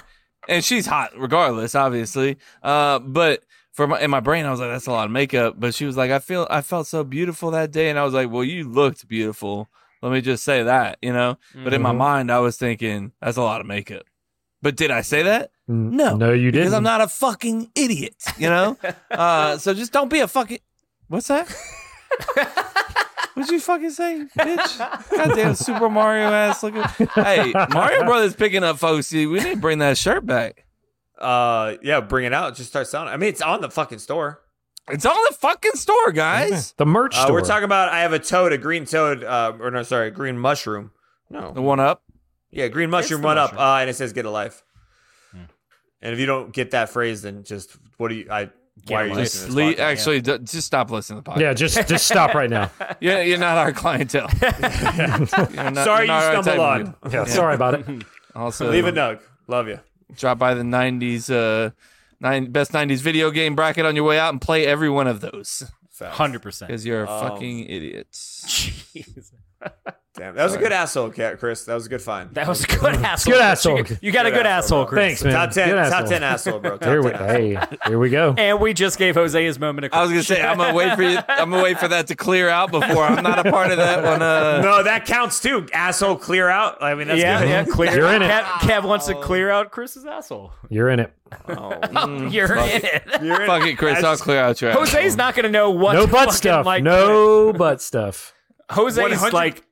Speaker 3: and she's hot regardless, obviously, uh, but. For my, in my brain, I was like, "That's a lot of makeup," but she was like, "I feel I felt so beautiful that day," and I was like, "Well, you looked beautiful. Let me just say that, you know." But in my
Speaker 7: Mhm.
Speaker 3: mind, I was thinking that's a lot of makeup. But did I say that?
Speaker 7: Mm, no, no, you
Speaker 3: Because
Speaker 7: didn't.
Speaker 3: I'm not a fucking idiot, you know. uh, so just don't be a fucking. What's that? What'd you fucking say, bitch? Goddamn Super Mario ass looking. Hey, Mario Brothers picking up folks. We need to bring that shirt back.
Speaker 6: Uh, yeah, bring it out. Just start selling. it. I mean, it's on the fucking store.
Speaker 3: It's on the fucking store, guys.
Speaker 7: The merch
Speaker 6: Uh, We're talking about. I have a toad, a green toad, uh, or no, sorry, a green mushroom. No,
Speaker 3: the one up.
Speaker 6: Yeah, green mushroom,
Speaker 3: the
Speaker 6: one up, uh, and it says "Get a life." And if you don't get that phrase, then just what do you? I why are you
Speaker 3: Just
Speaker 6: listening?
Speaker 3: le-
Speaker 6: to this podcast?
Speaker 3: actually, d- just stop listening to the podcast.
Speaker 7: Yeah, just just stop right now.
Speaker 3: Yeah, you're not our
Speaker 6: (laughs)
Speaker 3: clientele. You're not-
Speaker 6: Sorry
Speaker 3: you're not
Speaker 6: you
Speaker 3: our
Speaker 6: stumbled
Speaker 3: type of
Speaker 6: on.
Speaker 3: people.
Speaker 7: (laughs)
Speaker 6: Yeah, sorry about
Speaker 7: it.
Speaker 3: Also,
Speaker 6: Leave a nug. Love you.
Speaker 3: Drop by the '90s, uh, nine best '90s video game bracket on your way out and play every one of those.
Speaker 8: Hundred percent.
Speaker 3: Because you're a
Speaker 6: Um,
Speaker 3: fucking idiot.
Speaker 8: (laughs) Jeez.
Speaker 6: Damn, that was
Speaker 3: Sorry.
Speaker 6: a good asshole, cat, Chris. That was a good find.
Speaker 8: That was a good asshole.
Speaker 7: (laughs) Good asshole.
Speaker 8: You, you got a good asshole,
Speaker 6: bro.
Speaker 8: Chris.
Speaker 7: Thanks, man.
Speaker 6: Top ten,
Speaker 7: Good
Speaker 6: top
Speaker 7: asshole.
Speaker 6: ten asshole,
Speaker 8: (laughs)
Speaker 6: bro. Top
Speaker 7: Here we,
Speaker 6: 10
Speaker 7: hey, here we go.
Speaker 8: And we just gave Jose his moment of.
Speaker 3: I was gonna say I'm gonna wait for you. I'm gonna wait for that to clear out before I'm not a part of that one. Uh,
Speaker 6: no, that counts too. Asshole, clear out. I mean, that's
Speaker 8: yeah, (laughs)
Speaker 6: good.
Speaker 8: yeah, clear.
Speaker 7: You're in it.
Speaker 8: Kev, Kev wants to clear out Chris's
Speaker 7: (laughs)
Speaker 8: asshole.
Speaker 7: You're in it. Oh,
Speaker 8: You're
Speaker 3: fuck
Speaker 8: in it.
Speaker 6: You're in
Speaker 3: Fuck it, Chris. I'll clear out your. ass.
Speaker 8: Jose's not gonna know what.
Speaker 7: no butt
Speaker 8: fucking,
Speaker 7: stuff.
Speaker 8: Like,
Speaker 7: no butt stuff.
Speaker 8: Jose's
Speaker 6: 100
Speaker 8: like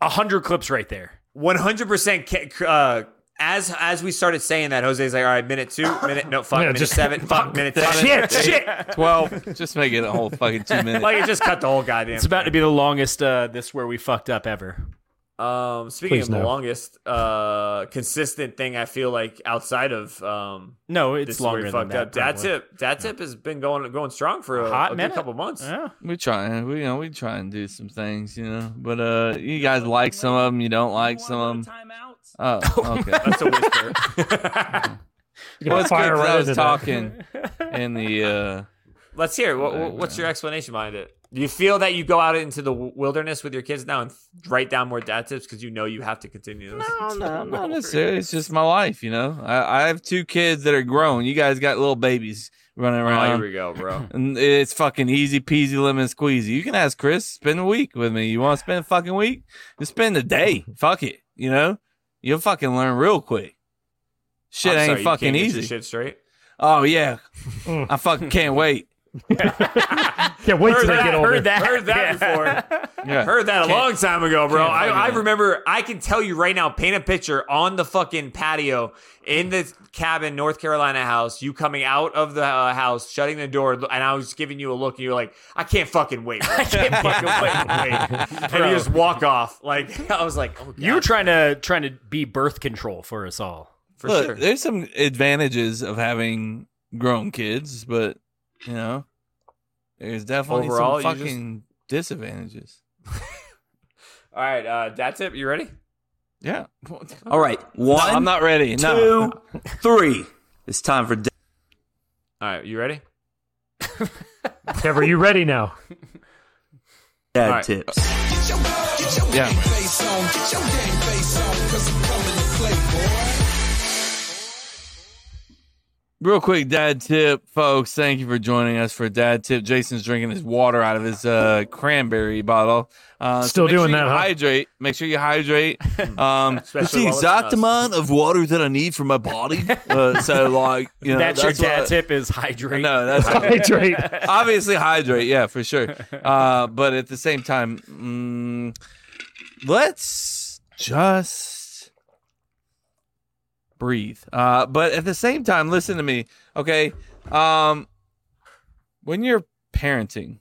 Speaker 8: a hundred clips right there.
Speaker 6: One hundred percent. uh, As as we started saying that, Jose's like, "All right, minute two, minute no, fuck,
Speaker 7: Yeah,
Speaker 6: minute
Speaker 7: just-
Speaker 6: seven, fuck, minute ten,
Speaker 7: Shit,
Speaker 6: (laughs)
Speaker 7: shit.
Speaker 3: Twelve. Just make it a whole fucking two minutes.
Speaker 6: Like it just cut the whole goddamn.
Speaker 8: It's about to be the longest. Uh, this where we fucked up ever.
Speaker 6: Um, speaking
Speaker 8: Please
Speaker 6: of the
Speaker 8: no.
Speaker 6: longest uh, consistent thing, I feel like outside of um,
Speaker 8: No, it's
Speaker 6: this is where
Speaker 8: longer
Speaker 6: we
Speaker 8: than
Speaker 6: fucked
Speaker 8: that,
Speaker 6: up. That's
Speaker 8: probably.
Speaker 6: it. That tip has been going going strong for a,
Speaker 8: A hot
Speaker 6: a good
Speaker 8: minute.
Speaker 6: couple months.
Speaker 8: Yeah.
Speaker 3: We try, we you know, we try and do some things, you know. But uh, you guys like some of them, you don't like some of them.
Speaker 6: (laughs)
Speaker 3: Oh, okay.
Speaker 6: That's a whisper.
Speaker 7: You
Speaker 3: (laughs) Well,
Speaker 7: gotta
Speaker 3: it's good
Speaker 7: fire
Speaker 3: 'cause
Speaker 7: right
Speaker 3: I was
Speaker 7: into that.
Speaker 3: talking in the.
Speaker 6: (laughs)
Speaker 3: Uh,
Speaker 6: Let's hear. it. What, what- what's your explanation behind it? Do you feel that you go out into the w- wilderness with your kids now and write down more dad tips because you know you have to continue this?
Speaker 3: No, no, not necessarily. It's just my life, you know. I, I have two kids that are grown. You guys got little babies running
Speaker 6: Oh,
Speaker 3: around.
Speaker 6: here we go, bro.
Speaker 3: And it's fucking easy peasy lemon squeezy. You can ask Chris, spend a week with me. You want to spend a fucking week? Just spend a day. Fuck it. You know? You'll fucking learn real quick. (laughs) Shit
Speaker 6: I'm
Speaker 3: ain't
Speaker 6: sorry, you
Speaker 3: fucking
Speaker 6: can't get your
Speaker 3: easy.
Speaker 6: Shit straight.
Speaker 3: Oh yeah. I fucking can't wait.
Speaker 7: Yeah, wait till they get older.
Speaker 8: Heard that.
Speaker 6: Heard that before.
Speaker 3: (laughs) Yeah.
Speaker 6: Heard that a
Speaker 3: Can't-
Speaker 6: long time ago, bro.
Speaker 3: can't
Speaker 6: I,
Speaker 3: fucking
Speaker 6: I
Speaker 3: wait.
Speaker 6: remember. I can tell you right now. Paint a picture on the fucking patio in the cabin, North Carolina house. You coming out of the uh, house, shutting the door, and I was giving you a look, and you were like, "I can't fucking wait. I can't fucking (laughs) wait." wait. And you just walk off. Like (laughs) I was like, "Oh, God.
Speaker 8: You were trying to trying to be birth control for us all.
Speaker 6: for
Speaker 3: Look,
Speaker 6: sure."
Speaker 3: there's some advantages of having grown kids, but you know, there's definitely
Speaker 6: Overall, you
Speaker 3: some
Speaker 6: just-
Speaker 3: fucking disadvantages.
Speaker 6: All right, uh, that's it. You ready?
Speaker 3: Yeah.
Speaker 18: All
Speaker 6: (laughs)
Speaker 18: right.
Speaker 3: No,
Speaker 18: One.
Speaker 3: I'm not ready. No.
Speaker 18: Two, three. It's time for. da-
Speaker 6: All right, you ready?
Speaker 7: Kev, are you ready now?
Speaker 18: Dad
Speaker 6: right.
Speaker 18: tips.
Speaker 3: Yeah. Real quick, dad tip, folks. Thank you for joining us for dad tip. Jason's drinking his water out of his uh, cranberry bottle. Uh,
Speaker 7: Still
Speaker 3: make sure
Speaker 7: doing
Speaker 3: you
Speaker 7: that, huh?
Speaker 3: Hydrate. Make sure you hydrate. Um, it's
Speaker 18: the
Speaker 6: while it's
Speaker 18: exact
Speaker 6: us.
Speaker 18: amount of water that I need for my body.
Speaker 3: uh, so, like, you know,
Speaker 8: that's, your dad
Speaker 3: what-
Speaker 8: tip is hydrate.
Speaker 3: No, that's
Speaker 7: (laughs) Hydrate.
Speaker 3: (laughs) obviously hydrate. Yeah, for sure. Uh, but at the same time, mm, let's just breathe. Uh, but at the same time, listen to me, okay? Um, when you're parenting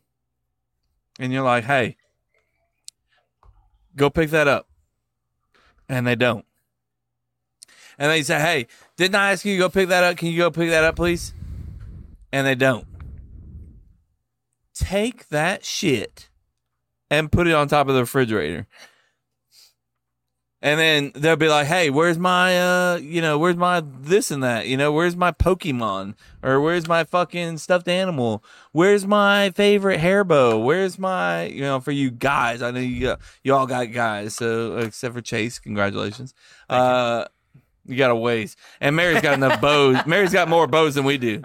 Speaker 3: and you're like, hey, go pick that up, and they don't. And they say, hey, didn't I ask you to go pick that up? Can you go pick that up, please? And they don't. Take that shit and put it on top of the refrigerator. And then they'll be like, "Hey, where's my uh, you know, where's my this and that? You know, where's my Pokemon or where's my fucking stuffed animal? Where's my favorite hair bow? Where's my, you know, for you guys, I know you got, you all got guys, so except for Chase, congratulations. uh you got a ways. And Mary's got enough bows. Mary's got more bows than we do.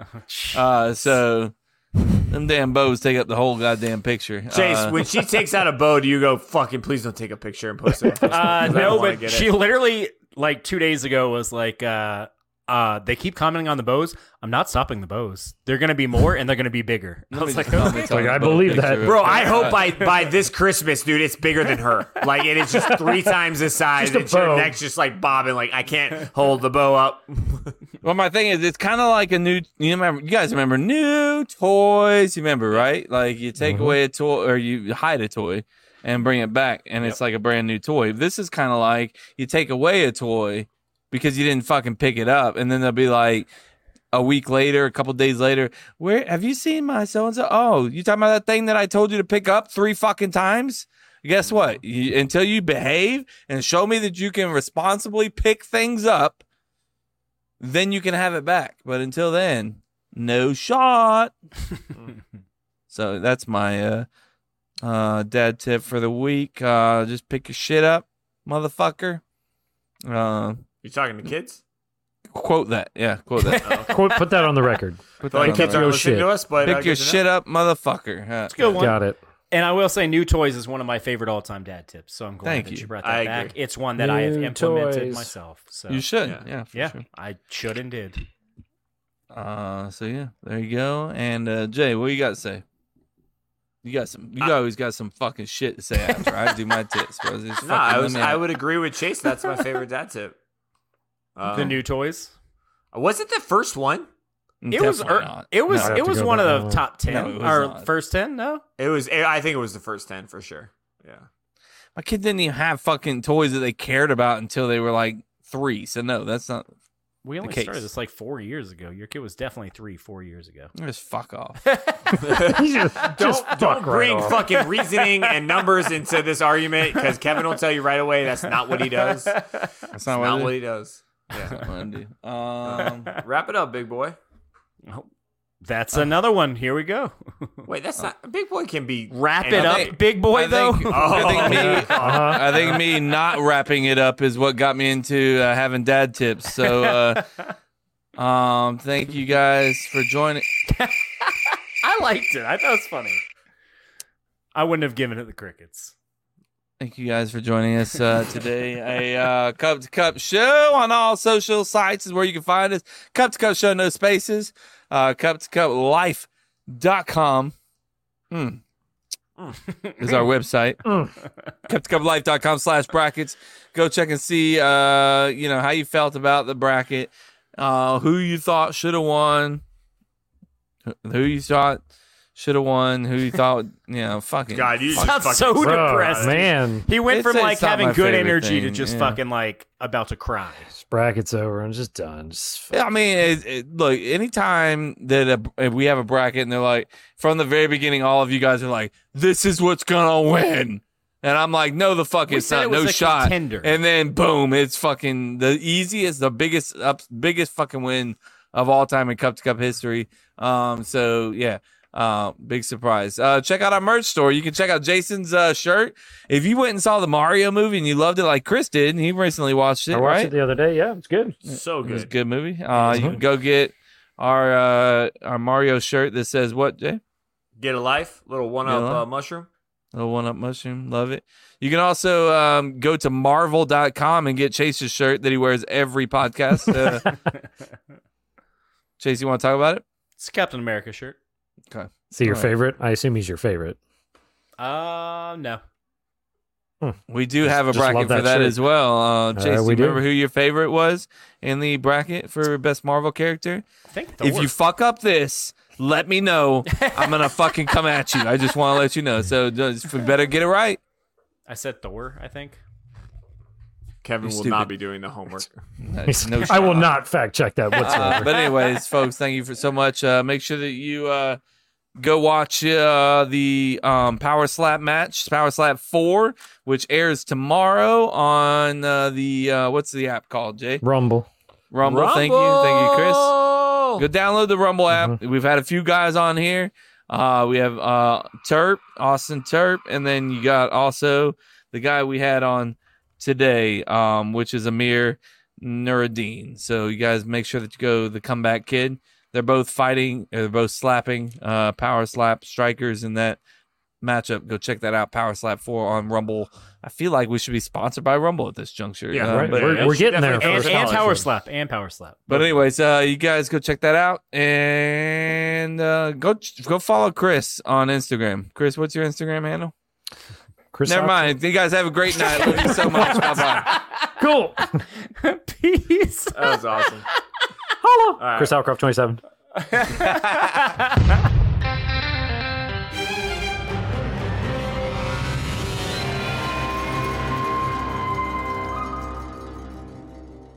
Speaker 3: Uh so them damn bows take up the whole goddamn picture.
Speaker 6: Chase,
Speaker 3: Uh,
Speaker 6: when she takes out a bow, do you go fucking? Please don't take a picture and post
Speaker 8: (laughs)
Speaker 6: it. On Facebook, 'cause I
Speaker 8: Uh,
Speaker 6: don't
Speaker 8: no,
Speaker 6: wanna
Speaker 8: but
Speaker 6: get
Speaker 8: she
Speaker 6: it.
Speaker 8: literally like two days ago was like, uh, uh, they keep commenting on the bows. I'm not stopping the bows. They're gonna be more and they're gonna be bigger. I was like, okay. (laughs)
Speaker 6: bro. I hope by by this Christmas, dude, it's bigger than her. Like it is just three
Speaker 8: (laughs)
Speaker 6: times the size.
Speaker 8: Just a
Speaker 6: and your
Speaker 8: bow.
Speaker 6: neck's just like bobbing. Like I can't hold the bow up.
Speaker 3: Well, my thing is, it's kind of like a new. You remember, you guys remember new toys. You remember, right? Like you take away a toy or you hide a toy and bring it back, and it's like a brand new toy. This is kind of like you take away a toy because you didn't fucking pick it up, and then they'll be like a week later, a couple days later, where have you seen my so and so? Oh, you talking about that thing that I told you to pick up three fucking times? Guess what? You, until you behave and show me that you can responsibly pick things up then you can have it back. But until then, no (laughs) shot. so that's my uh, uh, dad tip for the week. Uh, just pick your shit up, motherfucker. Uh,
Speaker 6: You talking to kids?
Speaker 3: quote that. Yeah, quote
Speaker 6: (laughs) Oh,
Speaker 3: that.
Speaker 7: Quote- put that on the record.
Speaker 3: (laughs) Put
Speaker 7: Well,
Speaker 3: that
Speaker 7: kids
Speaker 3: on the
Speaker 7: aren't
Speaker 3: record.
Speaker 7: listening to us, but, uh,
Speaker 3: pick your
Speaker 7: good to know.
Speaker 3: shit up, motherfucker. Uh,
Speaker 8: It's a good one.
Speaker 7: Got it.
Speaker 8: And I will say, new toys is one of my favorite all-time dad tips. So I'm glad
Speaker 3: Thank
Speaker 8: that
Speaker 3: you.
Speaker 8: you, brought that
Speaker 3: I
Speaker 8: back.
Speaker 3: agree.
Speaker 8: It's one that I have
Speaker 3: New
Speaker 8: implemented
Speaker 3: toys.
Speaker 8: myself. So
Speaker 3: You should, yeah, for
Speaker 8: yeah.
Speaker 3: sure.
Speaker 8: I should and did.
Speaker 3: Uh, so yeah, there you go. And uh, Jay, what you got to say? You got some. You always got some fucking shit to say after I do
Speaker 6: (laughs)
Speaker 3: my tits. Bro. Just
Speaker 6: No, I
Speaker 3: fucking
Speaker 6: was.
Speaker 3: let me
Speaker 6: I
Speaker 3: out.
Speaker 6: would agree with Chase. That's my favorite dad tip.
Speaker 8: (laughs)
Speaker 6: Uh,
Speaker 8: the new toys.
Speaker 6: Was it the first one?
Speaker 3: Mm,
Speaker 8: It was.
Speaker 6: Definitely
Speaker 8: er-
Speaker 6: not.
Speaker 8: It was.
Speaker 6: No, I have
Speaker 8: it
Speaker 6: to
Speaker 8: was
Speaker 6: go
Speaker 8: one
Speaker 6: back
Speaker 8: of
Speaker 6: and
Speaker 8: the
Speaker 6: look.
Speaker 8: top
Speaker 6: No,
Speaker 8: ten
Speaker 6: it was
Speaker 8: or
Speaker 6: not.
Speaker 8: first ten. No,
Speaker 6: It was. I think it was the first ten for sure. Yeah.
Speaker 3: My kid didn't even have fucking toys that they cared about until they were like three. So no, that's not.
Speaker 8: we
Speaker 3: the
Speaker 8: only
Speaker 3: case.
Speaker 8: started this like four years ago. Your kid was definitely three, four years ago.
Speaker 3: Just fuck (laughs) off.
Speaker 6: don't don't bring
Speaker 8: (laughs)
Speaker 6: fucking reasoning and numbers into this argument because Kevin will tell you right away that's not what he does.
Speaker 3: That's not,
Speaker 6: It's
Speaker 3: what, I
Speaker 6: not
Speaker 3: do.
Speaker 6: what he does.
Speaker 3: That's
Speaker 6: Yeah.
Speaker 3: (laughs) not what
Speaker 8: (laughs)
Speaker 3: I do. Um,
Speaker 6: Wrap it up, big boy.
Speaker 8: That's another one. Here we go.
Speaker 6: Wait,
Speaker 8: Oh.
Speaker 6: that's not big boy can be
Speaker 8: Wrap
Speaker 6: and
Speaker 8: it
Speaker 6: I
Speaker 8: up,
Speaker 6: think-
Speaker 8: big boy. Though
Speaker 3: I think me,
Speaker 7: Uh-huh.
Speaker 3: I think me not wrapping it up is what got me into uh, having dad tips. So,
Speaker 8: (laughs)
Speaker 3: uh, um, thank you guys for joining.
Speaker 8: (laughs) I liked it. I thought it was funny. I wouldn't have given it the crickets.
Speaker 3: Thank you guys for joining us uh, today. A uh, Cup to Cup show on all social sites is where you can find us. Cup to Cup show, no spaces. Uh, cup to Cup life.com mm, is our website. Cup to Cup life.com slash brackets. Go check and see, uh, you know, how you felt about the bracket, uh, who you thought should have won, who- who you thought should have won, who you thought, you know, fucking.
Speaker 6: God, you
Speaker 3: fucking-
Speaker 8: Sounds (laughs) so
Speaker 7: Bro,
Speaker 8: depressed, dude.
Speaker 7: man.
Speaker 8: He went
Speaker 3: It's-
Speaker 8: from
Speaker 3: it's
Speaker 8: like
Speaker 3: not
Speaker 8: having
Speaker 3: my
Speaker 8: good
Speaker 3: favorite
Speaker 8: energy to
Speaker 3: thing,
Speaker 8: just
Speaker 3: yeah.
Speaker 8: fucking like about to cry.
Speaker 7: Brackets over. I'm just done. Just
Speaker 3: Yeah, I mean, it, it, look, anytime that a, if we have a bracket and they're like, from the very beginning, all of you guys are like, this is what's going to win. And I'm like, no, the fuck
Speaker 8: We
Speaker 3: it's
Speaker 8: said
Speaker 3: not.
Speaker 8: it was
Speaker 3: no
Speaker 8: a
Speaker 3: shot.
Speaker 8: contender.
Speaker 3: And then boom, it's fucking the easiest, the biggest, up, biggest fucking win of all time in Cup to Cup history. Um, so yeah. Uh, big surprise. Uh, check out our merch store. You can check out Jason's uh, shirt. If you went and saw the Mario movie and you loved it like Chris did, and he recently watched it,
Speaker 7: I watched
Speaker 3: right?
Speaker 7: it the other day. Yeah, it's good.
Speaker 6: So
Speaker 3: It was a good movie. Uh, you can go get our uh, our Mario shirt that says what, Jay?
Speaker 6: Get a life, little one
Speaker 3: Get a
Speaker 6: up uh,
Speaker 3: life.
Speaker 6: mushroom.
Speaker 3: Little one up mushroom. Love it. You can also um, go to marvel.com and get Chase's shirt that he wears every podcast.
Speaker 12: (laughs)
Speaker 3: Uh, Chase, you want to talk about it?
Speaker 8: It's a Captain America shirt.
Speaker 3: Okay.
Speaker 7: See your
Speaker 3: All right.
Speaker 7: (laughs) favorite? I assume he's your favorite.
Speaker 8: Uh no.
Speaker 3: We do have a
Speaker 12: Just love
Speaker 3: bracket for
Speaker 12: that
Speaker 3: that
Speaker 12: shirt.
Speaker 3: as well. Uh,
Speaker 12: Uh,
Speaker 3: Jason,
Speaker 12: we do.
Speaker 3: remember who your favorite was in the bracket for best Marvel character?
Speaker 8: think
Speaker 3: if
Speaker 8: Thor.
Speaker 3: you fuck up this, let me know. I'm gonna fucking come at you. I just want to let you know. So just we better get it right.
Speaker 8: I said Thor, I think.
Speaker 6: Kevin
Speaker 3: You're
Speaker 6: will not
Speaker 3: stupid.
Speaker 6: be doing the homework.
Speaker 3: That's no
Speaker 7: (laughs) I
Speaker 3: shot.
Speaker 7: will not fact check
Speaker 3: (laughs)
Speaker 7: that
Speaker 3: Uh,
Speaker 7: whatsoever.
Speaker 3: but anyways, folks, thank you for so much. Uh, make sure that you uh, go watch uh, the um, Power Slap match, Power Slap Four, which airs tomorrow on uh, the uh, what's the app called, Jay?
Speaker 7: Rumble.
Speaker 3: Rumble. Thank you, thank you, Chris. Go download the Rumble app. We've had a few guys on here. Uh, we have uh, Terp, Austin Terp, and then you got also the guy we had on today, um, which is Amir Nuruddin. So you guys make sure that you go the comeback kid. They're both fighting. They're both slapping. Uh, power slap strikers in that matchup. Go check that out. Power slap four on Rumble. I feel like we should be sponsored by Rumble at this juncture.
Speaker 8: Yeah,
Speaker 3: Uh,
Speaker 8: right.
Speaker 3: but-
Speaker 8: We're- we're getting there. And- and Power
Speaker 7: Slap, and
Speaker 8: (laughs)
Speaker 7: Power Slap.
Speaker 3: but anyways, uh, you guys go check that out and uh, go go follow Chris on Instagram. Chris, what's your Instagram handle?
Speaker 7: Chris
Speaker 3: Never
Speaker 7: Hopkins.
Speaker 3: mind. You guys have a great night. Love you so much. Bye bye.
Speaker 7: Cool.
Speaker 8: Peace.
Speaker 6: That was awesome.
Speaker 7: Hello.
Speaker 6: All right.
Speaker 7: Chris Howcroft, 27.